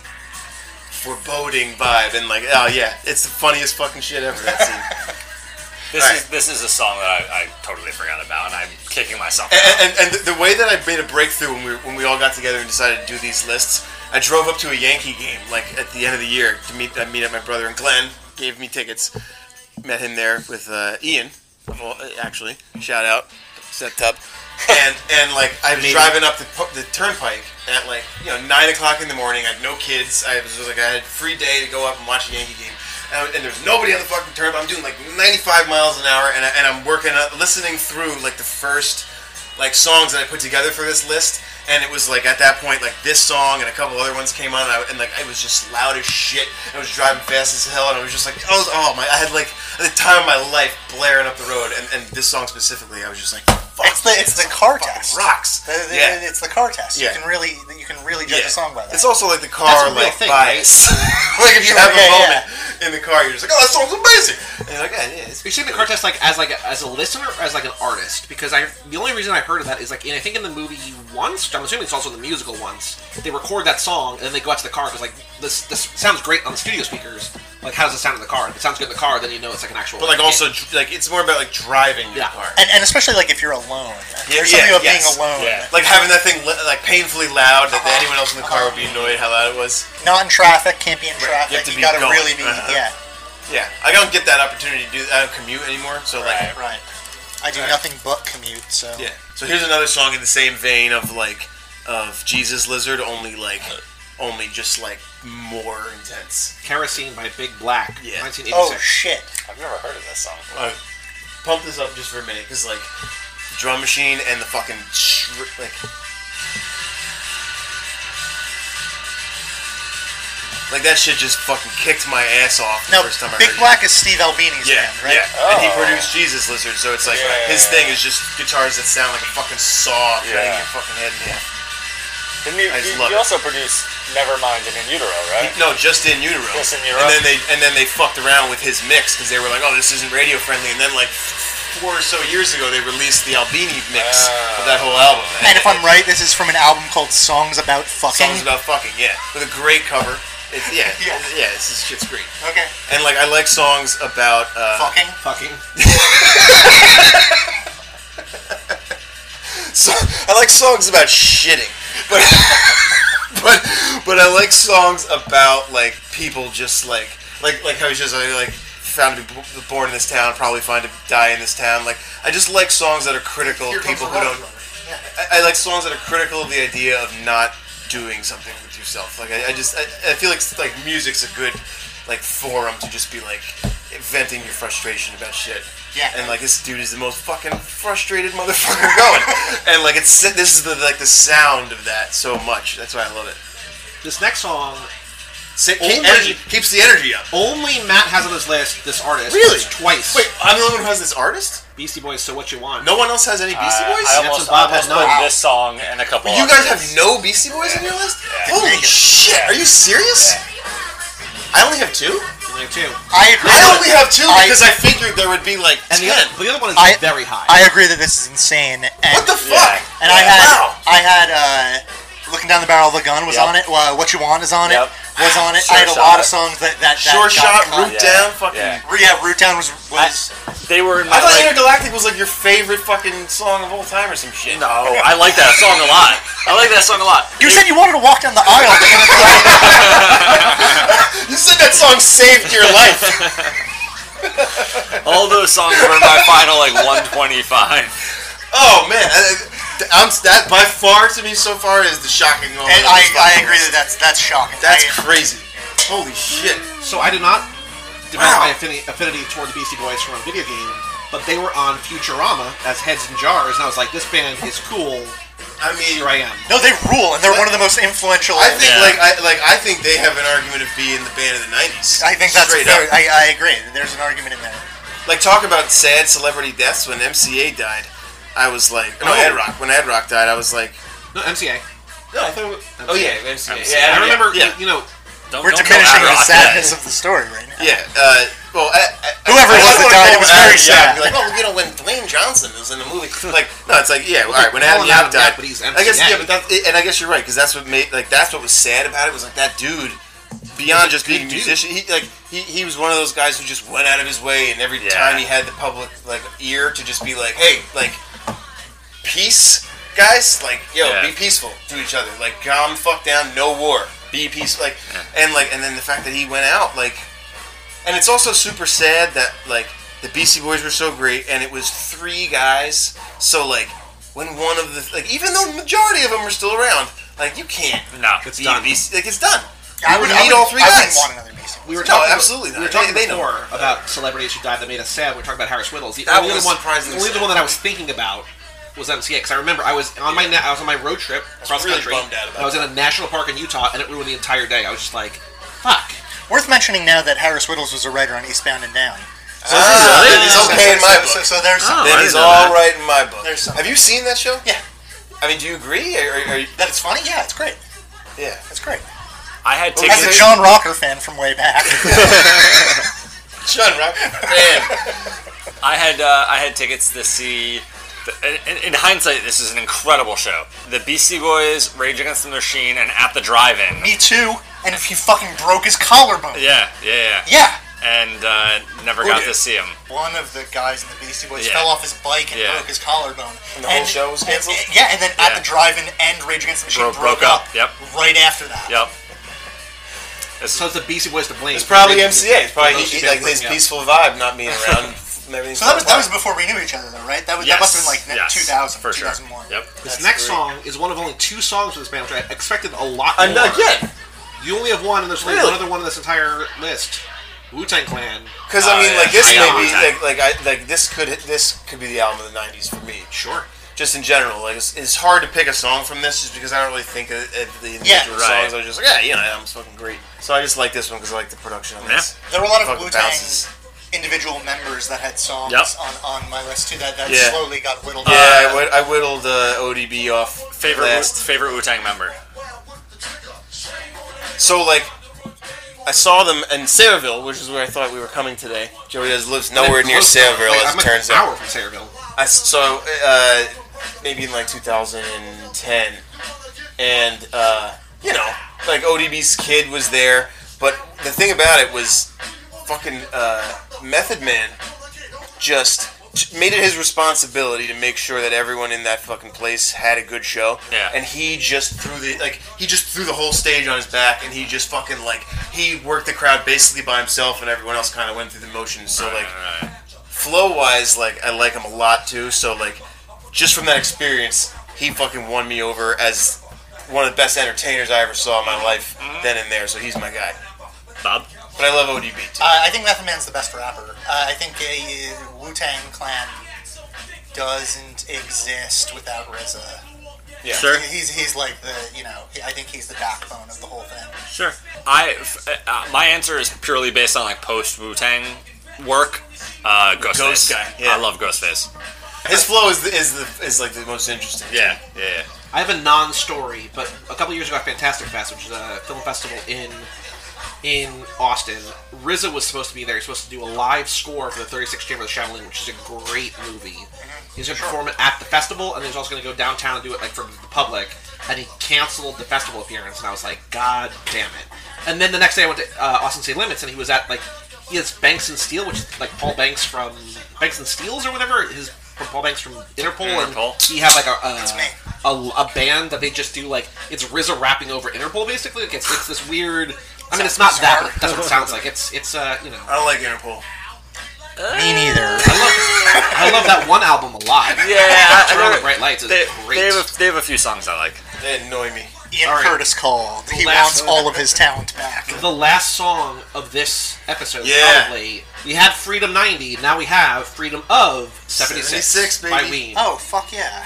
C: foreboding vibe, and like, oh yeah, it's the funniest fucking shit ever. That scene.
D: This
C: Alright.
D: is this is a song that I, I totally forgot about, and I'm kicking myself.
C: and, and, and the way that I made a breakthrough when we when we all got together and decided to do these lists, I drove up to a Yankee game like at the end of the year to meet I meet up my brother and Glenn gave me tickets. Met him there with uh, Ian. Well, uh, actually, shout out, stepped up. And and like I was driving up the, pu- the turnpike at like you know nine o'clock in the morning. I had no kids. I was, was like I had a free day to go up and watch a Yankee game. And, I- and there's nobody on the fucking turnpike. I'm doing like 95 miles an hour, and, I, and I'm working up, listening through like the first like songs that I put together for this list, and it was like at that point like this song and a couple other ones came on, and, I, and like it was just loud as shit. I was driving fast as hell, and I was just like, I was, oh my, I had like the time of my life blaring up the road, and, and this song specifically, I was just like, fuck,
E: It's the it's the
C: this
E: car
C: fucking
E: test.
C: rocks,
E: The- the-
C: yeah.
E: It's the car test.
C: Yeah.
E: You can really you can really judge
C: Yeah.
E: a song by that.
C: It's also like the car
A: a real
C: like
A: thing,
C: bias. like if you have
E: Yeah,
C: a
E: yeah.
C: moment in the car, you're just like, oh, that song's amazing, and you're like, yeah, yeah, it's
A: You're seeing the car test like as like a, as a listener or as like an artist because I the only reason I heard of that is like in, I think in the movie once I'm assuming it's also in the musical once they record that song and then they go out to the car because like this this sounds great on the studio speakers like how does it sound in the car if it sounds good in the car then you know it's like an actual
C: but like also dr- like it's more about like driving your
A: Yeah.
C: car.
E: and, and especially like if you're alone.
C: Yeah,
E: There's something
C: yeah,
E: about
C: yes.
E: being alone.
D: Yeah.
C: Like having that thing li- like painfully loud that anyone else in the car would be annoyed how loud it was.
E: Not in traffic. Can't be in
C: Right.
E: traffic.
C: You have to be
E: gotta
C: going.
E: really be.
C: Uh-huh.
E: Yeah.
C: Yeah, I don't get that opportunity to do. I don't commute anymore, so like,
D: Right.
E: Right. I do
C: Right.
E: nothing but commute. So
C: yeah. So here's another song in the same vein of like, of Jesus Lizard, only like, only just like more intense.
A: kerosene by Big Black
C: Yeah.
E: Oh
A: 1986
E: shit.
D: I've never heard of this song.
C: Alright, pump this up just for a minute, cause like, drum machine and the fucking shri like. Like that shit just fucking kicked my ass off the
E: No,
C: first time I heard it.
E: Big Black is Steve Albini's
C: Yeah,
E: band, right?
C: yeah. And he
D: Oh.
C: produced Jesus Lizard, so it's like
D: Yeah.
C: his thing is just guitars that sound like a fucking saw cutting
D: Yeah.
C: your fucking head in half.
D: Didn't you,
C: I just
D: you,
C: love it.
D: you also produced Nevermind and In Utero, right?
C: No, just in utero.
D: Just in utero.
C: And then they and then they fucked around with his mix because they were like, oh, this isn't radio friendly. And then like four or so years ago, they released the Albini mix of that whole
D: Ah.
C: album.
E: And if I'm right, this is from an album called Songs About Fucking.
C: songs about fucking, yeah, with a great cover. It's, yeah, yeah,
E: Yeah.
C: yeah. This is shit's great.
E: okay.
C: And like, I like songs about uh,
E: Fucking.
A: fucking
C: So, I like songs about shitting, but but but I like songs about like people just like like like how he's just like, like found to be b- born in this town, probably found to die in this town. Like I just like songs that are critical of people who don't. I, I like songs that are critical of the idea of not doing something with yourself. Like I, I just I, I feel like like music's a good like forum to just be like venting your frustration about shit.
E: Yeah.
C: And like this dude is the most fucking frustrated motherfucker going. and like it's this is the like the sound of that so much. That's why I love it.
A: this next song
C: Sa- keep
A: Only-
C: energy- keeps the energy up.
A: only Matt has on his list this artist
C: Really?
A: It's twice
C: Wait, I'm the only one who has this artist.
A: Beastie Boys So What You Want
C: No one else has any Beastie
D: I-
C: Boys.
D: Uh, I,
A: That's
D: almost,
A: what Bob
D: I almost
A: had
D: put
A: known.
D: this song and a couple.
C: you guys have
D: others.
C: no Beastie Boys on your list?
D: Yeah.
C: Holy shit! Are you serious? I only have two.
A: Only two.
E: I agree.
C: I
E: that-
C: only have two
E: I-
C: because I figured there would be like
A: and the
C: ten.
A: other, the other one is
E: I-
A: very high
E: I agree that this is insane. And,
C: what the fuck?
D: Yeah.
E: And I had,
C: wow.
E: I had, uh, looking down the barrel of the gun was
D: Yep.
E: on it. Uh, what you want is on
D: Yep.
E: it. Was on it.
D: Sure
E: I had a
D: Shot.
E: lot of songs that that, that
C: Sure
E: got
C: shot,
E: cut.
C: root
D: Yeah.
C: down, fucking.
D: Yeah.
E: Yeah, Root Town was was.
D: They were in my
C: I thought
D: like-
C: Intergalactic was like your favorite fucking song of all time or some shit.
D: No, oh, I like that song a lot. I like that song a lot.
E: you said you wanted to walk down the aisle.
C: You said that song saved your life.
D: all those songs were in my final like 125.
C: oh man, I- I'm, that by far to me so far is the shocking. moment
E: And
C: of
E: I,
C: this
E: I
C: fucking
E: agree
C: list.
E: that that's that's shocking.
C: That's
E: I-
C: crazy. Holy shit.
A: So I did not develop my
C: Wow.
A: affinity, affinity toward the Beastie Boys from a video game, but they were on Futurama as Heads and Jars, and I was like, this band is cool.
C: I mean,
A: Here I am.
E: no, they rule, and they're one of the most influential.
C: I think
D: Yeah.
C: like I like I think they have an argument of being the band of the '90s.
E: I think that's
C: straight
E: fair.
C: up.
E: I, I agree. There's an argument in there.
C: Like talk about sad celebrity deaths when MCA died. I was like, no,
A: Oh.
C: Ed Rock. When Ed Rock died, I was like,
A: No, MCA.
C: no, I
A: thought it was-
F: Oh yeah, MCA.
C: I'm
F: Yeah,
C: sorry.
A: I remember,
C: yeah.
A: you know,
D: Don't,
E: We're
D: don't kill
E: diminishing
D: Ad
E: the
D: Rock,
E: sadness of the story right now.
C: yeah. Uh, well, I, I,
E: Whoever
C: I
E: it was that
C: wanna
E: died,
C: call
E: it was
C: Adam
E: very
C: Yauch
E: sad.
C: and Be like, oh, you know, when Dwayne Johnson was in the movie, like, no, it's like, yeah, all right. When
A: Well,
C: Adam
A: not
C: Yauch
A: Adam Yauch,
C: died,
A: but he's
C: I guess,
A: MCA.
C: yeah, but that's, and I guess you're right because that's what made, like, that's what was sad about it was like that dude. Beyond just being a
A: good dude.
C: musician, he like he, he was one of those guys who just went out of his way, and every
D: Yeah.
C: time he had the public like ear to just be like, hey, like peace, guys. Like, yo,
D: Yeah.
C: be peaceful to each other. Like, calm the fuck down. No war. Be peaceful. Like, and like, and then the fact that he went out, like, and it's also super sad that like the Beastie Boys were so great, and it was three guys. So like, when one of the like, even though the majority of them are still around, like you can't.
D: No.
A: It's
C: be
A: done.
C: a Beastie- like it's done.
E: I
C: You
E: would
C: would
E: I
C: need
E: would-
C: all three
E: I
C: guys.
E: wouldn't want another Mason.
A: we were
C: No,
A: talking.
C: absolutely
A: We were
C: not.
A: talking
C: They- they know.
A: before about celebrities who died that made us sad. We were talking about Harris Whittles. The
C: That
A: only
C: was
A: other one,
C: surprisingly
A: only the
C: sad.
A: one that I was thinking about was MCA because I remember I was on my na- I was on my road trip across
C: really
A: country.
C: bummed out about
A: I was in a national park in Utah, and it ruined the entire day. I was just like, "Fuck."
E: Worth mentioning now that Harris Whittles was a writer on Eastbound and Down.
C: So ah, then he's okay in my
E: so,
C: book.
E: So, so there's
A: Oh,
E: something.
C: Then
D: I
C: he's
D: didn't know
C: all
D: that.
C: right in my book.
E: There's some-
C: Have you seen that show?
E: Yeah.
C: I mean, do you agree? Are, are, are you,
E: That it's funny? Yeah, it's great.
C: yeah.
E: It's great.
D: I had
E: As a
D: tickets.
E: John Rocker fan from way back.
C: John Rock. Man,
D: I had uh, I had tickets to see. the- In, in hindsight, this is an incredible show. The Beastie Boys, Rage Against the Machine, and At the Drive-In.
E: Me too. And if he fucking broke his collarbone.
D: Yeah, yeah, yeah.
E: Yeah.
D: And uh, never got
C: did?
D: to see them.
E: One of the guys in the Beastie Boys
D: Yeah.
E: fell off his bike and
D: Yeah.
E: broke his collarbone.
C: And the whole show was canceled?
E: and- yeah, and then at
D: Yeah.
E: the drive-in and Rage Against the Machine
D: Bro-
E: broke,
D: broke up,
E: up.
D: yep.
E: Right after that.
D: Yep.
A: So it's the Beastie Boys to blame.
C: it's probably MCA. It's probably he,
A: Those
C: he- like
A: bands
C: his
A: breaking up.
C: peaceful vibe not being around. and everything's
E: So that was,
C: fine.
E: that was before we knew each other, though, right? That, was,
D: Yes,
E: that must have been like
D: yes,
E: 2000,
D: for sure.
E: 2001.
D: Yep.
A: This next song is one of only two songs for this band, which I expected a lot more.
C: And again,
A: You only have one, and there's only
C: Really?
A: one other one in this entire list. Wu Tang Clan.
C: because I
D: Oh,
C: mean,
D: yeah.
C: like this
D: I
C: may
D: know.
C: be like like I like this could this could be the album of the '90s for me.
A: Sure.
C: Just in general, like it's, it's hard to pick a song from this, just because I don't really think of, of the
E: Yeah.
C: individual
D: Right.
C: songs. I was just like, yeah, you know, that album's fucking great. So I just like this one because I like the production on this.
E: There were a lot of
C: Fucking
E: Wu Tang
C: bounces.
E: individual members that had songs
D: Yep.
E: on, on my list too. That that
C: Yeah.
E: slowly got whittled.
C: Yeah,
E: down.
C: I, whitt- I whittled uh, ODB off
D: Favorite Wu-
C: last.
D: favorite Wu Tang member.
C: So like, I saw them in Sayreville, which is where I thought we were coming today. Joey has lives nowhere near
A: Close-
C: Sayreville,
A: Wait,
C: as
A: I'm
C: it turns
A: an
C: out.
A: hour from Sayreville.
C: I s so uh, maybe in like 2010, and uh, you know, like ODB's kid was there, but the thing about it was, fucking uh, Method Man just t- made it his responsibility to make sure that everyone in that fucking place had a good show.
D: Yeah.
C: And he just threw the like he just threw the whole stage on his back, and he just fucking like he worked the crowd basically by himself, and everyone else kind of went through the motions. So like
D: Alright.
C: flow wise, like I like him a lot too. So like, just from that experience, he fucking won me over as one of the best entertainers I ever saw in my life. Then and there, so he's my guy.
D: Bob.
C: But I love ODB too.
E: Uh, I think Method Man's the best rapper. Uh, I think uh, Wu Tang Clan doesn't exist without RZA.
C: Yeah.
D: Sure.
E: He's he's like the you know I think he's the backbone of the whole thing.
D: Sure. I f- uh, my answer is purely based on like post Wu Tang work. Uh, Ghostface.
C: Ghost guy, yeah.
D: I love Ghostface.
C: His flow is the, is the is like the most interesting.
D: Yeah. Yeah. yeah.
A: I have a non-story, but a couple years ago at Fantastic Fest, which is a film festival in in Austin, RZA was supposed to be there. He's supposed to do a live score for the 36th Chamber of the Shaolin, which is a great movie. He's going to perform it at the festival, and then he's also going to go downtown and do it like for the public. And he canceled the festival appearance, and I was like, God damn it! And then the next day, I went to uh, Austin City Limits, and he was at like he has Banks and Steel, which is like Paul Banks from Banks and Steels or whatever. His from Paul Banks from Interpol, and
D: Interpol.
A: he had like a, a
E: It's me.
A: a, a band that they just do like it's RZA rapping over Interpol basically. Like it's, it's this weird. I mean, it's not that. But that's what it sounds like. It's it's uh you know
C: I don't like Interpol.
E: Me neither.
A: I love, I love that one album alive.
D: Yeah, I- I
A: Turn on
D: know-
A: the bright lights is
D: They,
A: great.
D: they, have a, they have a few songs I like.
C: They annoy me.
E: Ian
A: All right.
E: Curtis called. He
A: Last-
E: wants all of his talent back.
A: the last song of this episode,
C: Yeah.
A: probably. We had Freedom 90, now we have Freedom of 76,
C: 76,
A: by
C: baby.
A: Ween.
E: Oh fuck yeah!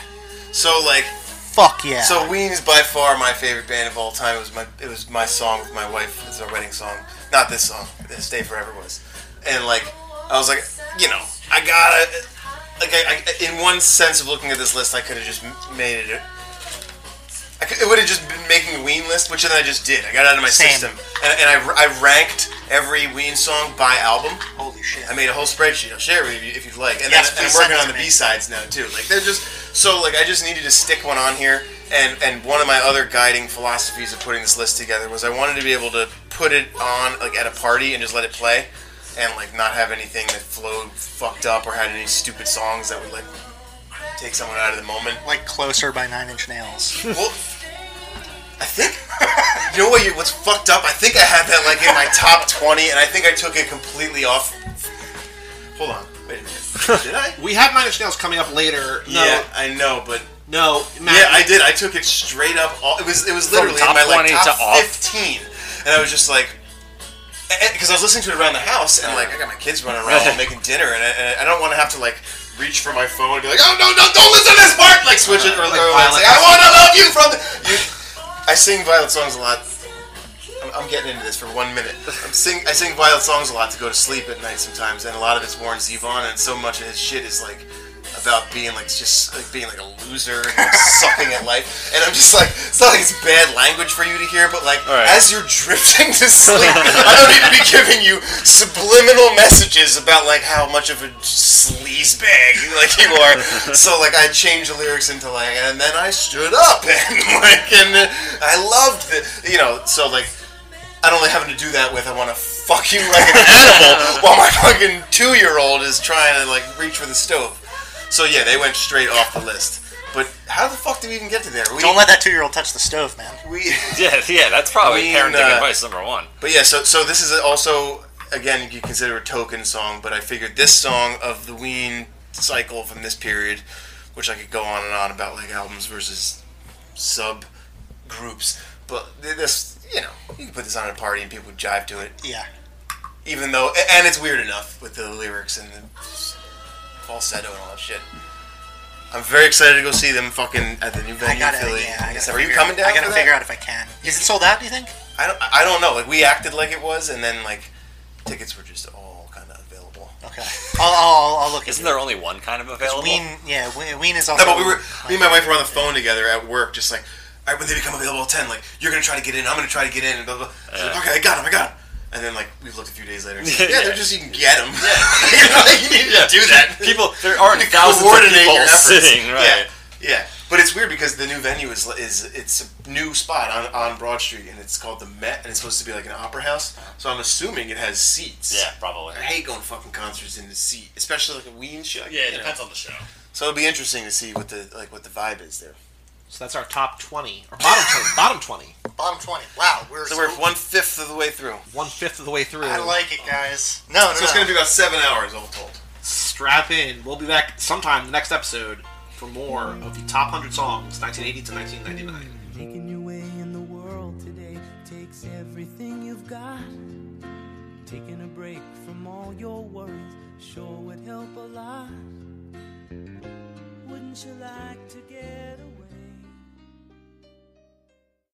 C: So like,
E: Fuck yeah!
C: so Ween is by far my favorite band of all time. It was my it was my song with my wife. It's our wedding song. Not this song. This day forever was. And like, I was like, you know, I gotta. Like, I, I, in one sense of looking at this list, I could have just m- made it. I could, it would have just been making a Ween list, which then I just did. I got it out of my
E: Same.
C: system, and, and I, I ranked every Ween song by album.
E: Holy shit!
C: I made a whole spreadsheet. I'll share it with you if you'd like. And,
E: Yes,
C: then, and
E: please
C: I'm working
E: send it
C: on
E: to
C: the
E: me.
C: B sides now too. Like they're just so like I just needed to stick one on here. And and one of my other guiding philosophies of putting this list together was I wanted to be able to put it on like at a party and just let it play, and like not have anything that flowed fucked up or had any stupid songs that would like take someone out of the moment.
E: like closer by Nine Inch Nails.
C: Well, I think you know what? You, what's fucked up? I think I had that like in my top twenty, and I think I took it completely off. Hold on, wait a minute. Did I?
A: We have Nine Inch Nails coming up later. No,
C: Yeah, I know, but
A: no, Matt,
C: yeah, I did. I took it straight up. All, it was it was literally
D: top
C: in my like
D: 20
C: top
D: to off.
C: fifteen, and I was just like, because I was listening to it around the house, and like I got my kids running around while making dinner, and I, and I don't want to have to like reach for my phone and be like, oh no no don't listen to this part, like switch
D: Uh,
C: it or,
A: Like
C: or
A: Violet.
C: like, I want to love you from the. You, I sing Violet songs a lot. I'm, I'm getting into this for one minute. I'm sing I sing Violet songs a lot to go to sleep at night sometimes, and a lot of it's Warren Zevon, and so much of his shit is like about being like just like being like a loser and like sucking at life. And I'm just like, it's not like it's bad language for you to hear, but like
D: All right.
C: as you're drifting to sleep, I don't need to be giving you subliminal messages about like how much of a sleaze bag like you are. so like I changed the lyrics into like, and then I stood up and like, and uh, I loved the, you know, so like. I don't really having to do that with. I want to fuck you like an animal while my fucking two year old is trying to like reach for the stove. So yeah, they went straight off the list. But how the fuck did we even get to there? We,
E: Don't let that two-year-old touch the stove, man.
C: we.
D: Yeah, yeah, that's probably
C: I mean,
D: parenting
C: uh,
D: advice number one.
C: But yeah, so so this is also again you consider a token song, but I figured this song of the Ween cycle from this period, which I could go on and on about like albums versus sub groups, but th- this you know you can put this on at a party and people would jive to it.
E: Yeah.
C: even though and it's weird enough with the lyrics and the falsetto and all that shit. I'm very excited to go see them fucking at the new venue
E: I gotta,
C: in Philly.
E: yeah, I gotta
C: Are you
E: figure
C: coming
E: out-
C: down?
E: I gotta
C: for that?
E: figure out if I can. Is it sold out? Do you think?
C: I don't. I don't know. Like we acted like it was, and then like tickets were just all kind of available.
E: Okay. I'll, I'll, I'll look.
D: Isn't
E: at
D: there only one kind of
E: it.
D: available?
E: Ween? Yeah, Ween, Ween is also.
C: No, but we were. Me and my wife were on the phone together at work, just like, all right, when they become available at ten, like you're gonna try to get in, I'm gonna try to get in, and blah blah. blah. She's like, okay, I got him, I got him. And then like we looked a few days later. And she's like, yeah, they're
D: Yeah.
C: just you can get them. you know, like, you need to do that.
D: People, there aren't
C: to
D: thousands of
C: coordinate
D: people
C: your efforts.
D: sitting, right?
C: Yeah, yeah. But it's weird because the new venue is is it's a new spot on, on Broad Street and it's called the Met and it's supposed to be like an opera house. So I'm assuming it has seats.
D: Yeah, probably.
C: I hate going to fucking concerts in the seat, especially like a Ween show.
D: Yeah,
C: you
D: it
C: know.
D: depends on the show.
C: So it'll be interesting to see what the like what the vibe is there.
A: so that's our top 20, or bottom 20, bottom 20,
E: bottom twenty. Wow, we're
C: So we're one fifth of the way through.
A: one fifth of the way through.
E: I like it, guys. No, no,
C: So it's
E: no.
C: gonna be about seven hours all told.
A: Strap in. We'll be back sometime the next episode for more of the top 100 songs 1980 to 1999.
B: Making your way in the world today takes everything you've got. Taking a break from all your worries sure would help a lot. Wouldn't you like to get away?